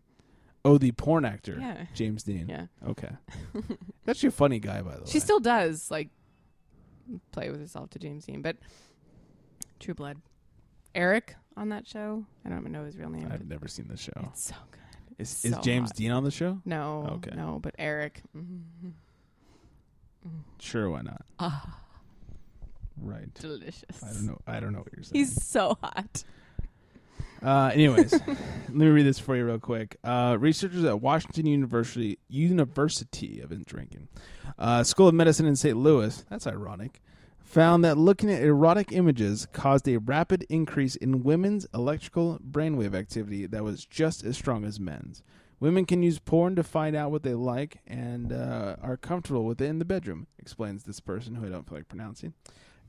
A: Oh, the porn actor.
B: Yeah.
A: James Dean.
B: Yeah.
A: Okay.
B: <laughs>
A: That's your funny guy, by the way.
B: She still does like play with herself to James Dean, but True Blood. Eric on that show. I don't even know his real name.
A: I've never seen the show.
B: It's so good.
A: Is,
B: It's
A: is
B: so
A: James
B: hot.
A: Dean on the show?
B: No.
A: Okay.
B: No, but Eric. <laughs> Mhm.
A: Sure, why not?
B: Ah,
A: Right.
B: delicious.
A: I don't know. I don't know what you're saying.
B: He's so hot.
A: Uh, anyways, <laughs> let me read this for you real quick. Uh, researchers at Washington University University of Drinking uh, School of Medicine in St. Louis. That's ironic. Found that looking at erotic images caused a rapid increase in women's electrical brainwave activity that was just as strong as men's. Women can use porn to find out what they like and uh, are comfortable with it in the bedroom, explains this person who I don't feel like pronouncing,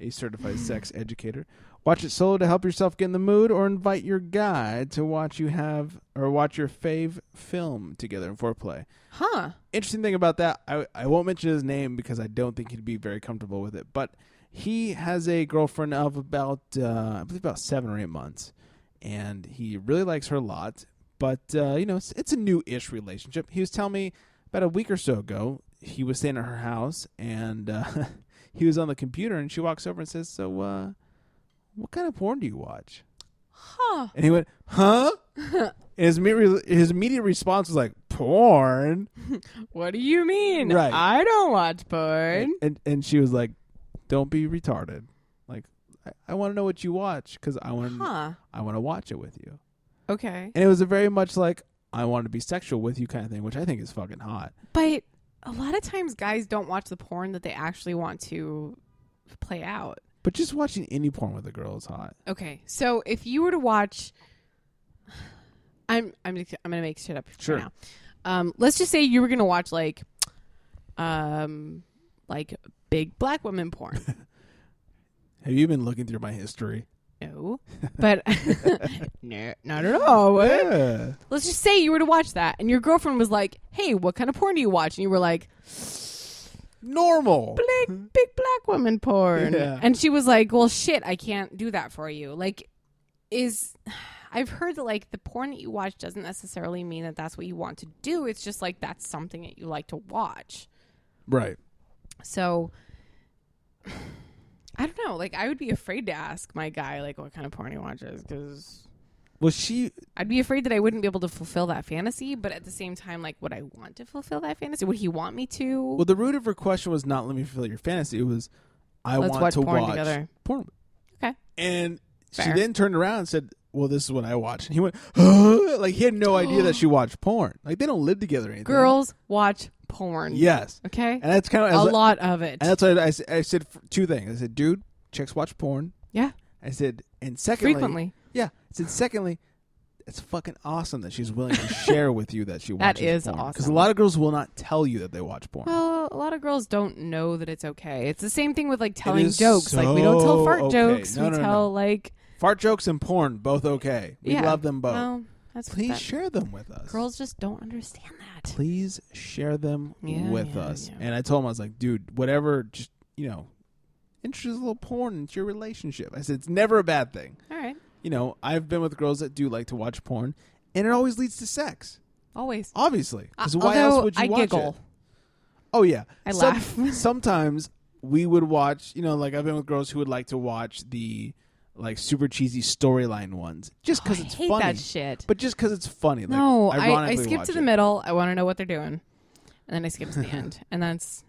A: a certified sex educator. Watch it solo to help yourself get in the mood, or invite your guy to watch you have or watch your fave film together in foreplay.
B: Huh.
A: Interesting thing about that, I, I won't mention his name because I don't think he'd be very comfortable with it, but he has a girlfriend of about, uh, I believe, about seven or eight months, and he really likes her a lot, but, uh, you know, it's, it's a new ish relationship. He was telling me about a week or so ago, he was staying at her house, and uh, <laughs> he was on the computer, and she walks over and says, So, uh, what kind of porn do you watch?
B: Huh.
A: And he went, huh? and his immediate, his immediate response was like, porn?
B: What do you mean?
A: Right.
B: I don't watch porn.
A: And, and she was like, don't be retarded. Like, I, I want to know what you watch because I want
B: Huh.
A: I want to watch it with you.
B: Okay.
A: And it was a very much like, I want to be sexual with you kind of thing, which I think is fucking hot.
B: But a lot of times guys don't watch the porn that they actually want to play out.
A: But just watching any porn with a girl is hot.
B: Okay, so if you were to watch, I'm I'm just- I'm gonna make shit up
A: Sure.
B: for now. Um, let's just say you were gonna watch like, um, like big black
A: <laughs>
B: women porn.
A: Have you been looking through my history?
B: no,
A: <laughs>
B: but no, not at all. What?
A: Yeah.
B: Let's just say you were to watch that, and your girlfriend was like, "Hey, what kind of porn do you watch?" And you were like,
A: Normal.
B: big big black woman
A: Mm-hmm.
B: porn
A: Yeah.
B: and she was like well shit i can't do that for you like is i've heard that like the porn that you watch doesn't necessarily mean that that's what you want to do it's just like that's something that you like to watch
A: Right.
B: so <sighs> i don't know like i would be afraid to ask my guy like what kind of porn he watches because
A: Well, she,
B: i'd be afraid that i wouldn't be able to fulfill that fantasy but at the same time like would i want to fulfill that fantasy would he want me to
A: well, the root of her question was not let me fulfill your fantasy. It was, I
B: Let's
A: want
B: watch
A: to
B: porn
A: watch
B: together.
A: porn
B: okay
A: And
B: Fair.
A: she then turned around and said, "Well, this is what I watch." And he went, <gasps> huh? like he had no idea that
B: <gasps>
A: she watched porn. Like they don't live together or anything.
B: girls watch porn
A: Yes.
B: okay
A: And that's kind of
B: a lot of it.
A: And that's why I, s- I said f- two things. I said, "Dude, chicks watch porn."
B: yeah,
A: I said, and secondly,
B: Frequently.
A: Yeah. I said, secondly. It's fucking awesome that she's willing
B: <laughs>
A: to share with you that she
B: That
A: watches
B: is
A: Because a
B: awesome.
A: lot of girls will not tell you that they watch porn.
B: well, a lot of girls don't know that it's okay. It's the same thing with like telling
A: is
B: jokes. like we don't tell
A: so
B: fart
A: okay.
B: jokes.
A: No,
B: we
A: no, no,
B: tell
A: no.
B: like
A: Fart jokes and porn both okay. We
B: yeah.
A: love them both.
B: Well, that's what
A: Please
B: that-
A: share them with us.
B: Girls just don't understand that.
A: please share them
B: Yeah,
A: with
B: yeah,
A: us.
B: yeah.
A: And I told him, I was like, dude, whatever, just, you know, introduce a little porn into your relationship. I said, it's never a bad thing.
B: All right,
A: You know, I've been with girls that do like to watch porn, and it always leads to sex,
B: always.
A: obviously. Because
B: Uh,
A: why
B: although
A: else would you
B: I
A: watch
B: giggle.
A: it? Oh, yeah.
B: I
A: Some- <laughs>
B: laugh.
A: sometimes we would watch, you know, like I've been with girls who would like to watch the like super cheesy storyline ones, just because it's
B: Oh, hate
A: funny.
B: that shit.
A: But just because it's funny. Like,
B: no, I, I
A: ironically
B: skip
A: watch
B: to the
A: it.
B: middle. I want to know what they're doing, and then I skip
A: <laughs>
B: to the end, and that's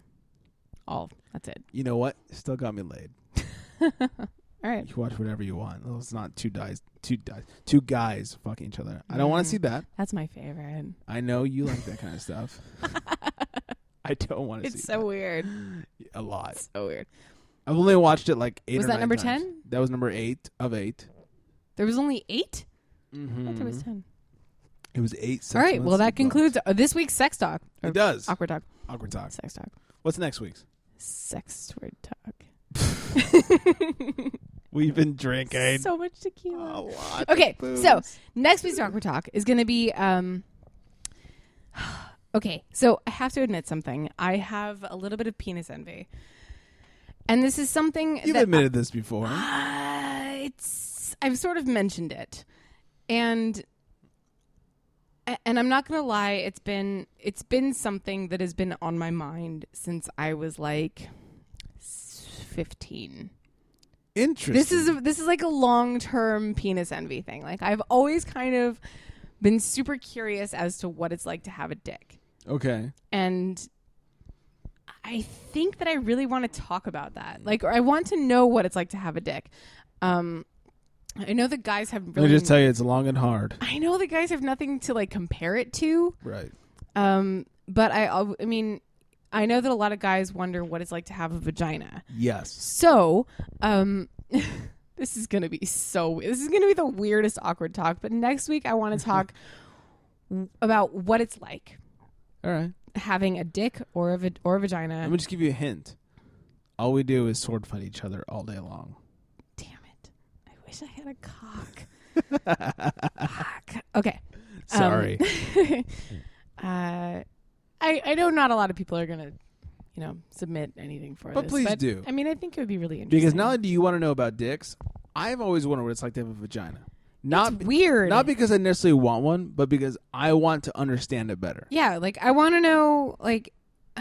B: all. That's it. <laughs>
A: You know what? Still got me laid.
B: All right.
A: You can watch whatever you want. Well, It's not two guys, two guys, two guys fucking each other. I don't want to
B: Mm.
A: see that.
B: That's my favorite. <laughs>
A: I know you like that kind of stuff. <laughs> I don't want to see
B: It's so weird.
A: it a lot.
B: So weird.
A: I've only watched it like eight.
B: Was
A: or
B: that
A: nine
B: number
A: times.
B: 10?
A: That was number eight of 8
B: There was only eight.
A: Mm-hmm.
B: I thought there was ten.
A: It was eight. Sex
B: all right.
A: months
B: Well, that
A: ago.
B: concludes uh, this week's sex talk. Or
A: It does.
B: Awkward talk.
A: Awkward talk.
B: Sex talk.
A: What's next week's?
B: Sex word talk.
A: We've been drinking.
B: So much tequila.
A: lot
B: Okay,
A: of booze.
B: so next week's awkward talk is going to be. Um, <sighs> okay, so I have to admit something. I have a little bit of penis envy, and this is something
A: You've
B: that
A: admitted this
B: <gasps>
A: before.
B: Uh, it's I've sort of mentioned it, and a- and I'm not gonna lie. It's been it's been something that has been on my mind since I was like s- 15.
A: Interesting.
B: This is a, this is like a long term penis envy thing. Like I've always kind of been super curious as to what it's like to have a dick,
A: okay.
B: and I think that I really want to talk about that. Like, or I want to know what it's like to have a dick. Um, I know that guys have
A: Let
B: really.
A: me just tell you, it's long and hard.
B: I know that guys have nothing to like compare it to.
A: Right.
B: Um, but I, al- I mean, I know that a lot of guys wonder what it's like to have a vagina.
A: Yes.
B: So, um, <laughs> this is gonna be so. This is gonna be the weirdest awkward talk. But next week,
A: <laughs>
B: I want to talk about what it's like
A: All right.
B: having a dick or a va- or a vagina.
A: Let me just give you a hint. All we do is sword fight each other all day long.
B: Damn it! I wish I had a cock.
A: <laughs>
B: Fuck. Okay. Um, <laughs>
A: Sorry.
B: uh, I I know not a lot of people are gonna, you know, submit anything for
A: But
B: this.
A: please do.
B: I mean, I think it would be really interesting.
A: because not only do you want to know about dicks, I've always wondered what it's like to have a vagina. Not
B: It's weird.
A: Not because I necessarily want one, but because I want to understand it better.
B: Yeah, like I want to know, like, <sighs>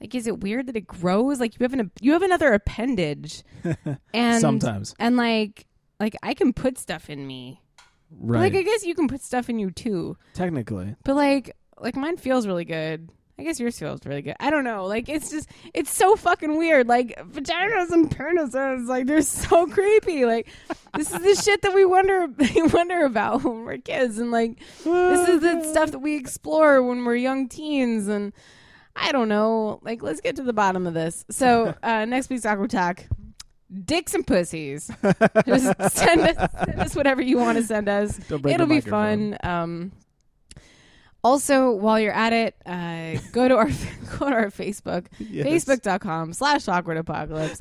B: like is it weird that it grows? Like you have an you have
A: <laughs>
B: another appendage, and
A: Sometimes.
B: and like like I can put stuff in me.
A: Right.
B: Like I guess you can put stuff in you too,
A: Technically.
B: but like like mine feels really good. I guess yours feels really good. I don't know. Like it's just it's so fucking weird. Like vaginas and penises, like they're so <laughs> creepy. Like this is the shit that we wonder <laughs> wonder about when we're kids, and like this is the stuff that we explore when we're young teens. And I don't know. Like let's get to the bottom of this.
A: <laughs>
B: So uh, next week's awkward talk. Dicks and pussies.
A: <laughs>
B: Just send us, send us whatever you want to send us.
A: Don't break the
B: It'll be
A: microphone.
B: fun. Um, also, while you're at it, uh, go to our <laughs> go to our Facebook,
A: Yes.
B: facebook.com slash awkward apocalypse,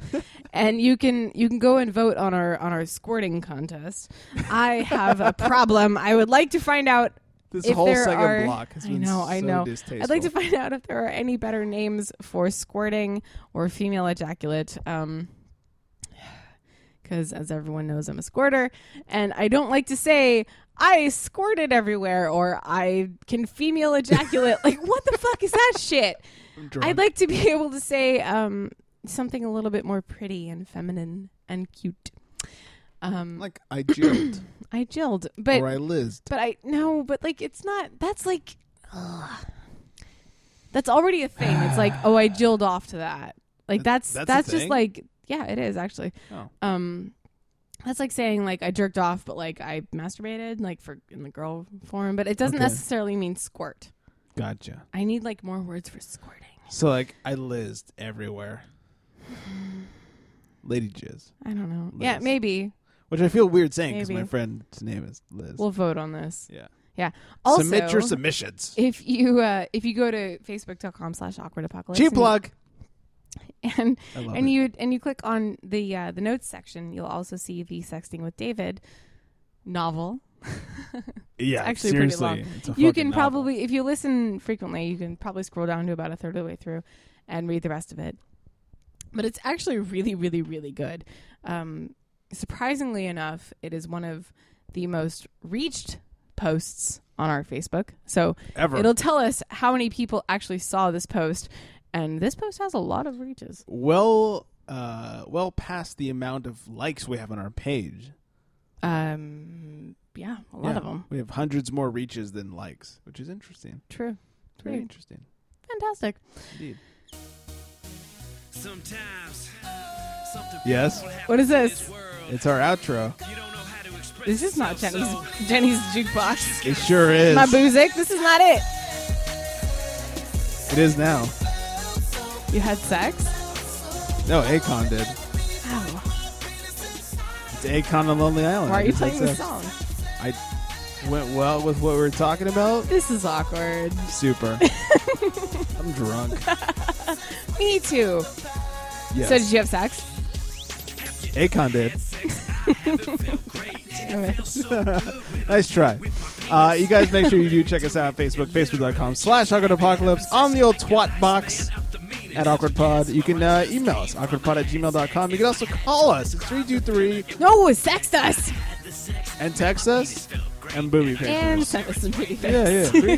B: and you can you can go and vote on our on our squirting contest. I have a problem. I would like to find out.
A: This
B: if
A: whole
B: there
A: second
B: are-
A: block has
B: I
A: been
B: know, I
A: so
B: know. I'd
A: distasteful.
B: like to find out if there are any better names for squirting or female ejaculate. Um, because as everyone knows, I'm a squirter, and I don't like to say I squirted everywhere or I can
A: <laughs>
B: female ejaculate. like, what the fuck is that shit? I'd like to be able to say um, something a little bit more pretty and feminine and cute. Um,
A: Like I joked
B: I jilled, <coughs> but
A: or I lizzed.
B: but I no, but like it's not. That's like, ugh. that's already a thing. It's like, oh, I jilled off to that. Like
A: That-
B: that's
A: that's a
B: that's, just
A: thing?
B: like, yeah, it is actually.
A: Oh.
B: Um, that's like saying like I jerked off, but like I masturbated, like for in the girl form. But it doesn't
A: Okay.
B: necessarily mean squirt.
A: Gotcha.
B: I need like more words for squirting.
A: So like I lizzed everywhere. <sighs> Lady Jizz.
B: I don't know. Yeah,
A: Liz.
B: maybe
A: Which I feel weird saying because
B: Maybe.
A: my friend's name is Liz.
B: we'll vote on this.
A: yeah.
B: Yeah. Also,
A: Submit your submissions.
B: if you uh, if you go to facebook.com slash awkward apocalypse
A: Cheap plug.
B: <laughs> and
A: I love
B: and
A: it.
B: you and you click on the uh, the notes section, you'll also see the sexting with David novel. <laughs>
A: Yeah,
B: actually pretty
A: Uh, seriously.
B: long.
A: it's a
B: You
A: fucking
B: can
A: novel.
B: probably, if you listen frequently, you can probably scroll down to about a third of the way through and read the rest of it. But it's actually really, really, really good. Um, surprisingly enough, it is one of the most reached posts on our Facebook. So
A: Ever.
B: it'll tell us how many people actually saw this post. And this post has a lot of reaches.
A: well uh, well past the amount of likes we have on our page.
B: Um, yeah, a lot
A: Yeah,
B: of them.
A: We have hundreds more reaches than likes, which is interesting.
B: True.
A: It's very
B: True.
A: interesting.
B: Fantastic.
A: Indeed.
M: Sometimes.
A: Yes.
B: What is this?
A: It's our outro.
B: This is not Jenny's Jenny's jukebox.
A: It sure is.
B: My boozic. This is not it.
A: It is now.
B: You had sex.
A: No, Akon did.
B: Oh,
A: It's Akon on Lonely Island.
B: why are you
A: It's-
B: playing
A: it's
B: this
A: a-
B: song?
A: I went well with what we were talking about.
B: This is awkward. <laughs>
A: Super. I'm drunk.
B: Me too.
A: Yes.
B: So did you have sex?
A: Akon did.
B: Damn it.
A: nice try. Uh, you guys make sure you do check us out on Facebook, facebook.com slash awkward apocalypse on the old twat box at awkwardpod. You can uh, email us, awkwardpod at gmail.com. You can also call us, it's 323
B: no, sex us
A: and text us and booby pictures.
B: and send us some pretty
A: yeah, yeah.
B: pics.
A: Three-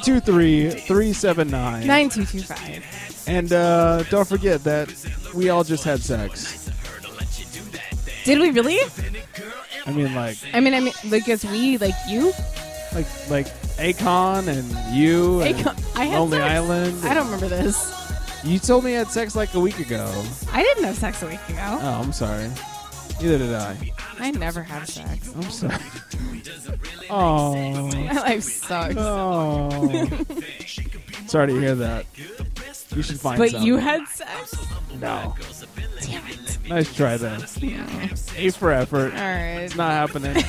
A: 323 379.
B: <laughs> Nine two two five.
A: And uh, don't forget that we all just had sex.
B: Did we really?
A: I mean, like,
B: I mean, I mean, like as we, like you.
A: like, like Akon and you and
B: Akon- I had
A: Lonely
B: sex.
A: Island.
B: I don't remember this.
A: You told me you had sex like a week ago.
B: I didn't have sex a week ago.
A: Oh, I'm sorry. Neither did I.
B: I never have sex.
A: I'm sorry. Oh.
B: <laughs> My life sucks.
A: Oh. sorry to hear that. You should find
B: but
A: some.
B: you had sex.
A: No.
B: Damn it.
A: Nice try, though. A for effort.
B: All right.
A: It's not
B: <laughs>
A: happening.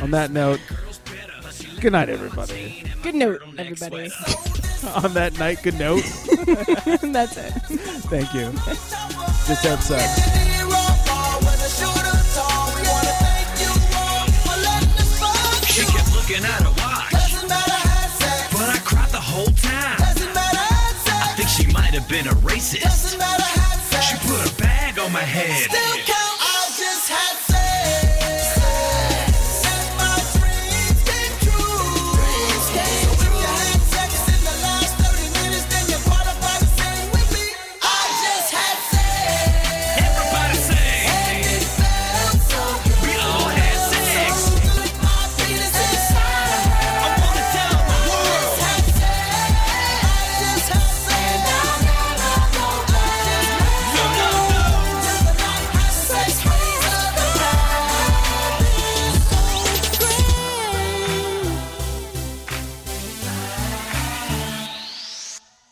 A: On that note, good night, everybody. <laughs>
B: Good note, everybody. <laughs>
A: On that night, good note.
B: That's it.
A: Thank you. Just have sex.
M: She kept looking at her watch. But I cried the whole time. I think she might have been a racist. She put a bag on my head.
I: Still count, I just had sex.